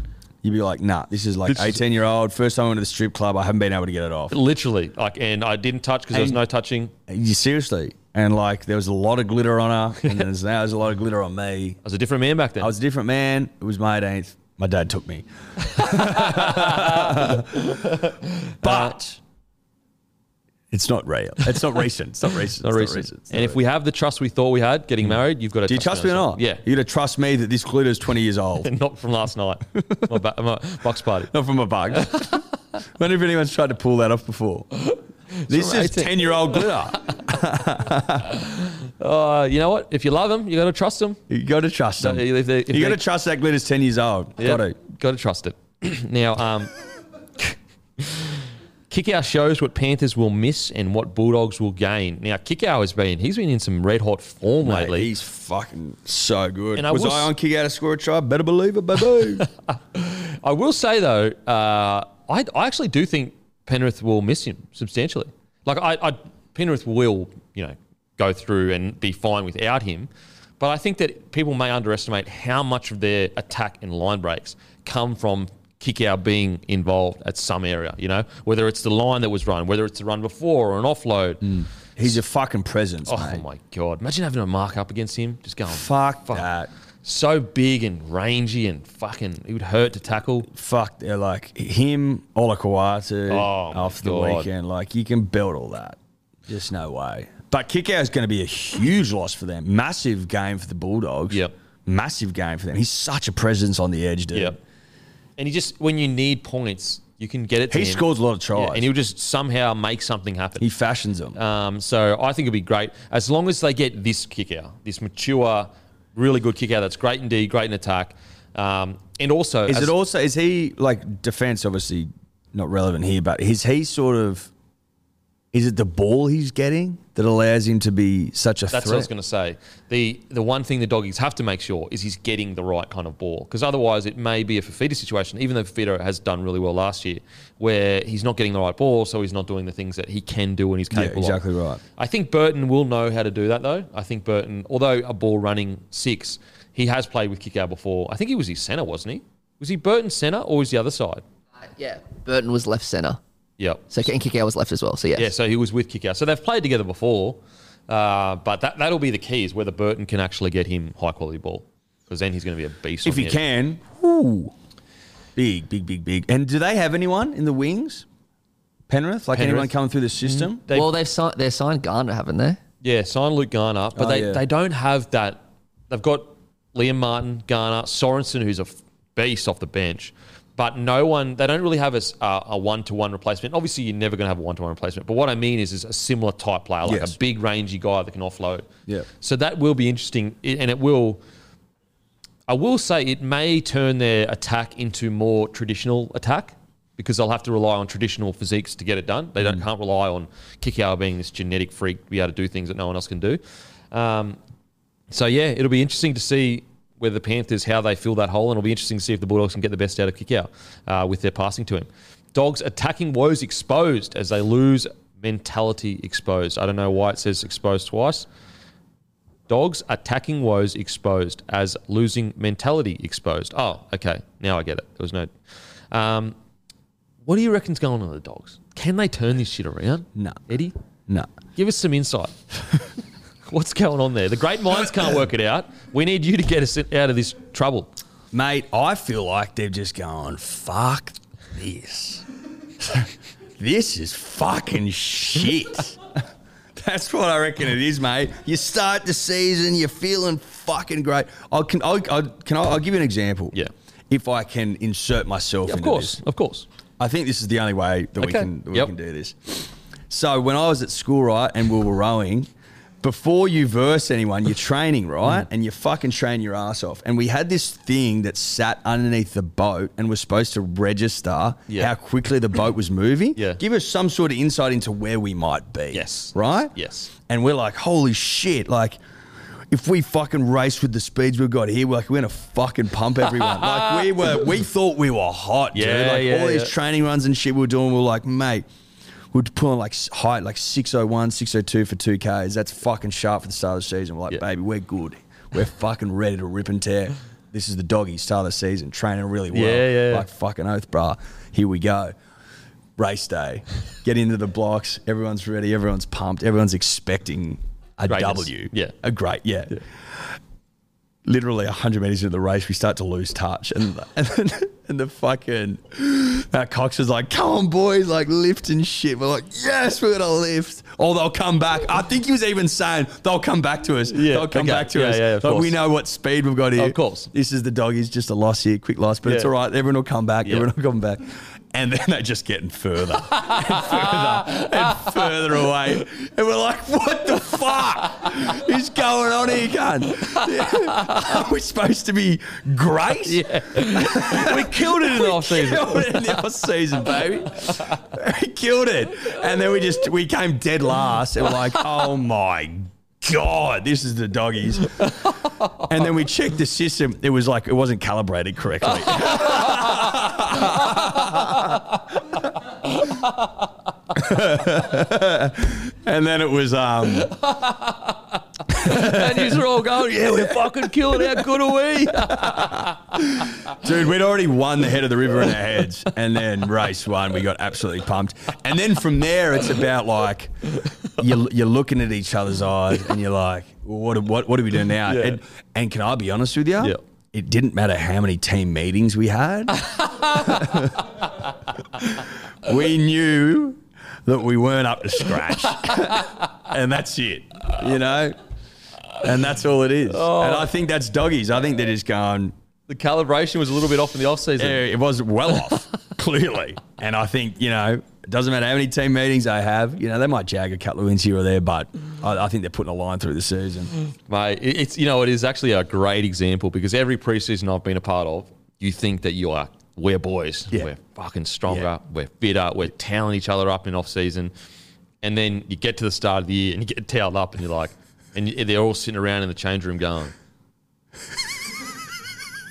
S4: You'd be like, nah, this is like
S3: This is-
S4: 18 year old. First time I went to the strip club, I haven't been able to get it off.
S3: Literally, like, and I didn't touch because there was
S4: And-
S3: no touching.
S4: You seriously? And like, there was a lot of glitter on her, and then there's, now there's a lot of glitter on me.
S3: I was a different man back then.
S4: I was a different man. It was my 18th. My dad took me.
S3: Uh,
S4: but It's not real. It's not recent. It's [LAUGHS] not recent. It's
S3: Not recent. and if we have the trust we thought we had getting married, you've got to
S4: do you trust me or not?
S3: Yeah.
S4: You gotta trust me that this glitter's twenty years old.
S3: [LAUGHS]
S4: [LAUGHS]
S3: not from last [LAUGHS] night. my, ba- my box [LAUGHS] party.
S4: not from a bug. [LAUGHS] wonder if anyone's tried to pull that
S3: [LAUGHS]
S4: off before. This
S3: from
S4: is
S3: 18.
S4: ten year old glitter.
S3: Uh, you know what? If you love them, you got to trust them.
S4: You gotta trust them.
S3: if they- if
S4: you gotta
S3: they-
S4: trust that glitter's ten years old. Gotta.
S3: Got to trust it. [CLEARS THROAT] now, um, [LAUGHS] kick out shows what Panthers will miss and what Bulldogs will gain. Now, kick out has been he's been in some red hot form
S4: Mate,
S3: lately.
S4: he's fucking so good.
S3: And I
S4: was
S3: will
S4: I
S3: s-
S4: on kick out a score a try? Better believe
S3: [LAUGHS]
S4: it, baby.
S3: I will say though, uh, I, I actually do think Penrith will miss him substantially. Like I, I Penrith will, you know, go through and be fine without him. But I think that people may underestimate how much of their attack and line breaks come from kick out being involved at some area, you know, whether it's the line that was run, whether it's the run before or an offload.
S4: he's a fucking presence,
S3: Oh
S4: Mm. mate.
S3: my God. Imagine having a mark up against him, just going,
S4: Fuck, that.
S3: so big and rangy and fucking, it would hurt to tackle.
S4: Fuck, they're like him, Olakawatu,
S3: Oh, my
S4: after the
S3: God.
S4: weekend. Like, you can belt all that. Just no way. But kick out is going to be a huge loss for them. Massive game for the Bulldogs.
S3: Yep.
S4: Massive game for them. He's such a presence on the edge, dude.
S3: Yeah. And he just when you need points, you can get it. To
S4: He
S3: him.
S4: scores a lot of tries.
S3: Yeah, and he'll just somehow make something happen.
S4: He fashions them.
S3: Um, so I think it'll be great as long as they get this kick out, this mature, really good kick out. That's great in D, great in attack, um, and also
S4: is
S3: as-
S4: it also, is he like defense, obviously not relevant here, but is he sort of, is it the ball he's getting that allows him to be such a
S3: That's
S4: threat?
S3: what I was going to say. The the one thing the doggies have to make sure is he's getting the right kind of ball because otherwise it may be a Fafita situation. Even though Fafita has done really well last year, where he's not getting the right ball, so he's not doing the things that he can do and he's capable. of.
S4: exactly right.
S3: I think Burton will know how to do that though. I think Burton, although a ball running six, he has played with kick out before. I think he was his centre, wasn't he? Was he Burton centre or was the other side?
S5: Uh, Yeah, Burton was left center,
S3: Yep.
S5: so and Kikau was left as well. So yes.
S3: Yeah, so he was with Kickout. So they've played together before, uh, but that, that'll be the key is whether Burton can actually get him high quality ball because then he's going to be a beast.
S4: If
S3: on
S4: he
S3: the edge.
S4: can, ooh, big, big, big, big. And do they have anyone in the wings? Penrith, like anyone
S3: Penrith.
S4: coming through the system?
S3: They-
S5: well, they've signed they signed Garner, haven't they?
S3: yeah, sign Luke Garner, but
S4: Oh,
S3: they,
S4: yeah.
S3: they don't have that. They've got Liam Martin, Garner, Sorensen, who's a f- beast off the bench, but no one. They don't really have a s- a- a one to one replacement. Obviously, you're never going to have a one to one replacement. But what I mean is, is a similar type player, like
S4: Yes.
S3: a big rangy guy that can offload.
S4: Yeah.
S3: So that will be interesting, i- and it will. I will say it may turn their attack into more traditional attack because they'll have to rely on traditional physiques to get it done. They don't, can't rely on Kikau being this genetic freak to be able to do things that no one else can do. Um, so yeah, it'll be interesting to see whether the Panthers how they fill that hole, and it'll be interesting to see if the Bulldogs can get the best out of Kikau uh, with their passing to him. Dogs attacking woes exposed as they lose mentality exposed. I don't know why it says exposed twice. Dogs attacking woes exposed as losing mentality exposed. Oh, okay. Now I get it. There was no. Um, what do you reckon's going on with the dogs? Can they turn this shit around?
S4: No.
S3: Eddie,
S4: No.
S3: give us some insight. What's going on there? The great minds can't work it out. We need you to get us out of this trouble.
S4: Mate, I feel like they're just going, fuck this. [LAUGHS] this is fucking shit. [LAUGHS] That's what I reckon it is, mate. You start the season, you're feeling fucking great. I can, I, I can, I, I'll give you an example.
S3: Yeah.
S4: If I can insert myself,
S3: Of
S4: into
S3: course,
S4: this.
S3: of course.
S4: I think this is the only way that we
S3: Okay.
S4: can that we
S3: Yep.
S4: can do this. So when I was at school, right, and we were rowing, before you verse anyone, you're training,
S3: Mm.
S4: right, and you fucking train your ass off. And we had this thing that sat underneath the boat and was supposed to register
S3: Yeah.
S4: how quickly the boat was moving.
S3: Yeah.
S4: give us some sort of insight into where we might be.
S3: Yes.
S4: right.
S3: Yes.
S4: and we're like, holy shit, like. If we fucking race with the speeds we've got here, we're like we're gonna fucking
S3: [LAUGHS]
S4: pump everyone. like we were, we thought we were hot, dude.
S3: Yeah,
S4: Like
S3: yeah,
S4: all these
S3: yeah.
S4: training runs and shit we were doing, we were like, mate, we'd put on like s- height, like 601, 602 for 2Ks. That's fucking sharp for the start of the season. We're like,
S3: Yeah.
S4: baby, we're good.
S3: [LAUGHS]
S4: We're fucking ready to rip and tear. This is the doggy start of the season, training really well.
S3: Yeah, yeah.
S4: Like fucking oath, brah. Here we go. Race day. Get into the blocks. Everyone's ready. Everyone's pumped. Everyone's expecting a
S3: Greatness.
S4: W.
S3: Yeah.
S4: A great, yeah. literally 100 metres into the race, we start to lose touch. And, [LAUGHS] and, then, and the fucking uh, Cox is like, come on, boys, like lift and shit. We're like, yes, we're going to lift. Or they'll come back. I think he was even saying, they'll come back to us.
S3: Yeah,
S4: they'll come
S3: okay.
S4: back to
S3: Yeah,
S4: us.
S3: yeah, of
S4: Like, we
S3: course.
S4: know what speed we've got here.
S3: Of course.
S4: This is the dog. He's just a loss here, quick loss, but it's
S3: Yeah.
S4: all right. Everyone will come back. Everyone will come back. And then they're just getting further further and further away. And we're like, what the fuck is going on
S3: [LAUGHS]
S4: here, [LAUGHS] cunt? Are we supposed to be great? Yeah.
S3: we killed it in
S4: [LAUGHS]
S3: the off season.
S4: Killed it in the off season, baby. [LAUGHS] We killed it. And then we just we came dead last and we're like, oh my God, this is the doggies. And then we checked the system. It was like it wasn't calibrated
S3: [LAUGHS]
S4: correctly. [LAUGHS] and then it was um
S3: And you are all going, yeah, we're fucking killing it. How good are we? [LAUGHS]
S4: Dude, we'd already won the head of the river in our heads. And then race one, we got absolutely pumped. And then from there, it's about like you're, you're looking at each other's eyes and you're like, well, what, what, what do we do now? And, and can I be honest with you?
S3: Yeah.
S4: It didn't matter how many team meetings we had. we knew that we weren't up to scratch. [LAUGHS] and that's it, you know? And that's all it is. And I think that's doggies. I think they're just going,
S3: The calibration was a little bit off in the off season.
S4: yeah, it was well off,
S3: [LAUGHS]
S4: clearly. And I think, you know, it doesn't matter how many team meetings they have, you know, they might jag a couple of wins here or there, but I, I think they're putting a line through the season.
S3: Mate, it- it's you know it is actually a great example because every preseason I've been a part of, you think that you are we're boys,
S4: Yeah.
S3: we're fucking stronger,
S4: Yeah.
S3: we're fitter, we're toweling each other up in off season, and then you get to the start of the year and you get toweled up and you're like, and you- they're all sitting around in the change room going,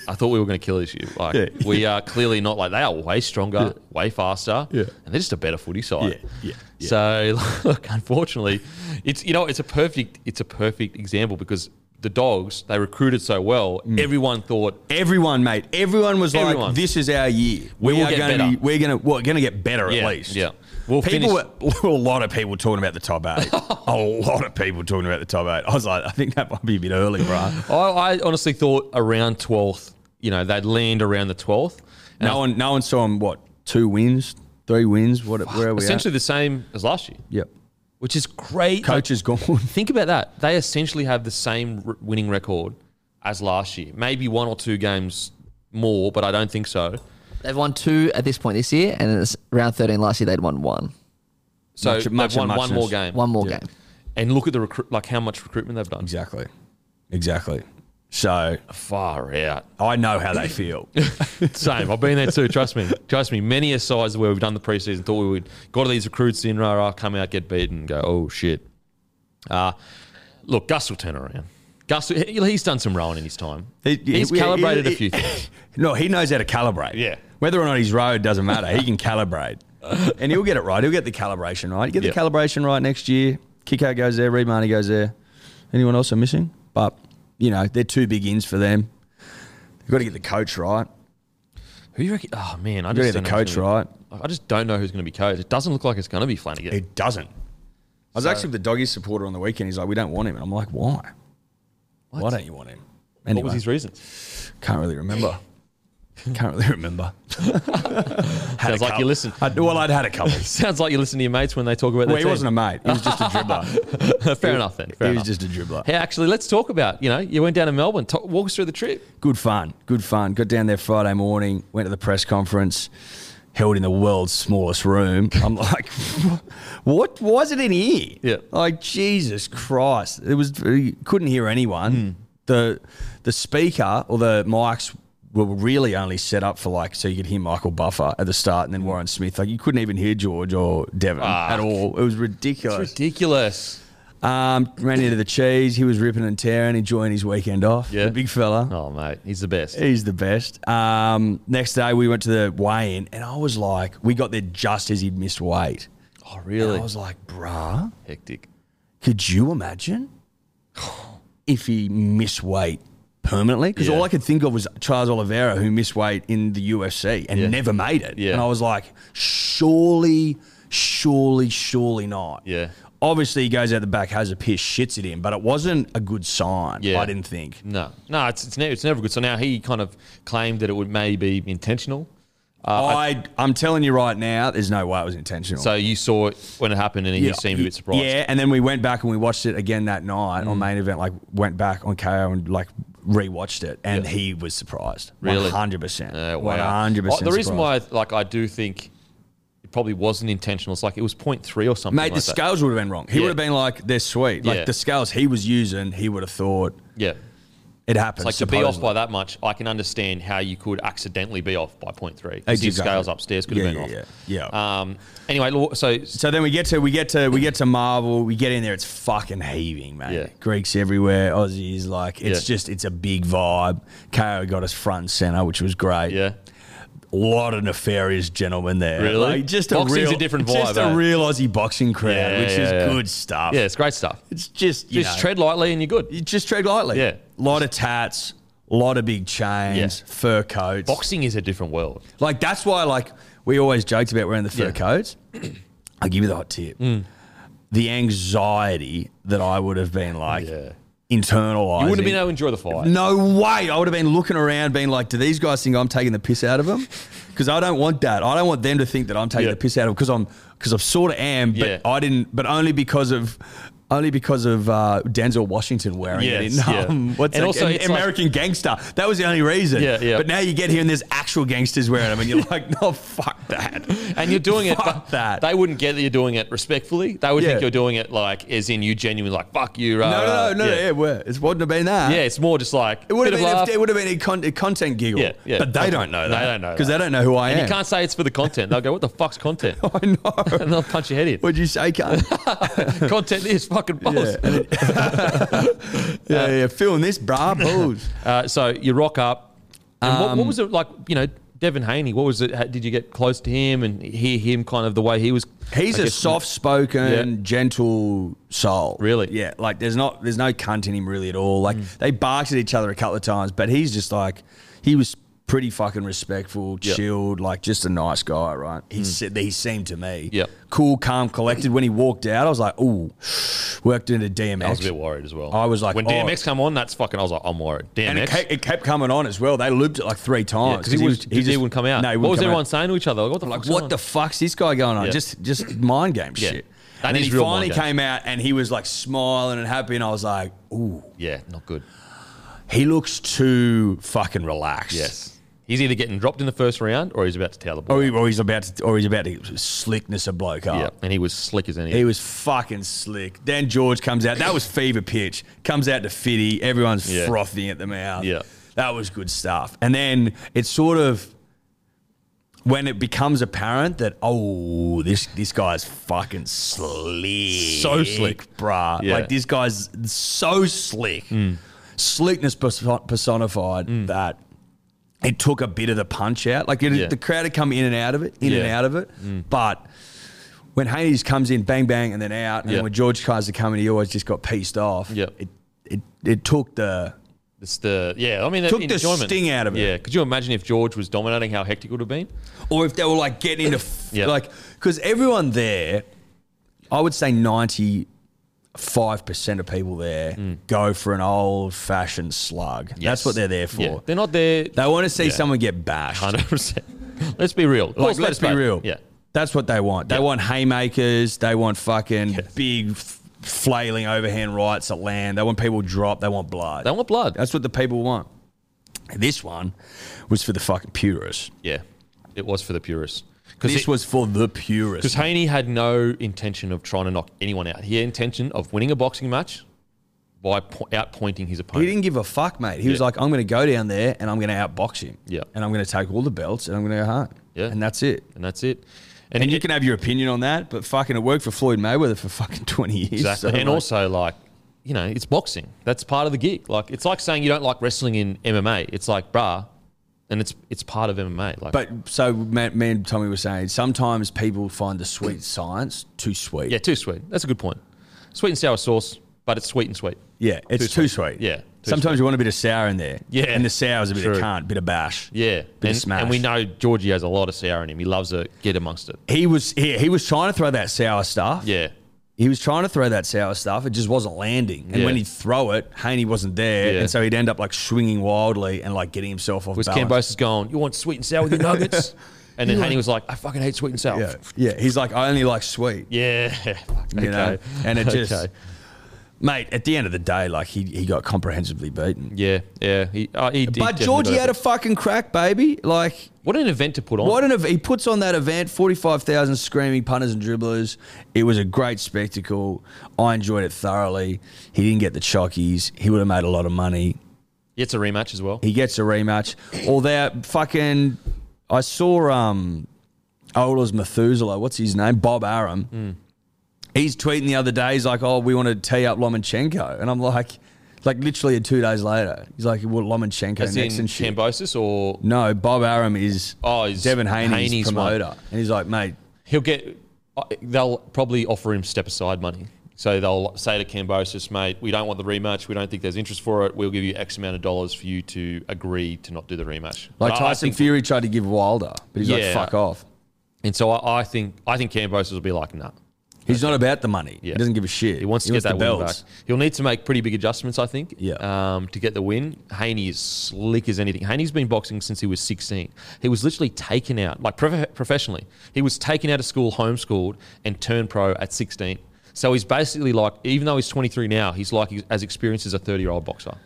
S3: I thought we were going to kill this year. Like
S4: Yeah.
S3: we are clearly not like they are way stronger, way faster,
S4: Yeah.
S3: and they're just a better footy side.
S4: Yeah, yeah, yeah.
S3: So [LAUGHS] look, unfortunately, it's you know it's a perfect it's a perfect example because the dogs they recruited so well,
S4: Mm.
S3: everyone thought
S4: Everyone, mate, everyone was
S3: Everyone.
S4: like, this is our year.
S3: We will
S4: are
S3: get
S4: gonna
S3: better.
S4: Be, we're going to we're gonna get better
S3: Yeah,
S4: at least.
S3: yeah. We'll
S4: people
S3: finish-
S4: were, [LAUGHS] a lot of people talking about the top
S3: [LAUGHS]
S4: eight. a lot of people talking about the top eight. I was like, I think that might be a bit early,
S3: [LAUGHS]
S4: bro.
S3: I, I honestly thought around twelfth, you know, they'd land around the twelfth.
S4: No one, no one saw him. What two wins, three wins? What? Where are we? at?
S3: Essentially the same as last year,
S4: yep.
S3: which is great.
S4: Coach is gone.
S3: Think about that. They essentially have the same r- winning record as last year. Maybe one or two games more, but I don't think so.
S5: They've won two at this point this year, and it's round 13 last year they'd won one.
S3: So
S4: Much-
S3: they've
S4: much
S3: won
S4: and
S3: one more
S4: muchness.
S3: game.
S5: One more game.
S3: And look at the recruit, like how much recruitment they've done.
S4: Exactly. Exactly. So
S3: Far out.
S4: I know how they feel. [LAUGHS]
S3: Same. I've been there too. Trust me. Trust me. Many a sides where we've done the preseason thought we would go to these recruits in, rah, rah, come out, get beaten, and go, oh shit. Uh, look, Gus will turn around. Gus, he- he's done some rowing in his time.
S4: He- yeah,
S3: he's
S4: he-
S3: calibrated
S4: he-
S3: a few things.
S4: no, he knows how to calibrate.
S3: Yeah.
S4: Whether or not he's rode doesn't matter. He can calibrate. [LAUGHS] And he'll get it right. He'll get the calibration right. You get
S3: Yeah.
S4: the calibration right next year. Kiko goes there. Reed Marnie goes there. Anyone else I'm missing? But, you know, they're two big ins for them. You've got to get the coach right.
S3: Who you reckon? Oh man, I
S4: You've got
S3: just
S4: to
S3: don't
S4: get the
S3: know who's
S4: coach
S3: gonna be-
S4: right.
S3: I just don't know who's going to be coach. It doesn't look like it's going to be Flanagan.
S4: It doesn't. I was actually with the doggy supporter on the weekend. He's like, we don't want him. And I'm like, why? Why don't you want him? Anyway.
S3: What was his reasons?
S4: Can't really remember. Can't
S3: [LAUGHS]
S4: really remember.
S3: Sounds like you listen.
S4: I'd, well, I'd had
S3: [LAUGHS]
S4: a
S3: [LAUGHS]
S4: couple.
S3: Sounds like you listen to your mates when they talk about.
S4: well,
S3: Their
S4: he
S3: team.
S4: wasn't a mate. He was just
S3: [LAUGHS]
S4: a dribbler.
S3: Fair enough then. Fair
S4: he
S3: enough.
S4: was just a dribbler.
S3: Hey, actually, let's talk about you know you went down to Melbourne. Talk, walk us through the trip.
S4: Good fun. Good fun. Got down there Friday morning. Went to the press conference. Held in the world's
S3: [LAUGHS]
S4: smallest room. I'm like, what was it in here?
S3: Yeah.
S4: Like Jesus Christ! It was you couldn't hear anyone.
S3: Hmm.
S4: The the speaker or the mics were really only set up for like so you could hear Michael Buffer at the start
S3: Hmm.
S4: and then Warren Smith. Like you couldn't even hear George or Devon at all. It was ridiculous.
S3: Ridiculous.
S4: Um, ran into the cheese. He was ripping and tearing, enjoying his weekend off.
S3: Yeah.
S4: The big fella.
S3: Oh mate, he's the best.
S4: He's the best. Um, next day we went to the weigh-in, and I was like, we got there just as he'd missed weight.
S3: Oh
S4: And
S3: really?
S4: I was like, bruh,
S3: Hectic.
S4: could you imagine if he missed weight permanently? Because
S3: Yeah.
S4: all I could think of was Charles Oliveira, who missed weight in the UFC and
S3: Yeah.
S4: never made it.
S3: Yeah.
S4: And I was like, surely, surely, surely not.
S3: Yeah.
S4: obviously he goes out the back, has a piss, shits it in, but it wasn't a good sign.
S3: Yeah.
S4: I didn't think.
S3: No, no, it's it's, ne- it's never good. So now he kind of claimed that it would maybe be intentional. Uh,
S4: I, I'm telling you right now, there's no way it was intentional.
S3: So you saw it when it happened, and you seemed a bit surprised. Mm.
S4: Yeah, and then we went back and we watched it again that night on main event. Like went back on KO and like rewatched it, and he was surprised.
S3: Really?
S4: one hundred percent,
S3: Uh,
S4: one
S3: wow.
S4: hundred
S3: Oh,
S4: percent.
S3: The reason why, like, I do think it probably wasn't intentional. It's like it was 0.3 or something.
S4: Mate,
S3: like
S4: the
S3: that.
S4: scales would have been wrong. He
S3: Yeah.
S4: would have been like, "They're sweet." Like
S3: Yeah.
S4: the scales he was using, he would have thought
S3: Yeah,
S4: it happened.
S3: like to be off
S4: supposedly.
S3: by that much, I can understand how you could accidentally be off by 0.3. Exactly.
S4: Exactly.
S3: scales upstairs could
S4: yeah,
S3: have been
S4: yeah,
S3: off.
S4: Yeah, yeah.
S3: Um. Anyway, lo- so
S4: so then we get to we get to we get to Marvel. We get in there. It's fucking heaving, man.
S3: Yeah.
S4: Greeks everywhere. Aussies like it's
S3: Yeah.
S4: just it's a big vibe. KO got us front and center, which was great.
S3: yeah,
S4: a lot of nefarious gentlemen there.
S3: Really?
S4: Like, just a
S3: Boxing's
S4: real,
S3: a different
S4: Just
S3: vibe, eh?
S4: a real Aussie boxing crowd,
S3: Yeah,
S4: which is
S3: yeah, yeah.
S4: good stuff.
S3: yeah, it's great stuff.
S4: It's just you
S3: Just
S4: know,
S3: tread lightly and you're good.
S4: you just tread lightly.
S3: Yeah.
S4: lot of tats, lot of big chains, fur coats.
S3: Boxing is a different world.
S4: Like that's why like we always joked about wearing the fur
S3: Yeah. Mm.
S4: coats. [CLEARS THROAT] I'll give you the hot tip. The anxiety that I would have been like
S3: Yeah.
S4: internalized.
S3: You wouldn't have been able to enjoy the fight.
S4: No way. I would have been looking around, being like, do these guys think I'm taking the piss out
S3: [LAUGHS]
S4: of them? Because I don't want that. I don't want them to think that I'm taking
S3: Yeah.
S4: the piss out of them because I'm because I sort of am, but
S3: Yeah.
S4: I didn't. But only because of. Only because of uh, Denzel Washington wearing it
S3: Yes,
S4: in
S3: yeah.
S4: um, [LAUGHS] what's
S3: And
S4: that-
S3: also
S4: an
S3: it's like-
S4: American Gangster. That was the only reason.
S3: Yeah, yeah.
S4: But now you get here and there's actual gangsters wearing them, and you're like, no, fuck that.
S3: [LAUGHS] And you're doing it.
S4: [LAUGHS]
S3: but
S4: Fuck that.
S3: They wouldn't get that you're doing it respectfully. They would
S4: Yeah.
S3: think you're doing it like, as in you genuinely like, fuck you. Rah,
S4: no,
S3: rah.
S4: no, no, no. Yeah, well, it wouldn't have been that.
S3: Uh, Yeah, it's more just like
S4: It would
S3: bit
S4: have
S3: of
S4: been.
S3: laugh.
S4: it would have been a, con- a content giggle.
S3: Yeah, yeah.
S4: But they don't know
S3: They
S4: that.
S3: don't know
S4: because
S3: that.
S4: they don't know who I
S3: and
S4: am.
S3: you can't say it's for the content. They'll go, "What the fuck's content?"
S4: [LAUGHS] I know.
S3: And they'll punch your head in.
S4: What'd you say,
S3: [LAUGHS]
S4: cunt?
S3: content is fucking balls.
S4: [LAUGHS] yeah, yeah, feeling this, brah, balls.
S3: Uh, so you rock up. And what,
S4: Um,
S3: what was it like? You know, Devin Haney. What was it? How, did you get close to him and hear him kind of the way he was?
S4: He's
S3: I
S4: a
S3: guess-
S4: soft-spoken,
S3: Yeah.
S4: gentle soul.
S3: Really? Mm.
S4: Yeah. Like there's not there's no cunt in him really at all. Like they barked at each other a couple of times, but he's just like he was pretty fucking respectful,
S3: Yeah. Mm.
S4: chilled, like just a nice guy, right? He said he seemed to me.
S3: Yeah.
S4: Cool, calm, collected. When he walked out, I was like, ooh, worked into DMX.
S3: I was a bit worried as well.
S4: I was like,
S3: when
S4: oh.
S3: DMX come on, that's fucking. I was like, I'm worried.
S4: And it
S3: DMX.
S4: kept, it kept coming on as well. They looped it like three
S3: Yeah,
S4: times.
S3: 'cause he, was, he,
S4: just-
S3: wouldn't come out.
S4: No, he
S3: what
S4: wouldn't
S3: was
S4: come out.
S3: everyone saying to each other? Like, what the fuck's
S4: Like,
S3: going
S4: what
S3: on?
S4: the fuck's this guy going on?
S3: Yeah.
S4: Just just mind game
S3: Yeah.
S4: shit.
S3: That
S4: and then
S3: is
S4: he
S3: real
S4: finally
S3: mind game.
S4: came out and he was like smiling and happy, and I was like, ooh,
S3: Yeah, not good.
S4: he looks too fucking relaxed.
S3: Yes. He's either getting dropped in the first round or he's about to tear the ball.
S4: Or, Oh, he, or he's about to, or he's about to slickness a bloke up.
S3: yeah. And he was slick as any.
S4: He was fucking slick. Then George comes out. That was fever pitch. Comes out to Fitty. Everyone's
S3: Yeah.
S4: frothing at the mouth.
S3: Yeah.
S4: That was good stuff. And then it's sort of when it becomes apparent that oh this this guy's fucking slick,
S3: So slick.
S4: bruh.
S3: Yeah. Hmm.
S4: Like this guy's so slick, slickness perso- personified that it took a bit of the punch out. Like it,
S3: Yeah.
S4: the crowd had come in and out of it, in and
S3: Yeah. Hmm.
S4: out of it. But when Haynes comes in, bang bang, and then out, and
S3: Yeah.
S4: then when George tries to come in, he always just got pieced off.
S3: Yeah.
S4: It it it took the
S3: It's the, uh, yeah, I mean,
S4: Took the
S3: enjoyment.
S4: sting out of it.
S3: Yeah. Could you imagine if George was dominating how hectic it would have been?
S4: or if they were like getting into f-
S3: Yeah.
S4: like because everyone there, I would say ninety five percent of people there go for an old fashioned slug. That's
S3: Mm. Yes.
S4: what they're there for.
S3: Yeah. They're not there
S4: They want to see
S3: Yeah.
S4: someone get bashed.
S3: 100%. [LAUGHS] let's be real. Call a
S4: Like,
S3: spade a
S4: let's be
S3: spade.
S4: real.
S3: Yeah.
S4: That's what they want. They
S3: Yeah.
S4: want haymakers. They want fucking big f- flailing overhand rights at land. They want people dropped. They want blood.
S3: They want blood.
S4: That's what the people want. This one was for the fucking purists.
S3: yeah. It was for the purists. Because
S4: This was for the purists.
S3: Because Haney had no intention of trying to knock anyone out. He had intention of winning a boxing match by po- outpointing his
S4: He
S3: opponent.
S4: didn't give a fuck, mate. He was
S3: Yeah.
S4: like, I'm going to go down there and I'm going to outbox him.
S3: Yeah.
S4: And I'm going to take all the belts and I'm going to go home.
S3: Yeah.
S4: And that's it.
S3: and that's it.
S4: And you
S3: it-
S4: can have your opinion on that, but fucking it worked for Floyd Mayweather for fucking [LAUGHS] 20 years.
S3: Exactly.
S4: So,
S3: and
S4: like,
S3: also, like, you know, it's boxing. That's part of the gig. Like, it's like saying you don't like wrestling in MMA. It's like, bruh, and it's it's part of MMA. Like,
S4: But so me, me and Tommy were saying sometimes people find the [CLEARS THROAT] sweet science too sweet.
S3: yeah, too sweet. That's a good point. Sweet and sour sauce, but it's sweet and sweet.
S4: Yeah, it's too, sweet.
S3: Yeah, too
S4: sometimes you want a bit of sour in there.
S3: Yeah.
S4: and the sour's a bit
S3: True.
S4: of cunt, bit of bash.
S3: Yeah.
S4: bit
S3: and,
S4: of smash.
S3: and we know Georgie has a lot of sour in him. He loves to get amongst it.
S4: he was yeah, he was trying to throw that sour stuff.
S3: Yeah.
S4: he was trying to throw that sour stuff. It just wasn't landing. And
S3: Yeah.
S4: when he'd throw it, Haney wasn't there.
S3: Yeah.
S4: And so he'd end up like swinging wildly and like getting himself off
S3: Was
S4: balance.
S3: Cambosis going, you want sweet and sour with your
S4: [LAUGHS]
S3: nuggets? and then Haney was like, I fucking hate sweet and sour.
S4: Yeah. yeah. He's like, I only like sweet.
S3: Yeah. Fuck, [LAUGHS]
S4: You know? And it just,
S3: Okay.
S4: mate, at the end of the day, like he, he got comprehensively beaten.
S3: Yeah, yeah. He, uh, he did
S4: But
S3: definitely
S4: Georgie
S3: got
S4: had a
S3: it.
S4: fucking crack, baby. Like,
S3: What an event to put on.
S4: What an event! He puts on that event. Forty-five thousand screaming punters and dribblers. It was a great spectacle. I enjoyed it thoroughly. He didn't get the chockies. He would have made a lot of money.
S3: It's a rematch as well.
S4: He gets a rematch. Although fucking, I saw um, Ola's Methuselah. What's his name? Bob Arum.
S3: Mm.
S4: He's tweeting the other day. He's like, "Oh, we want to tee up Lomachenko," and I'm like, like literally two days later, he's like, "Well, Lomachenko
S3: As in
S4: next and shit."
S3: Cambosis or
S4: No, Bob Arum is
S3: Oh, he's
S4: Devin Haney's,
S3: Haney's
S4: promoter, and he's like, mate,
S3: he'll get. uh, They'll probably offer him step aside money. So they'll say to Cambosis, mate, we don't want the rematch. We don't think there's interest for it. We'll give you X amount of dollars for you to agree to not do the rematch. But
S4: like
S3: I
S4: Tyson
S3: think-
S4: Fury tried to give Wilder, but he's
S3: Yeah.
S4: like, fuck off.
S3: And so I, I think I think Cambosis will be like, nah.
S4: He's not about the money.
S3: Yeah.
S4: He doesn't give a shit.
S3: He wants to get that win back. He'll need to make pretty big adjustments, I think.
S4: Yeah.
S3: Um, to get the win, Haney is slick as anything. Haney's been boxing since he was 16. He was literally taken out, like prof- professionally. He was taken out of school, homeschooled, and turned pro at 16. So he's basically like, even though he's 23 now, he's like he's as experienced as a 30 year old boxer.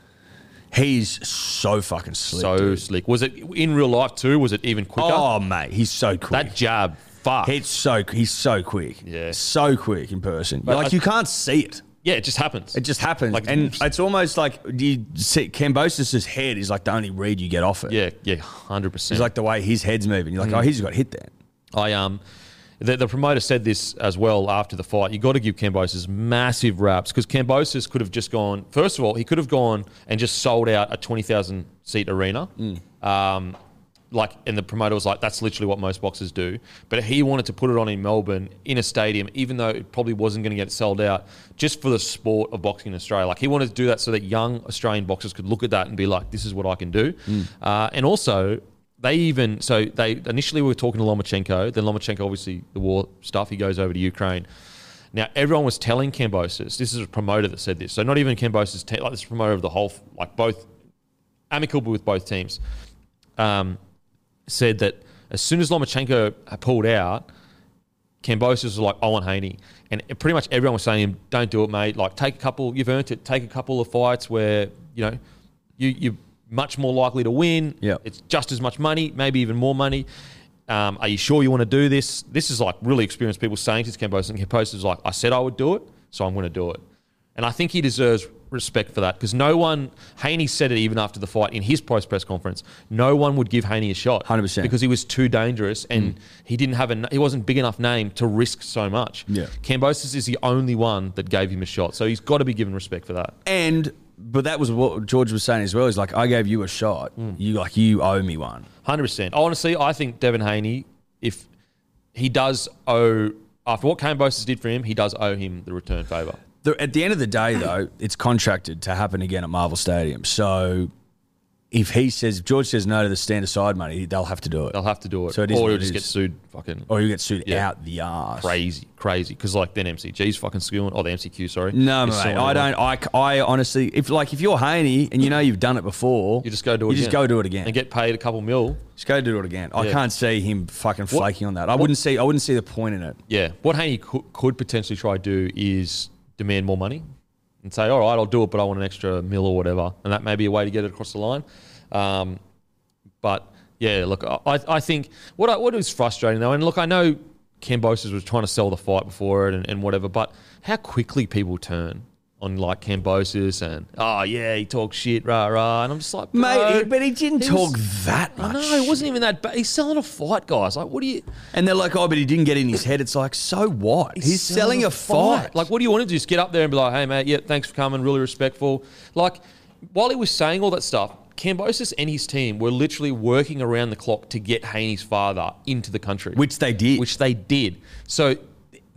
S4: He's so fucking slick.
S3: so
S4: dude.
S3: slick. Was it in real life too? Was it even quicker?
S4: oh mate, he's so quick.
S3: that jab, fuck.
S4: He's so he's so quick.
S3: Yeah.
S4: so quick in person.
S3: But
S4: like
S3: I-
S4: you can't see it.
S3: yeah, it just happens.
S4: It just happens,
S3: Like-
S4: and it's almost like you see Cambosis' head is like the only read you get off it.
S3: yeah, Mm. yeah, 100%.
S4: it's like the way his head's moving. You're like, oh, he's got hit there.
S3: I um, the, the promoter said this as well after the fight. You got to give Cambosis massive raps because Cambosis could have just gone. First of all, he could have gone and just sold out a twenty thousand seat arena. Um, like, and the promoter was like, "That's literally what most boxers do." But he wanted to put it on in Melbourne in a stadium, even though it probably wasn't going to get sold out, just for the sport of boxing in Australia. Like, he wanted to do that so that young Australian boxers could look at that and be like, "This is what I can do." Uh, and also, they even so they initially were talking to Lomachenko. Then Lomachenko, obviously the war stuff, he goes over to Ukraine. Now everyone was telling Cambosis. This is a promoter that said this. So not even Cambosis, te- like this promoter of the whole, f- like both amicable with both teams. Um, said that as soon as Lomachenko pulled out, Cambosis was like, I want Haney. And pretty much everyone was saying to him, don't do it, mate. Like, take a couple, you've earned it. Take a couple of fights where, you know, you, you're much more likely to win.
S4: Yeah.
S3: It's just as much money, maybe even more money. Um, are you sure you want to do this? This is like really experienced people saying to Cambosis. And Cambosis is like, I said I would do it, so I'm going to do it. And I think he deserves respect for that because no one, Haney said it even after the fight in his post press conference, no one would give Haney a shot.
S4: 100%.
S3: Because he was too dangerous and
S4: Mm.
S3: he didn't have a he wasn't big enough name to risk so much.
S4: Yeah.
S3: Cambosis is the only one that gave him a shot, so he's got to be given respect for that.
S4: And but that was what George was saying as well. He's like, I gave you a shot.
S3: Hmm.
S4: You like you owe me one.
S3: Hundred percent. Honestly, I think Devin Haney, if he does owe after what Cambosis did for him, he does owe him the return favor.
S4: The, at the end of the day,
S3: [COUGHS]
S4: though, it's contracted to happen again at Marvel Stadium. So if he says, if George says no to the stand aside money, they'll have to do it,
S3: They'll have to do it,
S4: So it is
S3: or
S4: what
S3: he'll
S4: it
S3: just get
S4: is.
S3: sued. Fucking
S4: or you get sued
S3: Yeah.
S4: out the arse.
S3: crazy, crazy. Because like then MCG's fucking schooling, or the MCQ, sorry.
S4: No,
S3: Is
S4: mate,
S3: suing
S4: I
S3: everyone.
S4: don't. I, c- I honestly, if like if you're Haney and you know you've done it before,
S3: You just go do it.
S4: You
S3: again.
S4: just go do it again.
S3: and get paid a couple mil.
S4: just go do it again. I
S3: Yeah.
S4: can't see him fucking flaking on that. I wouldn't see. I wouldn't see the point in it.
S3: Yeah. What Haney could, could potentially try to do is demand more money and say, all right, I'll do it, but I want an extra mill or whatever. And that may be a way to get it across the line. Um, but yeah, look, I, I I think what, I, what is frustrating though, and look, I know Cambosis was trying to sell the fight before it and, and whatever, but how quickly people turn. On like Cambosis and oh yeah he talks shit rah rah and I'm just like
S4: Mate,
S3: bro,
S4: he- but he didn't
S3: he
S4: talk
S3: was-
S4: that
S3: I
S4: much.
S3: know it wasn't even that bad he's selling a fight guys like what do you
S4: And they're like, oh, but he didn't get it in his head. It's like, so what? He's, selling, a fight.
S3: Like, what do you want to do? Just get up there and be like, hey, mate, yeah, thanks for coming. Really respectful. Like, while he was saying all that stuff, Cambosis and his team were literally working around the clock to get Haney's father into the country.
S4: Which they did.
S3: Which they did. So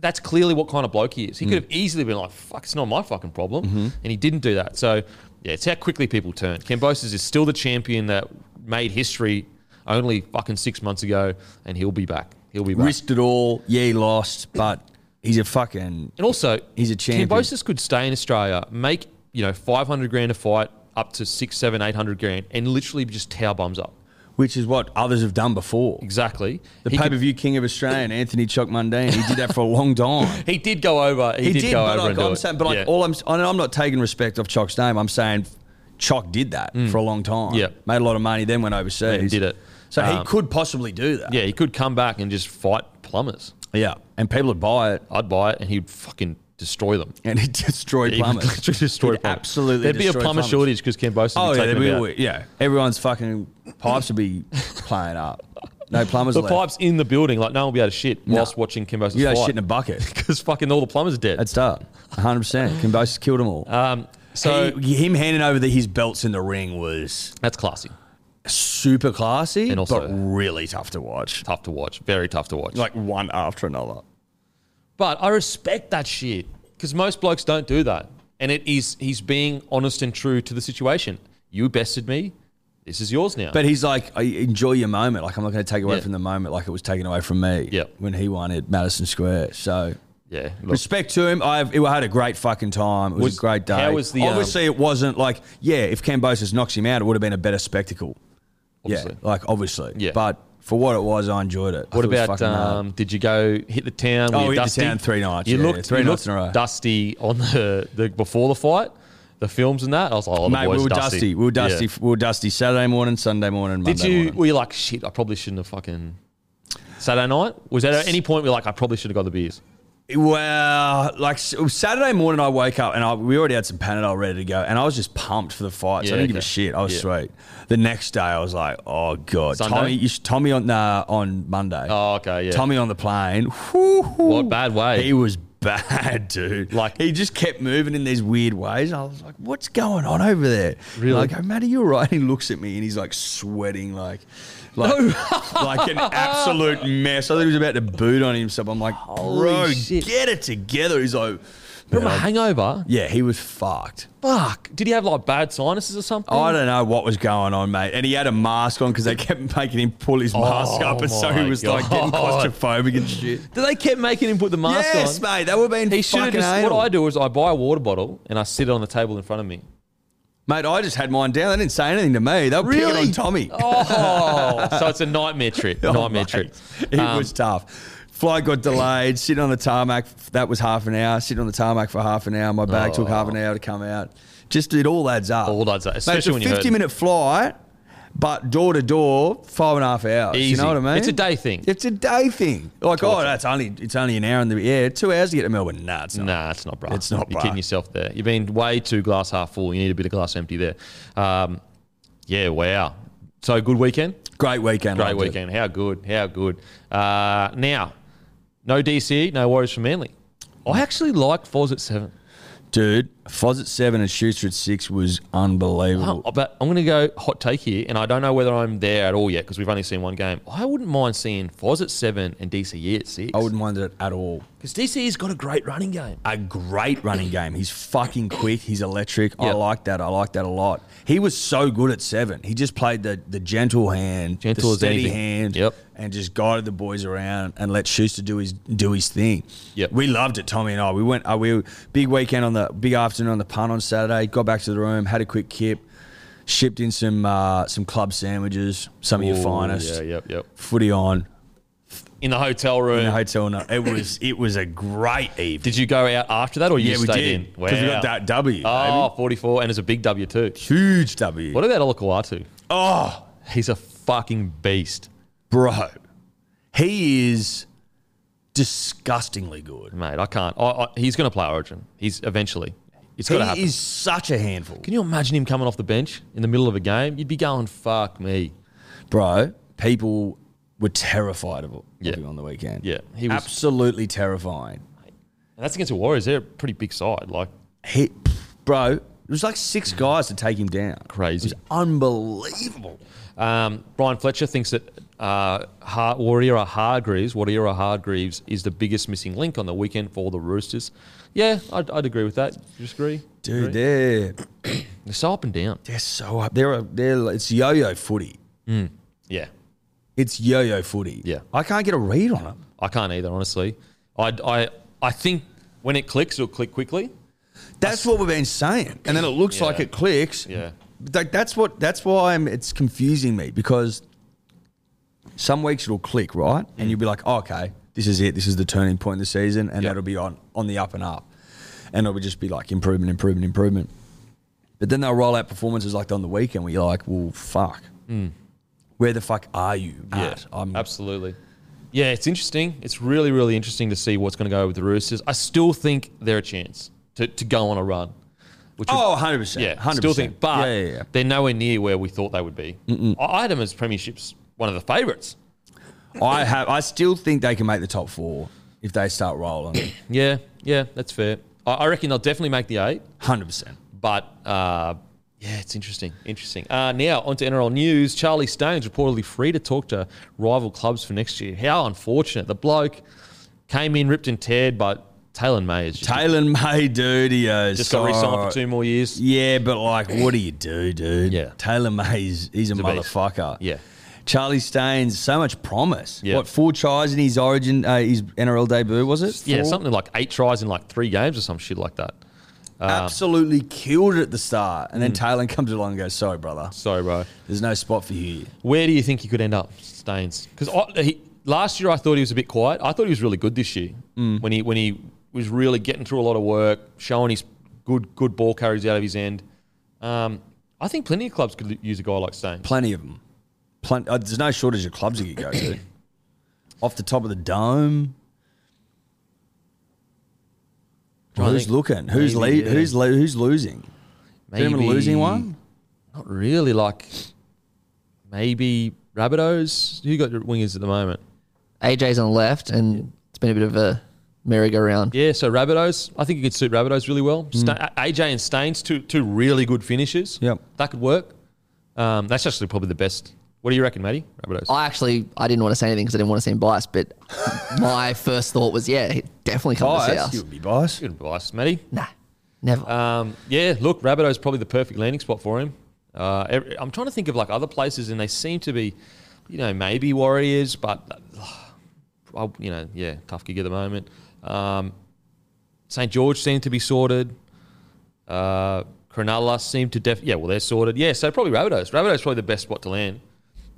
S3: that's clearly what kind of bloke he is.
S4: Mm.
S3: He could have easily been like, fuck, it's not my fucking problem.
S4: Mm-hmm.
S3: And he didn't do that. So, yeah, it's how quickly people turn. Cambosis is still the champion that made history only fucking six months ago, and he'll be back. He'll be back.
S4: risked it all. Yeah, he lost, but He's a fucking.
S3: And also,
S4: He's a champion.
S3: Cambosis could stay in Australia, make you know five hundred grand a fight, up to six, seven, eight hundred grand, and literally just tower bums up.
S4: Which is what others have done before.
S3: Exactly.
S4: The
S3: he,
S4: pay
S3: could-
S4: per view king of Australia, Anthony Chock Mundane. He did that for a long [LAUGHS] time.
S3: he did go over. He, did, go over
S4: but like,
S3: and do
S4: I'm
S3: it.
S4: saying, but like
S3: Yeah.
S4: all I'm, I know I'm not taking respect off Chock's name. I'm saying Chock did that for a long time.
S3: Yeah.
S4: made a lot of money, then went overseas,
S3: Then did it.
S4: So Mm. he
S3: Um,
S4: could possibly do that.
S3: yeah, he could come back and just fight plumbers.
S4: yeah, and people would buy it,
S3: I'd buy it, and he'd fucking destroy them.
S4: and it [LAUGHS] destroyed
S3: He would
S4: [LAUGHS] plumbers.
S3: literally destroy
S4: He'd
S3: plumbers.
S4: absolutely
S3: There'd be a
S4: destroy
S3: plumber
S4: plumbers.
S3: shortage because Cambosis.
S4: Oh
S3: would take
S4: yeah, there'd
S3: them
S4: be,
S3: out.
S4: a- yeah. Everyone's fucking pipes would be playing up. No plumbers.
S3: The
S4: left.
S3: pipes in the building, like no one would be able to shit whilst watching Cambosis
S4: You know,
S3: fight
S4: shit
S3: [LAUGHS]
S4: in a bucket.
S3: because fucking all the plumbers are dead.
S4: That's tough. 100. percent Cambosis killed them all.
S3: um, so
S4: Uh, He- him handing over the, his belts in the ring was
S3: that's classy.
S4: super classy,
S3: And also-
S4: but really tough to watch.
S3: Tough to watch. Very tough to watch.
S4: Like one after another.
S3: But I respect that shit because most blokes don't do that. And it is he's being honest and true to the situation. You bested me. This is yours now.
S4: But he's like, I enjoy your moment. Like I'm not going to take away
S3: Yeah.
S4: from the moment, like it was taken away from me.
S3: Yep.
S4: When he won at Madison Square, so.
S3: yeah, look,
S4: Respect to him. I've I had a great fucking time. It was,
S3: Was-
S4: a great day.
S3: how was the, um,
S4: Obviously, it wasn't like yeah. If Cambosis knocks him out, it would have been a better spectacle.
S3: obviously.
S4: Yeah, like obviously.
S3: Yeah.
S4: But for what it was, I enjoyed it. I
S3: What
S4: thought it was
S3: about
S4: fucking hard.
S3: um, did you go hit the town?
S4: Oh,
S3: Were you
S4: hit the
S3: dusty?
S4: town three nights,
S3: You
S4: yeah,
S3: looked
S4: three
S3: you
S4: nights
S3: looked
S4: in a row.
S3: Dusty on the, the before the fight, the films and that. I was like, oh, the
S4: Mate,
S3: boys
S4: we were
S3: are
S4: dusty. We were dusty.
S3: Yeah.
S4: We were dusty Saturday morning, Sunday morning, Monday
S3: Did you?
S4: morning.
S3: Were you like shit? I probably shouldn't have fucking. Saturday night was that at any point we're like I probably should have got the beers.
S4: Well, like s- Saturday morning, I woke up and I, we already had some Panadol ready to go, and I was just pumped for the fight. so
S3: Yeah,
S4: I didn't give
S3: okay.
S4: a shit. I was
S3: Yeah.
S4: sweet. The next day, I was like, oh god,
S3: Sunday?
S4: Tommy, you, should- Tommy on nah, on Monday.
S3: Oh, okay, yeah.
S4: Tommy on the plane. Whoo,
S3: What a bad way.
S4: He was bad, dude.
S3: Like-
S4: he just kept moving in these weird ways. I was like, "What's going on over there?"
S3: Really?
S4: Like, oh, Matty, you're right. [LAUGHS] He looks at me and he's like sweating, like, like, like an absolute mess. I thought he was about to boot on himself. I'm like, "Bro,
S3: shit.
S4: get it together." He's like,
S3: From a
S4: "Man, I-"
S3: hangover,
S4: "Yeah, he was fucked."
S3: fuck. Did he have like bad sinuses or something?
S4: I don't know what was going on, mate. And he had a mask on because they kept making him pull his mask up, and so he
S3: Oh my
S4: was like getting
S3: God.
S4: claustrophobic and shit.
S3: Did they keep making him put the mask
S4: yes,
S3: on?
S4: mate, that would have been
S3: He should have
S4: fucking
S3: just.
S4: anal.
S3: What I do is I buy a water bottle and I sit it on the table in front of me.
S4: Mate, I just had mine down. They didn't say anything to me. They were really?
S3: Really?
S4: on Tommy.
S3: [LAUGHS] Oh, so it's a nightmare trip.
S4: [LAUGHS] Oh,
S3: Nightmare
S4: mate.
S3: trip.
S4: It
S3: Um,
S4: was tough. Flight got delayed. Sitting on the tarmac, that was half an hour. Sitting on the tarmac for half an hour. My bag took half an hour to come out. Just it all adds up.
S3: Oh. All adds up, especially when
S4: Mate,
S3: you're
S4: it's a
S3: hurting.
S4: minute flight, but door to door, five and a half hours. You
S3: Easy.
S4: know what I mean?
S3: It's a day thing.
S4: It's a day thing. Like, oh,
S3: Torture.
S4: that's only it's only an hour in the yeah, two hours to get to Melbourne. Nah, it's not.
S3: Nah, it's not, bro.
S4: It's not,
S3: You're
S4: bruh.
S3: kidding yourself there. You've been way too glass half full. You need a bit of glass empty there. Um, yeah, wow. So good weekend.
S4: Great weekend.
S3: Great
S4: loved it.
S3: weekend. How good. How good. Uh, now, no DC, no worries for Manly. I actually like Foz at seven.
S4: dude. Foz at seven and Schuster at six was unbelievable.
S3: Oh, but I'm going to go hot take here, and I don't know whether I'm there at all yet because we've only seen one game. I wouldn't mind seeing Foz at seven and DCE at six.
S4: I wouldn't mind it at all.
S3: because DCE's got a great running game.
S4: a great running game. He's fucking quick. He's electric. I
S3: Yeah.
S4: like that. I like that a lot. He was so good at seven. He just played the the gentle hand,
S3: Gentle
S4: the
S3: as
S4: steady
S3: anything.
S4: hand,
S3: Yep.
S4: and just guided the boys around and let Schuster do his do his thing.
S3: Yep.
S4: we loved it. Tommy and I. We went. Uh, we big weekend on the big afternoon on the punt on Saturday. Got back to the room, had a quick kip, shipped in some uh, some club sandwiches, some of your
S3: Ooh,
S4: finest.
S3: Yeah, yep, yep.
S4: Footy on
S3: In the hotel room.
S4: in the hotel. night. It was it was a great evening.
S3: Did you go out after that or you
S4: yeah,
S3: just
S4: we
S3: stayed
S4: did
S3: in?
S4: because we got
S3: Wow.
S4: that W. baby.
S3: Oh, 44, and it's a big W too.
S4: Huge W.
S3: What about Olakawatu?
S4: Oh,
S3: He's a fucking beast,
S4: bro. He is disgustingly good.
S3: mate. I can't. I, I, he's going to play Origin. He's eventually. It's got to happen.
S4: He is such a handful.
S3: Can you imagine him coming off the bench in the middle of a game? You'd be going, fuck me.
S4: Bro, people were terrified of him
S3: Yeah.
S4: on the weekend.
S3: Yeah, he was-
S4: absolutely terrifying.
S3: And that's against the Warriors. They're a pretty big side. Like,
S4: He, bro, it was like
S3: Mm.
S4: six guys to take him down.
S3: Crazy.
S4: It was unbelievable.
S3: um, Brian Fletcher thinks that uh, Har- Warrior Hargreaves, Warrior Hargreaves, is the biggest missing link on the weekend for the Roosters. Yeah, I'd, I'd agree with that. You agree?
S4: Dude,
S3: Agree?
S4: they're
S3: they're so up and down.
S4: they're so up. They're a, they're it's yo-yo footy.
S3: Yeah.
S4: It's yo-yo footy.
S3: Yeah.
S4: I can't get a read on them.
S3: I can't either, honestly. I, I I think when it clicks, it'll click quickly.
S4: That's what we've been saying, and then it looks
S3: Yeah.
S4: like it clicks.
S3: Yeah.
S4: Th- that's what. That's why I'm, it's confusing me because some weeks it'll click right, and you'll be like, oh, "Okay, this is it. This is the turning point of the season," and that'll be on on the up and up, and it'll just be like improvement, improvement, improvement. But then they'll roll out performances like on the weekend where you're like, "Well, fuck,
S3: Hmm.
S4: where the fuck are you?" at? I'm
S3: absolutely. Yeah, it's interesting. It's really, really interesting to see what's going to go with the Roosters. I still think they're a chance to, to go on a run. Which would-
S4: oh, 100 percent.
S3: yeah,
S4: 100%.
S3: still think, but
S4: yeah, yeah, yeah.
S3: they're nowhere near where we thought they would be. I had them as premierships one of the favourites.
S4: I have. I still think they can make the top four if they start rolling.
S3: Yeah, yeah, that's fair. I, I reckon they'll definitely make the eight.
S4: Hundred percent.
S3: But uh, yeah, it's interesting. Interesting. Uh, now, onto NRL news. Charlie Stone's reportedly free to talk to rival clubs for next year. How unfortunate. The bloke came in ripped and teared, but Taylor May is just,
S4: Taylor May, dude, he uh,
S3: just got re signed for two more years.
S4: Yeah, but like, what do you do, dude?
S3: Yeah.
S4: Taylor May's he's a
S3: a beast.
S4: motherfucker.
S3: Yeah.
S4: Charlie Staines, so much promise.
S3: Yeah.
S4: What four tries in his origin, uh, his NRL debut was it?
S3: Yeah,
S4: Four?
S3: something like eight tries in like three games or some shit like that. uh,
S4: Absolutely killed it at the start,
S3: Hmm.
S4: and then Taylor comes along and goes, "Sorry, brother,
S3: Sorry, bro.
S4: there's no spot for you." here."
S3: Where do you think he could end up, Staines? Because last year I thought he was a bit quiet. I thought he was really good this year
S4: Mm.
S3: when he when he was really getting through a lot of work, showing his good good ball carries out of his end. Um, I think plenty of clubs could use a guy like Staines.
S4: Plenty of them. Plenty. Uh, there's no shortage of clubs he could
S3: [CLEARS THROAT]
S4: go to. Off the top of the dome.
S3: Trying to
S4: who's
S3: think.
S4: looking? Who's
S3: Maybe,
S4: lead,
S3: yeah.
S4: Who's lo- who's losing?
S3: Maybe
S4: Anyone losing one?
S3: Not really. Like maybe Rabbitohs. Who got your wingers at the moment?
S5: AJ's on the left, and it's been a bit of a merry-go-round.
S3: Yeah, so Rabbitohs. I think it could suit Rabbitohs really well. Sta- AJ and Staines, two two really good finishes.
S4: Yep.
S3: that could work. Um, that's actually probably the best. What do you reckon, Matty? Rabbitohs.
S5: I actually I didn't want to say anything because I didn't want to seem biased, but my first thought was, yeah, he'd definitely come to
S4: Bias.
S5: see
S4: You
S5: us.
S4: would be biased.
S3: Good advice, Matty.
S5: Nah, never.
S3: Um, yeah, look, Rabbitohs probably the perfect landing spot for him. Uh, every, I'm trying to think of like other places, and they seem to be, you know, maybe Warriors, but uh, I- you know, yeah, tough gig at the moment. Um, St George seemed to be sorted. Uh, Cronulla seemed to def yeah, well they're sorted. Yeah, so probably Rabbitohs. Rabbitohs probably the best spot to land.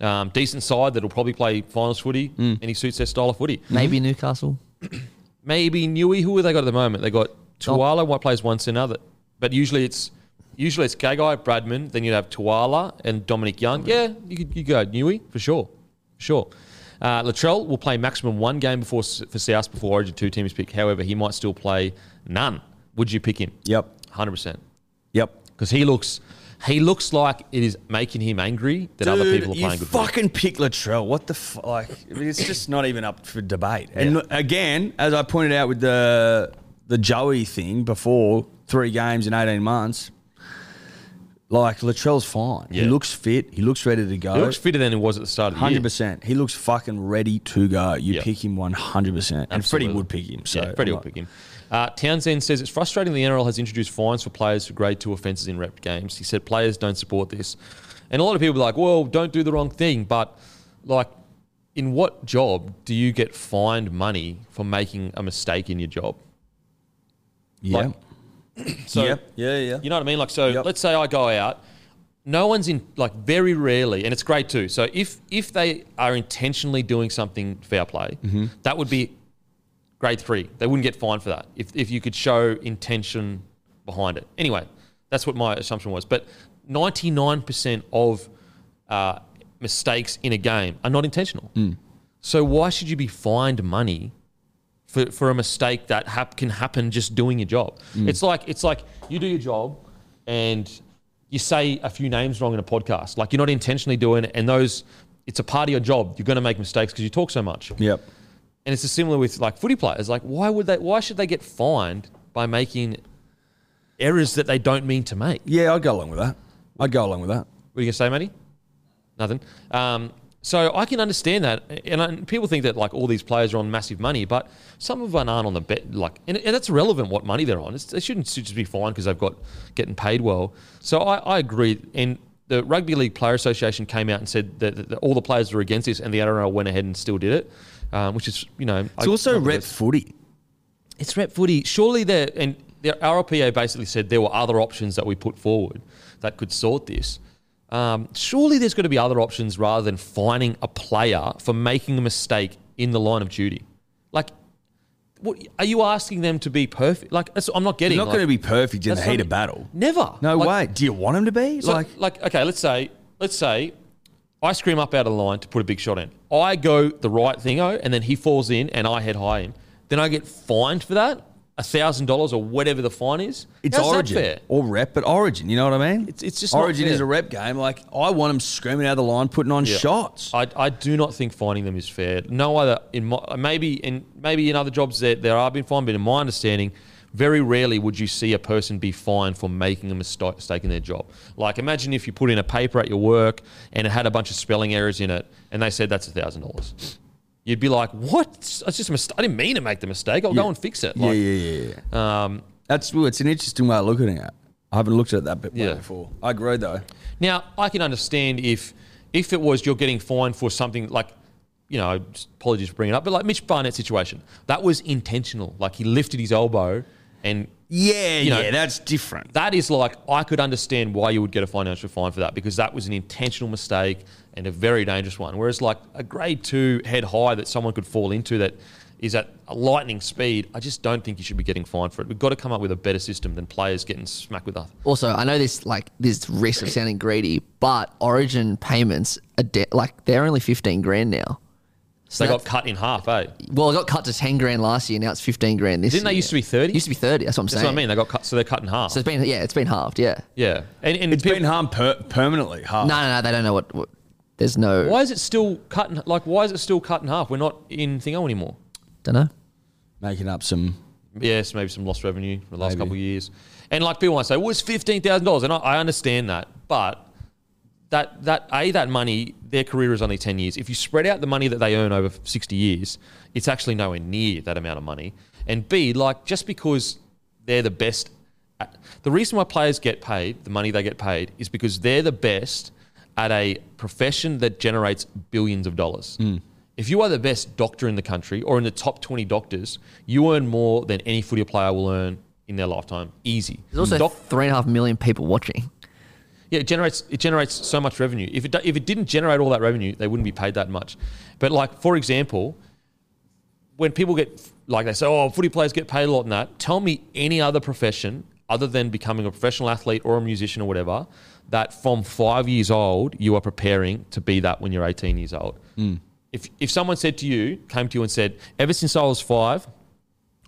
S3: Um, decent side that'll probably play finals footy, and he suits their style of footy.
S5: Maybe Newcastle.
S3: maybe Nui. Who have they got at the moment? They got Tuala. One plays once another, but usually it's usually it's Gagai, Bradman. Then you'd have Tuala and Dominic Young. Yeah, you could you go Nui for sure, for sure. Uh, Latrell will play maximum one game before S- for South before Origin two teams pick. However, he might still play none. Would you pick him?
S4: Yep.
S3: hundred percent.
S4: Yep.
S3: Because he looks he looks like it is making him angry that other
S4: Dude,
S3: people are playing
S4: you
S3: good. footy.
S4: fucking pick Latrell. What the f- like? I mean, it's just not even up for debate. And look, again, as I pointed out with the the Joey thing before, three games in eighteen months. Like Latrell's fine. He
S3: Yeah.
S4: looks fit. He looks ready to go.
S3: He looks fitter than he was at the start of the year.
S4: Hundred percent. He looks fucking ready to go. You
S3: Yeah.
S4: pick him one hundred percent, and Freddie
S3: Absolutely.
S4: would pick him. So
S3: yeah, Freddie
S4: I'm
S3: will
S4: like,
S3: pick him. Uh, Townsend says it's frustrating the NRL has introduced fines for players for grade two offences in rep games. He said players don't support this, and a lot of people are like, "Well, don't do the wrong thing," but like, in what job do you get fined money for making a mistake in your job?
S4: Yeah.
S3: Like, So
S4: Yep. yeah, yeah,
S3: you know what I mean? Like, so
S4: Yep.
S3: let's say I go out. No one's in, like, very rarely, and it's great too. So if if they are intentionally doing something fair play, that would be grade three. They wouldn't get fined for that if if you could show intention behind it. Anyway, that's what my assumption was. But ninety nine percent of uh, mistakes in a game are not intentional. So why should you be fined money for, for a mistake that hap- can happen just doing your job. It's like it's like you do your job and you say a few names wrong in a podcast. Like you're not intentionally doing it, and those it's a part of your job. You're going to make mistakes because you talk so much.
S4: Yep.
S3: And it's similar with like footy players. Like why would they? Why should they get fined by making errors that they don't mean to make?
S4: Yeah, I'd go along with that. I'd go along with that.
S3: What are you gonna say, Matty? Nothing. Um, so I can understand that, and, I, people think that like all these players are on massive money, but some of them aren't on the bet. Like, and, and that's irrelevant what money they're on. It's, they shouldn't just be fined because they've got getting paid well. So I, I agree. And the Rugby League Player Association came out and said that, that all the players were against this, and the NRL went ahead and still did it, um, which is you know
S4: It's also rep footy.
S3: it's rep footy. Surely there and the RLPA basically said there were other options that we put forward that could sort this. Um, surely there's got to be other options rather than fining a player for making a mistake in the line of duty. Like, what, are you asking them to be perfect? Like, that's, I'm not getting.
S4: You're not
S3: like-
S4: going to be perfect in the
S3: that's
S4: heat
S3: not-
S4: of battle.
S3: Never.
S4: No
S3: Like,
S4: way. Do you want him to be?
S3: so,
S4: like,
S3: like, okay, let's say, let's say, I scream up out of line to put a big shot in. I go the right thingo, and then he falls in, and I head high him. Then I get fined for that, thousand dollars or whatever the fine is.
S4: it's
S3: How's that
S4: origin
S3: fair?
S4: or rep, but origin. You know what I mean?
S3: It's- it's just not
S4: origin is
S3: fair.
S4: a rep game. Like I want him screaming out of the line, putting on
S3: Yeah.
S4: shots.
S3: I, I do not think finding them is fair. No other in my maybe in maybe in other jobs that there are been fined, but in my understanding, very rarely would you see a person be fined for making a mistake mistake in their job. Like imagine if you put in a paper at your work and it had a bunch of spelling errors in it, and they said that's a thousand dollars. You'd be like, "What? It's it's just a mistake. I didn't mean to make the mistake. I'll go and fix it." Like,
S4: yeah, yeah.
S3: Um,
S4: That's well, it's an interesting way of looking at. it. I haven't looked at that bit way
S3: Yeah.
S4: before. I agree though.
S3: Now, I can understand if if it was you're getting fined for something like, you know, just apologies for bringing it up, but like Mitch Barnett's situation, that was intentional. Like he lifted his elbow, and
S4: Yeah,
S3: know-
S4: yeah, that's different.
S3: that is like I could understand why you would get a financial fine for that because that was an intentional mistake and a very dangerous one. Whereas like a grade two head high that someone could fall into that is at a lightning speed, I just don't think you should be getting fined for it. We've got to come up with a better system than players getting smacked with us.
S5: Also, I know this like this risk of sounding greedy, but Origin payments are de- like they're only fifteen grand now. So
S3: They got
S5: that's-
S3: cut in half, eh?
S5: well, it got cut to ten grand last year. Now it's fifteen grand this.
S3: Didn't they
S5: year.
S3: used to be 30?
S5: Used to be thirty. That's what I'm
S3: That's
S5: saying.
S3: what I mean. They got cut, so they're cut in half.
S5: So it's been yeah, it's been halved. Yeah.
S3: Yeah, and, and
S4: It's
S3: people-
S4: been harmed per- permanently. Harmed.
S5: No, no, no. They don't know what. what there's no.
S3: why is it still cut? In, like, why is it still cut in half? We're not in thingo anymore.
S5: Don't know.
S4: Making up some.
S3: Yes, maybe some lost revenue for the last
S4: Maybe.
S3: couple of years. And like people might say, well, it's fifteen thousand dollars, and I, I understand that, but that that a that money, their career is only ten years. If you spread out the money that they earn over sixty years, it's actually nowhere near that amount of money. And b like just because they're the best, at, the reason why players get paid the money they get paid is because they're the best at a profession that generates billions of dollars. If you are the best doctor in the country or in the top 20 doctors, you earn more than any footy player will earn in their lifetime. Easy.
S5: There's also
S3: Doc-
S5: three and a half million people watching.
S3: yeah, it generates it generates so much revenue. If it do- if it didn't generate all that revenue, they wouldn't be paid that much. But like for example, when people get like they say, oh, footy players get paid a lot in that. Tell me any other profession other than becoming a professional athlete or a musician or whatever that from five years old you are preparing to be that when you're 18 years old. If if someone said to you, came to you and said, ever since I was five,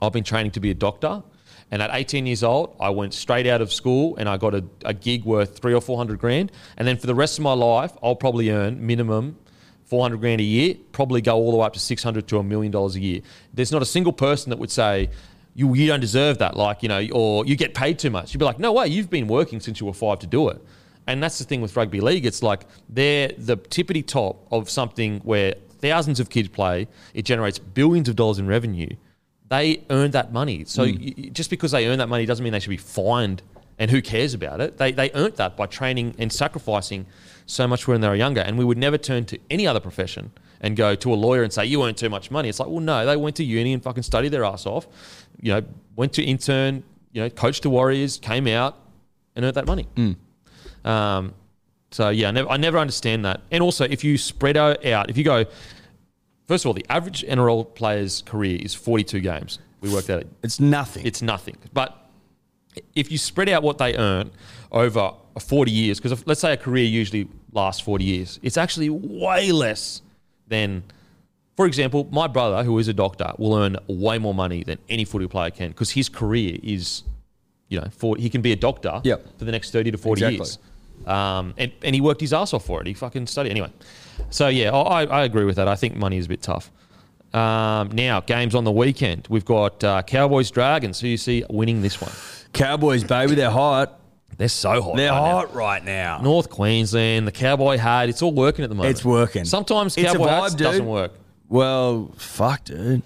S3: I've been training to be a doctor. And at 18 years old, I went straight out of school and I got a, a gig worth three or 400 grand. And then for the rest of my life, I'll probably earn minimum 400 grand a year, probably go all the way up to 600 to a million dollars a year. There's not a single person that would say, you, you don't deserve that, like, you know, or you get paid too much. You'd be like, no way, you've been working since you were five to do it. And that's the thing with rugby league. It's like they're the tippity top of something where thousands of kids play, it generates billions of dollars in revenue they earned that money. So y y- just because they earn that money doesn't mean they should be fined. And who cares about it? They, they earned that by training and sacrificing so much when they were younger. And we would never turn to any other profession and go to a lawyer and say, you earn too much money. It's like, well, no, they went to uni and fucking studied their ass off, you know, went to intern, you know, coached the Warriors, came out and earned that money. Um, so, yeah, I never, I never understand that. And also, if you spread out, if you go, First of all, the average NRL player's career is 42 games. We worked out it.
S4: It's nothing.
S3: It's nothing. But if you spread out what they earn over 40 years, because let's say a career usually lasts 40 years, it's actually way less than, for example, my brother, who is a doctor, will earn way more money than any footy player can because his career is, you know, for, he can be a doctor
S4: Yep.
S3: for the next 30 to 40
S4: Exactly.
S3: years. Um, and, and he worked his ass off for it. He fucking studied. Anyway, so yeah, I, I agree with that. I think money is a bit tough. Um, now, games on the weekend. We've got uh, Cowboys Dragons. Who you see winning this one?
S4: Cowboys, baby, they're hot.
S3: They're so hot.
S4: They're
S3: right now.
S4: hot right now.
S3: North Queensland, the cowboy hat. It's all working at the moment.
S4: It's working.
S3: Sometimes
S4: It's a
S3: cowboy
S4: vibe,
S3: hats
S4: dude.
S3: doesn't work.
S4: Well, fuck, dude.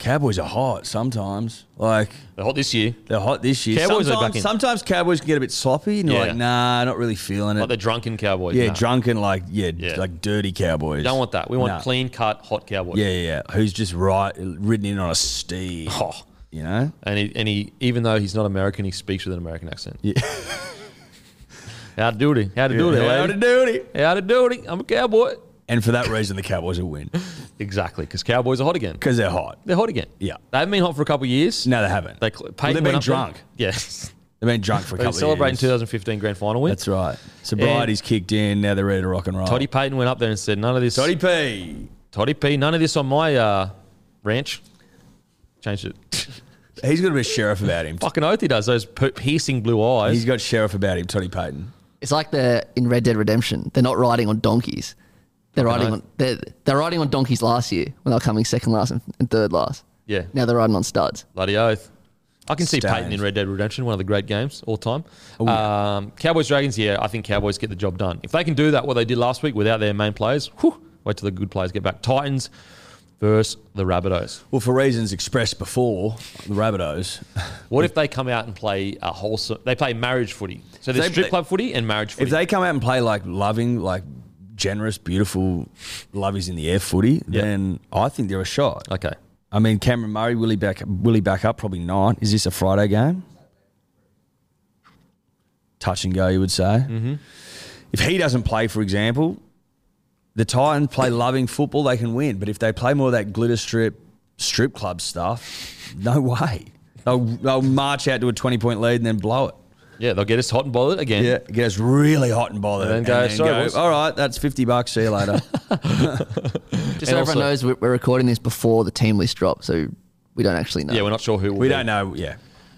S4: Cowboys are hot sometimes. Like
S3: They're hot this year.
S4: they're hot this year.
S3: Cowboys are
S4: sometimes,
S3: back in.
S4: sometimes Cowboys can get a bit sloppy, and you're
S3: Yeah.
S4: like, nah, not really feeling it.
S3: Like the drunken cowboys.
S4: yeah,
S3: Nah.
S4: drunken, like yeah,
S3: Yeah.
S4: like dirty Cowboys.
S3: We don't want that. We want
S4: Nah.
S3: clean cut hot cowboys.
S4: Yeah, yeah, yeah. Who's just right ridden in on a steed?
S3: Oh,
S4: you know?
S3: And he, and he, even though he's not American, he speaks with an American accent. [LAUGHS] Yeah. How to do it? How to do it?
S4: How
S3: lady?
S4: to duty.
S3: How to do it? I'm a cowboy.
S4: And for that reason, the Cowboys will win
S3: Exactly, because Cowboys are hot again.
S4: because they're hot.
S3: They're hot again.
S4: Yeah.
S3: they haven't been hot for a couple of years.
S4: No, they haven't.
S3: they cl- Peyton
S4: they've
S3: went
S4: been
S3: up there.
S4: drunk. [LAUGHS]
S3: Yes,
S4: They've been drunk for
S3: [LAUGHS]
S4: a
S3: they were
S4: couple
S3: celebrating
S4: of years.
S3: 2015 grand final win.
S4: That's right. Sobriety's kicked in. Now they're ready to rock and roll.
S3: Toddy Payton went up there and said, "None of this,
S4: Toddy
S3: Toddy,
S4: P.
S3: P, none of this on my uh, ranch." Changed
S4: [LAUGHS]
S3: it.
S4: He's got a bit of sheriff about
S3: [LAUGHS]
S4: him.
S3: Fucking oath he does. Those p- piercing blue eyes.
S4: He's got sheriff about him, Toddy Payton.
S5: It's like the in Red Dead Redemption. They're not riding on donkeys. They're riding
S3: know.
S5: on they're, they're riding on donkeys last year when they were coming second last and, and third last.
S3: Yeah.
S5: Now they're riding on studs.
S3: Bloody oath. I can see
S4: Stained.
S3: Peyton in Red Dead Redemption, one of the great games all time.
S4: Oh,
S3: Um, Cowboys Dragons, yeah, I think Cowboys get the job done. If they can do that, what they did last week without their main players, whew, wait till the good players get back. Titans versus the Rabbitohs.
S4: Well, for reasons expressed before, the Rabbitohs.
S3: What if they come out and play a wholesome? They play marriage footy. So there's
S4: They-
S3: strip club footy and marriage footy.
S4: If they come out and play like loving, like generous, beautiful lovies in the air footy, then I think they're a shot.
S3: okay,
S4: I mean, Cameron Murray, will he back? Will he back up? Probably not. Is this a Friday game? Touch and go, you would say. Mm-hmm. If he doesn't play, for example, the Titans play loving football, they can win. But if they play more of that glitter strip, strip club stuff, no way. They'll, they'll march out to a twenty point lead and then blow it.
S3: yeah, they'll get us hot and bothered again.
S4: Yeah, it gets really hot and bothered.
S3: And then go, "Sorry, boys."
S4: all right, that's fifty bucks. See you later.
S5: Just so
S3: And
S5: everyone
S3: also-
S5: knows, we're, we're recording this before the team list drops, so we don't actually know.
S3: yeah, we're not sure who. Will
S4: [LAUGHS] we
S3: be.
S4: don't know. Hmm. Yeah,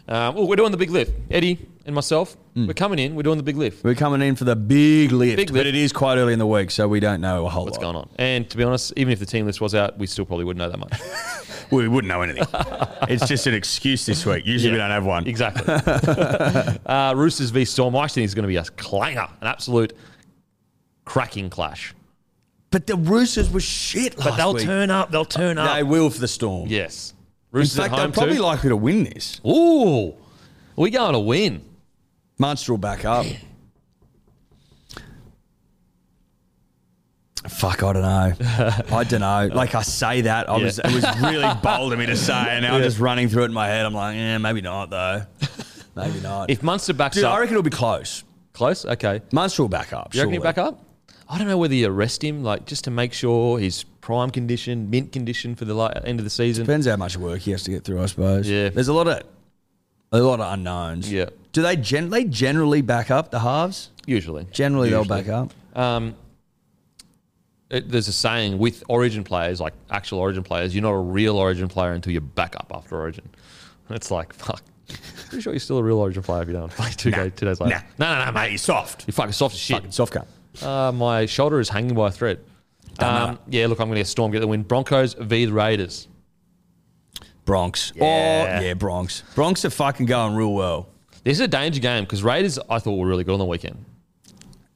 S3: Um, well, we're doing the big lift. Eddie and myself, we're coming in. We're doing the big lift.
S4: we're coming in for the big lift,
S3: Big
S4: but
S3: lift.
S4: it is quite early in the week, so we don't know a whole
S3: What's
S4: lot.
S3: going on? And to be honest, even if the team list was out, we still probably wouldn't know that much.
S4: We wouldn't know anything. [LAUGHS] it's just an excuse this week. Usually we don't have one. [LAUGHS]
S3: Exactly. uh, Roosters v Storm. I actually think it's going to be a clanger, an absolute cracking clash.
S4: But the Roosters were shit last
S1: But they'll
S4: week.
S1: turn up. They'll turn up.
S4: They will for the Storm.
S3: Yes.
S4: In
S3: Roosters
S4: fact,
S3: at
S4: they're
S3: home
S4: probably
S3: too.
S4: likely to win this.
S3: Ooh, we going to win.
S4: Munster will back up. Fuck, I don't know. I don't know. Like I say that, I was it was really bold of me to say, and now I'm just running through it in my head. I'm like, yeah, maybe not though. Maybe not.
S3: If Munster backs
S4: Dude,
S3: up,
S4: I reckon it'll be close.
S3: close. Okay.
S4: Munster will back up.
S3: You reckon he
S4: surely.
S3: back up? I don't know whether you arrest him, like just to make sure he's prime condition, mint condition for the li end of the season.
S4: Depends how much work he has to get through, I suppose.
S3: Yeah.
S4: There's a lot of a lot of unknowns.
S3: Yeah.
S4: Do they gen- they generally back up the halves?
S3: Usually,
S4: Generally, they'll
S3: Usually.
S4: back up.
S3: It- there's a saying with Origin players, like actual Origin players, you're not a real Origin player until you back up after Origin. It's like fuck. Pretty sure you're still a real Origin player if you don't play two, day, two days later.
S4: No, no, no, mate. He's soft.
S3: You're fucking soft as shit.
S4: Fucking soft cut.
S3: Uh, my shoulder is hanging by a thread. Um, yeah, look, I'm going to get Storm get the win. Broncos v the Raiders.
S4: Bronx. Yeah. Oh, yeah, Bronx. Bronx are fucking going real well.
S3: This is a danger game because Raiders, I thought, were really good on the weekend.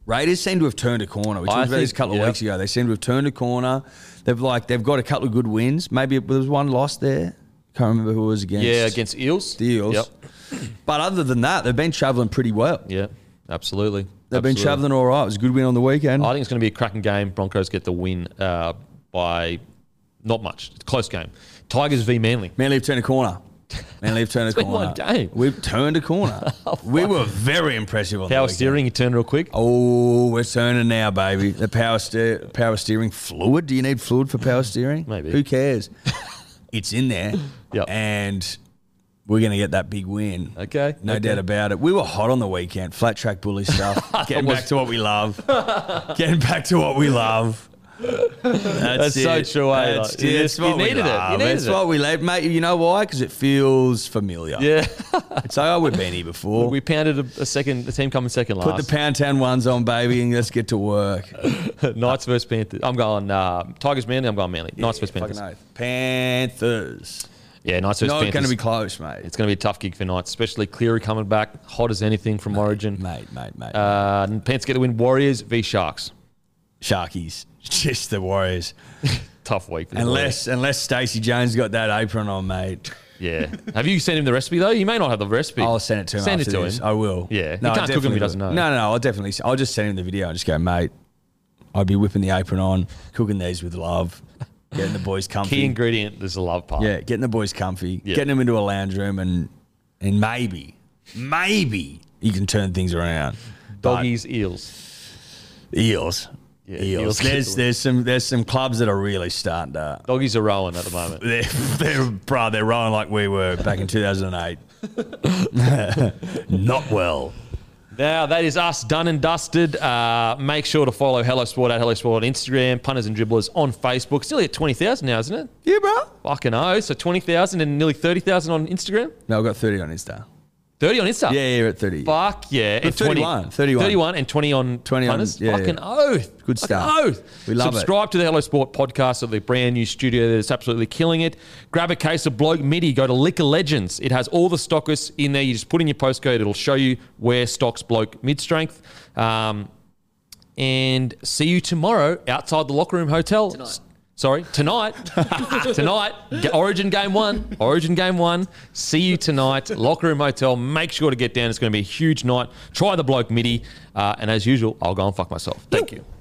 S4: Raiders seem to have turned a corner. We talked
S3: I
S4: about this a
S3: think-
S4: couple
S3: yeah.
S4: of weeks ago. They seem to have turned a corner. They've like they've got a couple of good wins. Maybe there was one loss there. Can't remember who it was against.
S3: Yeah, against Eels.
S4: the Eels.
S3: Yep.
S4: But other than that, they've been travelling pretty well.
S3: Yeah, absolutely.
S4: They've
S3: Absolutely.
S4: been travelling all right. It was a good win on the weekend.
S3: I think it's going to be a cracking game. Broncos get the win uh, by not much. It's a close game. Tigers v Manly.
S4: Manly have turned a corner. Manly
S3: [LAUGHS]
S4: have turned a
S3: been
S4: corner.
S3: one game. Oh,
S4: We've turned a corner.
S3: [LAUGHS]
S4: we were very impressive on the
S3: Power
S4: weekend.
S3: steering, you turn real quick.
S4: Oh, we're turning now, baby. The power steer, power steering fluid. Do you need fluid for power steering?
S3: Mm, Maybe.
S4: Who
S3: [LAUGHS]
S4: cares? it's in there.
S3: Yep.
S4: And we're going to get that big win.
S3: Okay,
S4: No
S3: okay.
S4: doubt about it. We were hot on the weekend. Flat track
S3: [LAUGHS]
S4: bully stuff. Getting back to what we love. Getting back to what we love. That's,
S3: That's so
S4: it.
S3: true, eh?
S4: That's,
S3: Like, you
S4: it's
S3: just-
S4: what
S3: you
S4: we
S3: needed it. You
S4: love.
S3: needed
S4: it's
S3: it.
S4: what we love, mate. You know why? Because it feels familiar.
S3: Yeah,
S4: It's like, oh, we've been here before.
S3: we pounded a, a second. The team coming second
S4: Put the
S3: last.
S4: Pound Town ones on, baby, and let's get to work.
S3: [LAUGHS] Knights versus Panthers. I'm going uh, Tigers Manly. I'm going Manly. Knights versus
S4: Fucking
S3: Panthers.
S4: oath. Panthers.
S3: Yeah, Knights versus
S4: No, it's
S3: Panthers.
S4: going to be close, mate.
S3: it's going to be a tough gig for Knights, especially Cleary coming back hot as anything from Origin.
S4: Mate, mate, mate.
S3: Uh, and Panthers get the win. Warriors v Sharks.
S4: Sharkies. [LAUGHS] Just the Warriors.
S3: Tough week. For the
S4: Unless unless Stacey Jones got that apron on, mate.
S3: Warriors. yeah. Have you sent him the recipe though? You may not have the recipe.
S4: I'll send it to him.
S3: Send it
S4: after
S3: to
S4: this.
S3: him.
S4: I will.
S3: Yeah.
S4: No,
S3: he
S4: I
S3: can't cook him if
S4: definitely
S3: he doesn't know.
S4: will. No, no, no. I'll definitely. I'll just send him the video and just go, mate. I'd be whipping the apron on, cooking these with love. Getting the boys
S3: [LAUGHS]
S4: comfy.
S3: Key ingredient is the love part.
S4: yeah, getting the boys comfy.
S3: Yeah.
S4: Getting them into a lounge room and and maybe, maybe you can turn things around. But-
S3: Doggies, eels.
S4: Eels.
S3: eels.
S4: eels. There's there's some there's some clubs that are really starting to [LAUGHS]
S3: Doggies are rolling at the moment.
S4: they're, they're bro, they're rolling like we were back in 2008. [LAUGHS] Not well.
S3: Now, that is us done and dusted. Uh, make sure to follow Hello Sport at Hello Sport on Instagram, Punters and Dribblers on Facebook. Still at 20,000 now, isn't it?
S4: Yeah, bro.
S3: Fucking oh. So 20,000 and nearly 30,000 on Instagram?
S4: No, I've got 30 on Insta.
S3: 30 on Insta?
S4: Yeah, yeah, at 30.
S3: Fuck yeah. And
S4: 31, 31.
S3: 31 and 20 on
S4: 20 on-
S3: punters.
S4: yeah,
S3: Fucking
S4: yeah.
S3: oath.
S4: Good
S3: Fucking
S4: stuff.
S3: oath.
S4: We love it.
S3: oh, Subscribe to the Hello Sport podcast at the brand new studio that's absolutely killing it. Grab a case of Bloke MIDI. Go to Liquor Legends. It has all the stockers in there. You just put in your postcode. It'll show you where stocks Bloke Mid Strength. Um, and see you tomorrow outside the locker room hotel. S- Sorry, tonight. tonight, G- Origin game one. Origin game one. See you tonight, locker room hotel. Make sure to get down. It's going to be a huge night. Try the bloke midi. Uh, and as usual, I'll go and fuck myself. Thank you.